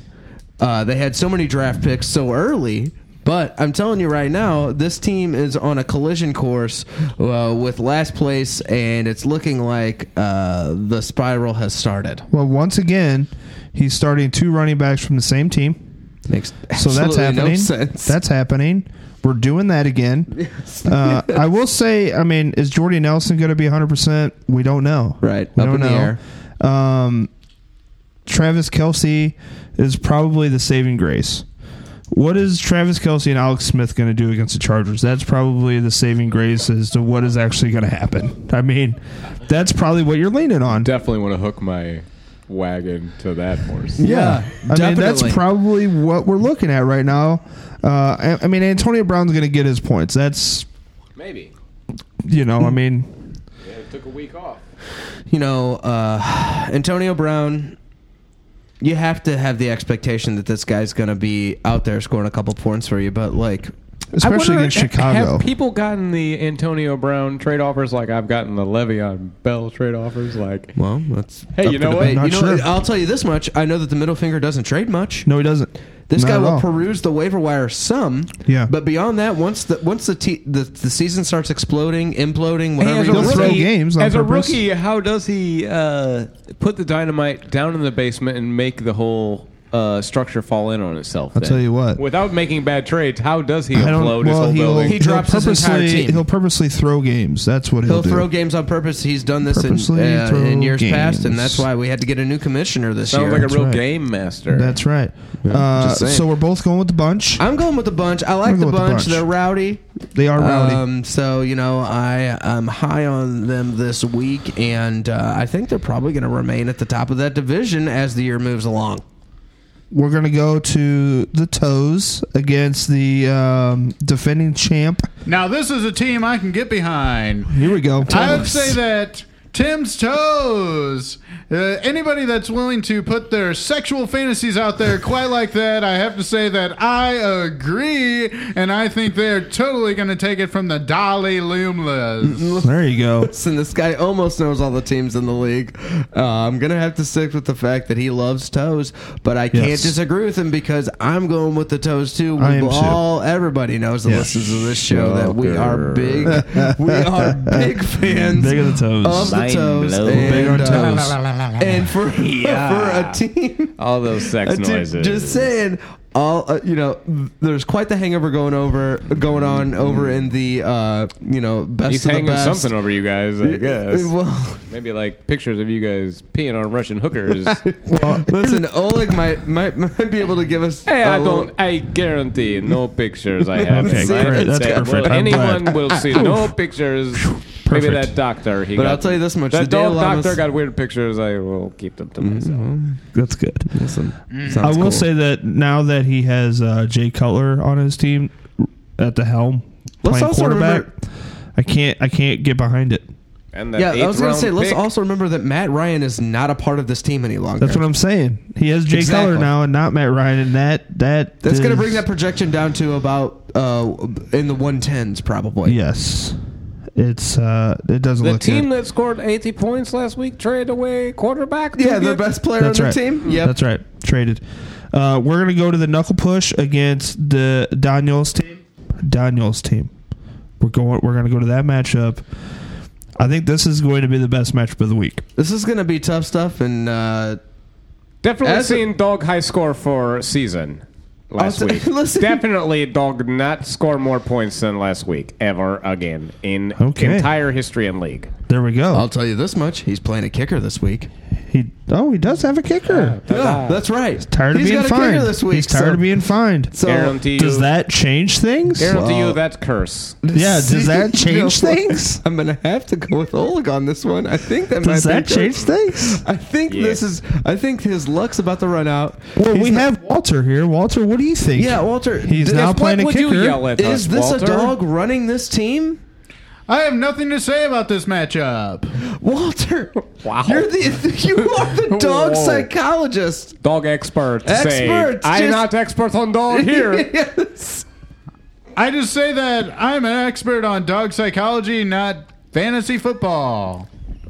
Speaker 3: uh, they had so many draft picks so early. But I'm telling you right now, this team is on a collision course uh, with last place, and it's looking like uh, the spiral has started.
Speaker 2: Well, once again, he's starting two running backs from the same team.
Speaker 3: Makes
Speaker 2: So that's
Speaker 3: absolutely
Speaker 2: happening.
Speaker 3: No sense.
Speaker 2: That's happening. We're doing that again. Uh, I will say, I mean, is Jordy Nelson going to be 100%? We don't know.
Speaker 3: Right,
Speaker 2: We
Speaker 3: up
Speaker 2: don't
Speaker 3: in the
Speaker 2: know. Um, Travis Kelsey is probably the saving grace. What is Travis Kelsey and Alex Smith going to do against the Chargers? That's probably the saving grace as to what is actually going to happen. I mean, that's probably what you're leaning on.
Speaker 8: Definitely want to hook my wagon to that horse.
Speaker 2: I
Speaker 3: yeah,
Speaker 2: mean, that's
Speaker 3: definitely.
Speaker 2: probably what we're looking at right now. Uh, I, I mean, Antonio Brown's going to get his points. That's
Speaker 8: Maybe.
Speaker 2: you know, I mean,
Speaker 8: Yeah, it took a week off.
Speaker 3: you know, uh, Antonio Brown you have to have the expectation that this guy's going to be out there scoring a couple points for you, but like
Speaker 2: Especially
Speaker 8: I wonder,
Speaker 2: against
Speaker 8: ha-
Speaker 2: Chicago.
Speaker 8: Have people gotten the Antonio Brown trade offers like I've gotten the Le'Veon Bell trade offers? Like,
Speaker 3: well, that's
Speaker 8: hey,
Speaker 3: up
Speaker 8: you
Speaker 3: for
Speaker 8: know what?
Speaker 3: debate. You know what? I'll tell you this much: I know that the middle finger doesn't trade much.
Speaker 2: No, he doesn't.
Speaker 3: This
Speaker 2: Not
Speaker 3: guy
Speaker 2: at
Speaker 3: will
Speaker 2: all.
Speaker 3: peruse the waiver wire some.
Speaker 2: Yeah.
Speaker 3: But beyond that, once the once the te- the, the season starts exploding, imploding,
Speaker 8: Hey,
Speaker 3: whatever,
Speaker 8: as
Speaker 3: you
Speaker 8: a
Speaker 3: wanna say-
Speaker 8: rookie, as a rookie, how does he uh, put the dynamite down in the basement and make the whole uh, structure fall in on itself?
Speaker 2: I'll
Speaker 8: then?
Speaker 2: tell you what.
Speaker 8: Without making bad trades, how does he
Speaker 2: I don't-
Speaker 8: implode his whole
Speaker 2: he'll-
Speaker 8: building?
Speaker 2: he'll purposely, He'll purposely throw games. That's what he'll,
Speaker 3: He'll
Speaker 2: do.
Speaker 3: throw games on purpose. He's done this in,
Speaker 2: Purposely
Speaker 3: uh,
Speaker 2: throw
Speaker 3: in years past, and
Speaker 2: games.
Speaker 3: that's why we had to get a new commissioner this
Speaker 8: Sounds
Speaker 3: year.
Speaker 8: like a real game master.
Speaker 2: That's right.
Speaker 3: Yeah,
Speaker 2: Uh,
Speaker 3: just saying.
Speaker 2: so we're both going with the bunch.
Speaker 3: I'm going with the bunch. I like
Speaker 2: I'm
Speaker 3: the
Speaker 2: going with the
Speaker 3: bunch.
Speaker 2: bunch.
Speaker 3: They're rowdy.
Speaker 2: They are rowdy.
Speaker 3: Um, so you know, I am high on them this week, and uh, I think they're probably going to remain at the top of that division as the year moves along.
Speaker 2: We're gonna go to the toes against the um, defending champ.
Speaker 18: Now this is a team I can get behind.
Speaker 2: Here we go.
Speaker 18: I would say that Tim's toes. Uh, anybody that's willing to put their sexual fantasies out there quite like that, I have to say that I agree, and I think they're totally going to take it from the Dolly Loomlas.
Speaker 2: There you go.
Speaker 3: Listen, this guy almost knows all the teams in the league. Uh, I'm gonna have to stick with the fact that he loves toes, but I can't
Speaker 2: Yes.
Speaker 3: disagree with him because I'm going with the toes too.
Speaker 2: I am
Speaker 3: We
Speaker 2: too.
Speaker 3: all everybody knows that
Speaker 2: Yes.
Speaker 3: listens to this show that we are big, we are big fans
Speaker 2: Big of the toes.
Speaker 3: of the
Speaker 2: Mind
Speaker 3: toes,
Speaker 2: blowing.
Speaker 3: and,
Speaker 2: Big on
Speaker 3: uh,
Speaker 2: toes.
Speaker 3: and for
Speaker 8: Yeah.
Speaker 3: for a team,
Speaker 8: All those sex
Speaker 3: a team-
Speaker 8: noises.
Speaker 3: Just saying. All uh, you know, there's quite the hangover going over, going on over in the uh, you know best
Speaker 8: He's
Speaker 3: of the
Speaker 8: hanging
Speaker 3: best.
Speaker 8: something over you guys, I guys.
Speaker 3: Well-
Speaker 8: Maybe like pictures of you guys peeing on Russian hookers.
Speaker 3: Listen, Oleg might, might might be able to give us.
Speaker 8: Hey,
Speaker 3: I
Speaker 8: I don't. I guarantee no pictures. I have.
Speaker 3: Okay,
Speaker 8: inside
Speaker 3: great.
Speaker 8: the
Speaker 3: That's
Speaker 8: table.
Speaker 3: perfect. I'm
Speaker 8: Anyone
Speaker 3: glad.
Speaker 8: will see
Speaker 3: Oof.
Speaker 8: no pictures. Maybe
Speaker 3: Perfect.
Speaker 8: that doctor. He
Speaker 3: But
Speaker 8: got,
Speaker 3: I'll tell you this much,
Speaker 8: That
Speaker 3: the Mm-hmm. Daily
Speaker 8: dog
Speaker 3: Llamas-
Speaker 8: doctor got weird pictures. I will keep them to myself.
Speaker 2: That's good.
Speaker 3: Listen,
Speaker 8: Mm.
Speaker 2: I will say that now that he has uh, Jay Cutler on his team at the helm,
Speaker 3: Let's
Speaker 2: playing
Speaker 3: also
Speaker 2: quarterback,
Speaker 3: remember-
Speaker 2: I can't I can't get behind it.
Speaker 8: And
Speaker 3: yeah, I was gonna
Speaker 8: round
Speaker 3: say. Let's
Speaker 8: pick-
Speaker 3: also remember that Matt Ryan is not a part of this team any longer.
Speaker 2: That's what I'm saying. He has Jay
Speaker 3: Exactly.
Speaker 2: Cutler now and not Matt Ryan, and that that
Speaker 3: That's going to
Speaker 2: is-
Speaker 3: bring that projection down to about uh, in the 110s probably.
Speaker 2: Yes, it's uh, it doesn't
Speaker 8: The
Speaker 2: look
Speaker 8: team
Speaker 2: good.
Speaker 8: that scored 80 points last week traded away quarterback. Mm.
Speaker 3: Yeah,
Speaker 8: to
Speaker 3: their
Speaker 8: get-
Speaker 3: best player
Speaker 2: That's
Speaker 3: on
Speaker 2: right.
Speaker 3: their team. Yep.
Speaker 2: that's right. Traded. Uh, we're gonna go to the knuckle push against the Daniels team. Daniels team. We're going. We're gonna go to that matchup. I think this is going to be the best matchup of the week.
Speaker 3: This is going to be tough stuff, and uh,
Speaker 8: Definitely
Speaker 3: As a-
Speaker 8: seen dog high score for season last
Speaker 3: I'll t-
Speaker 8: week.
Speaker 3: listen.
Speaker 8: Definitely dog not score more points than last week ever again in
Speaker 2: Okay.
Speaker 8: entire history in league.
Speaker 2: There we go.
Speaker 3: I'll tell you this much: he's playing a kicker this week.
Speaker 2: He oh he does have a kicker.
Speaker 3: Yeah, that's right. He's
Speaker 2: tired of being
Speaker 3: got a
Speaker 2: fined.
Speaker 3: kicker this week.
Speaker 2: He's tired
Speaker 3: so-
Speaker 2: of being fined.
Speaker 3: So
Speaker 8: Guarantee
Speaker 2: does
Speaker 8: you-
Speaker 2: that change things?
Speaker 8: Guarantee you that curse.
Speaker 2: Yeah, does that
Speaker 3: You know
Speaker 2: change
Speaker 3: what?
Speaker 2: things?
Speaker 3: I'm gonna have to go with Oleg on this one. I think that
Speaker 2: Does
Speaker 3: might
Speaker 2: that
Speaker 3: be
Speaker 2: change things?
Speaker 3: I think this is. I think his luck's about to run out.
Speaker 2: Well,
Speaker 3: He's
Speaker 2: we
Speaker 3: not-
Speaker 2: have Walter here. Walter, what do you think?
Speaker 3: Yeah, Walter.
Speaker 2: He's
Speaker 3: th-
Speaker 2: now
Speaker 3: if-
Speaker 2: playing a
Speaker 8: would you
Speaker 2: kicker.
Speaker 8: yell at us,
Speaker 3: Is this
Speaker 8: Walter?
Speaker 3: a dog running this team?
Speaker 18: I have nothing to say about this matchup.
Speaker 3: Walter,
Speaker 8: Wow.
Speaker 3: you're the you are the dog
Speaker 8: Whoa.
Speaker 3: psychologist.
Speaker 8: Dog expert. say,
Speaker 3: Expert,
Speaker 8: I'm
Speaker 3: just-
Speaker 8: not expert on dog here.
Speaker 3: Yes.
Speaker 18: I just say that I'm an expert on dog psychology, not fantasy football.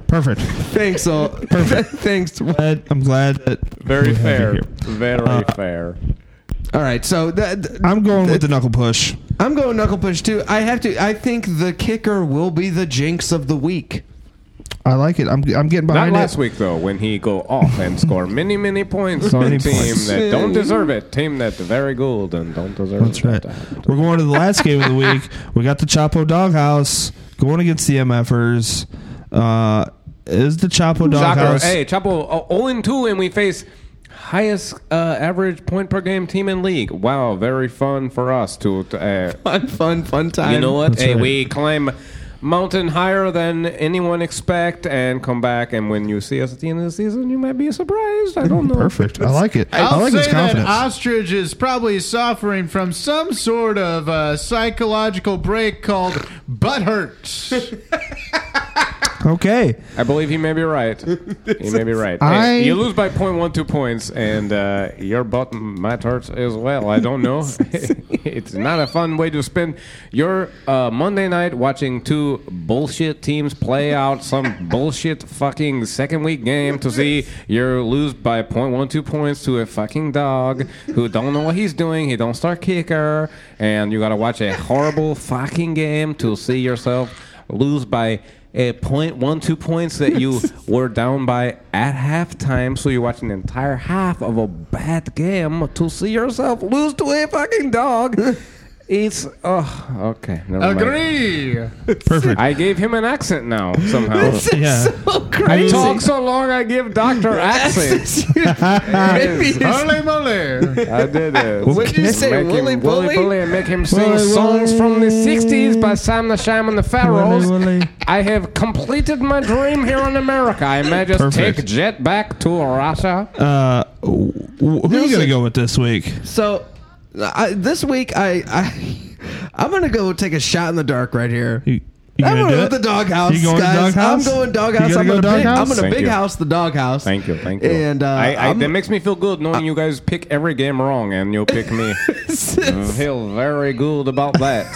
Speaker 2: Perfect.
Speaker 3: Thanks, all.
Speaker 2: Perfect.
Speaker 3: Thanks. All
Speaker 2: Glad- I'm glad that we
Speaker 8: Very
Speaker 2: have you
Speaker 8: fair.
Speaker 2: here.
Speaker 8: Very
Speaker 2: Uh,
Speaker 8: fair.
Speaker 3: right. So that,
Speaker 2: I'm going with the knuckle push.
Speaker 3: I'm going knuckle push too. I have to. I think the kicker will be the jinx of the week.
Speaker 2: I like it. I'm, I'm getting
Speaker 8: Not
Speaker 2: behind
Speaker 8: last
Speaker 2: it.
Speaker 8: week though, when he go off and score many, many points on
Speaker 2: Many
Speaker 8: a team
Speaker 2: points.
Speaker 8: that don't deserve it, team that very good and don't deserve
Speaker 2: That's
Speaker 8: it.
Speaker 2: right. We're going to the last game of the week. We got the Chapo Doghouse going against the MFers. Uh, is the Chapo
Speaker 8: Shocker.
Speaker 2: Doghouse?
Speaker 8: Hey, Chapo, uh, 0 and 2, and we face highest uh, average point per game team in league. Wow, very fun for us to. to, uh,
Speaker 3: Fun, fun, fun time.
Speaker 8: you know what?
Speaker 2: That's
Speaker 8: Hey,
Speaker 2: right.
Speaker 8: we climb mountain higher than anyone expect and come back. And when you see us at the end of the season, you might be surprised. I don't know.
Speaker 2: Perfect. I like it.
Speaker 18: I'll
Speaker 2: I like
Speaker 18: say
Speaker 2: his confidence.
Speaker 18: that Ostrich is probably suffering from some sort of uh, psychological break called butt hurt.
Speaker 2: Okay.
Speaker 8: I believe he may be right. He may be right. Hey,
Speaker 2: I-
Speaker 8: you lose by 0.12 points, and uh, your bottom might hurt as well. I don't know. it's not a fun way to spend your uh, Monday night watching two bullshit teams play out some bullshit fucking second week game to see you lose by 0.12 points to a fucking dog who don't know what he's doing. He don't start kicker, and you got to watch a horrible fucking game to see yourself lose by a point one two points that you were down by at halftime. So you watch an entire half of a bad game to see yourself lose to a fucking dog. It's oh okay. Never
Speaker 19: Agree.
Speaker 8: Perfect. I gave him an accent now somehow.
Speaker 19: This is Yeah. so
Speaker 8: I
Speaker 19: crazy.
Speaker 8: talk so long. I give Doctor accent.
Speaker 19: Maybe it's- Holy moly.
Speaker 8: I did it.
Speaker 19: What did you say,
Speaker 8: Make him
Speaker 19: Wooly Bully?
Speaker 8: and make him sing
Speaker 19: Wooly
Speaker 8: songs
Speaker 19: Bully.
Speaker 8: from the '60s by Sam the Sham and the Pharaohs.
Speaker 19: Wooly Bully.
Speaker 8: I have completed my dream here in America. I may just
Speaker 2: Perfect.
Speaker 8: take jet back to Russia.
Speaker 2: Uh, w- who are you gonna go with this week?
Speaker 3: So I, this week, I, I I'm gonna go take a shot in the dark right here.
Speaker 2: you
Speaker 3: I'm
Speaker 2: gonna
Speaker 3: going
Speaker 2: do
Speaker 3: with the
Speaker 2: it?
Speaker 3: doghouse,
Speaker 2: You going to
Speaker 3: guys.
Speaker 2: doghouse?
Speaker 3: I'm going
Speaker 2: You
Speaker 3: doghouse.
Speaker 2: gonna
Speaker 3: I'm
Speaker 2: go
Speaker 3: gonna big,
Speaker 2: doghouse?
Speaker 3: I'm gonna
Speaker 8: Thank
Speaker 3: big
Speaker 8: you.
Speaker 3: house the doghouse.
Speaker 8: Thank you, thank you.
Speaker 3: And uh,
Speaker 8: I, I,
Speaker 3: I'm-
Speaker 8: that makes me feel good knowing you guys pick every game wrong and you'll pick me. I feel very good about that.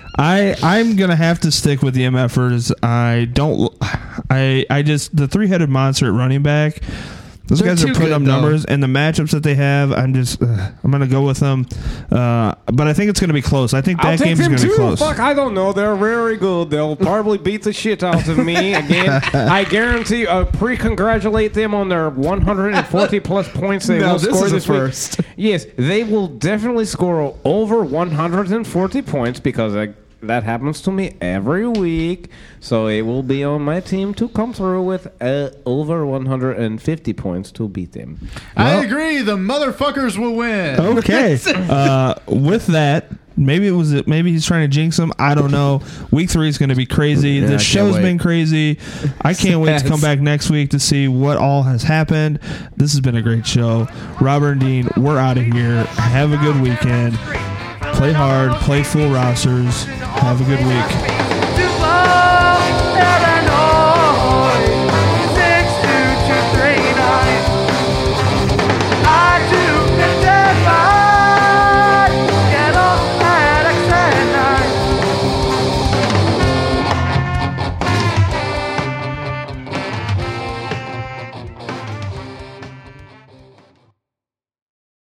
Speaker 2: I I'm gonna have to stick with the MFers. I don't. I I just the three headed monster at running back. Those
Speaker 3: They're
Speaker 2: guys are
Speaker 3: too
Speaker 2: putting
Speaker 3: good,
Speaker 2: up
Speaker 3: though.
Speaker 2: numbers, and the matchups that they have, I'm just uh, I'm gonna go with them. Uh, but I think it's gonna be close. I think
Speaker 8: I'll
Speaker 2: that
Speaker 8: take
Speaker 2: game's
Speaker 8: them
Speaker 2: gonna
Speaker 8: too.
Speaker 2: be close.
Speaker 8: Fuck, I don't know. They're very good. They'll probably beat the shit out of me again. I guarantee. Uh, pre-congratulate them on their 140 plus points they
Speaker 3: No,
Speaker 8: will
Speaker 3: this
Speaker 8: score
Speaker 3: is a
Speaker 8: week.
Speaker 3: first.
Speaker 8: Yes, they will definitely score over 140 points because I, that happens to me every week. So it will be on my team to come through with uh, over 150 points to beat them.
Speaker 19: I agree. The motherfuckers will win.
Speaker 2: Okay. uh, with that, maybe it was maybe he's trying to jinx them. I don't know. Week three is going to be crazy.
Speaker 3: Yeah, I
Speaker 2: the
Speaker 3: can't
Speaker 2: show's
Speaker 3: wait.
Speaker 2: been crazy. I can't wait to come
Speaker 3: Yes.
Speaker 2: back next week to see what all has happened. This has been a great show. Robert and Dean, we're out of here. Have a good weekend. Play hard. Play full rosters. Have a good week.
Speaker 1: to love. There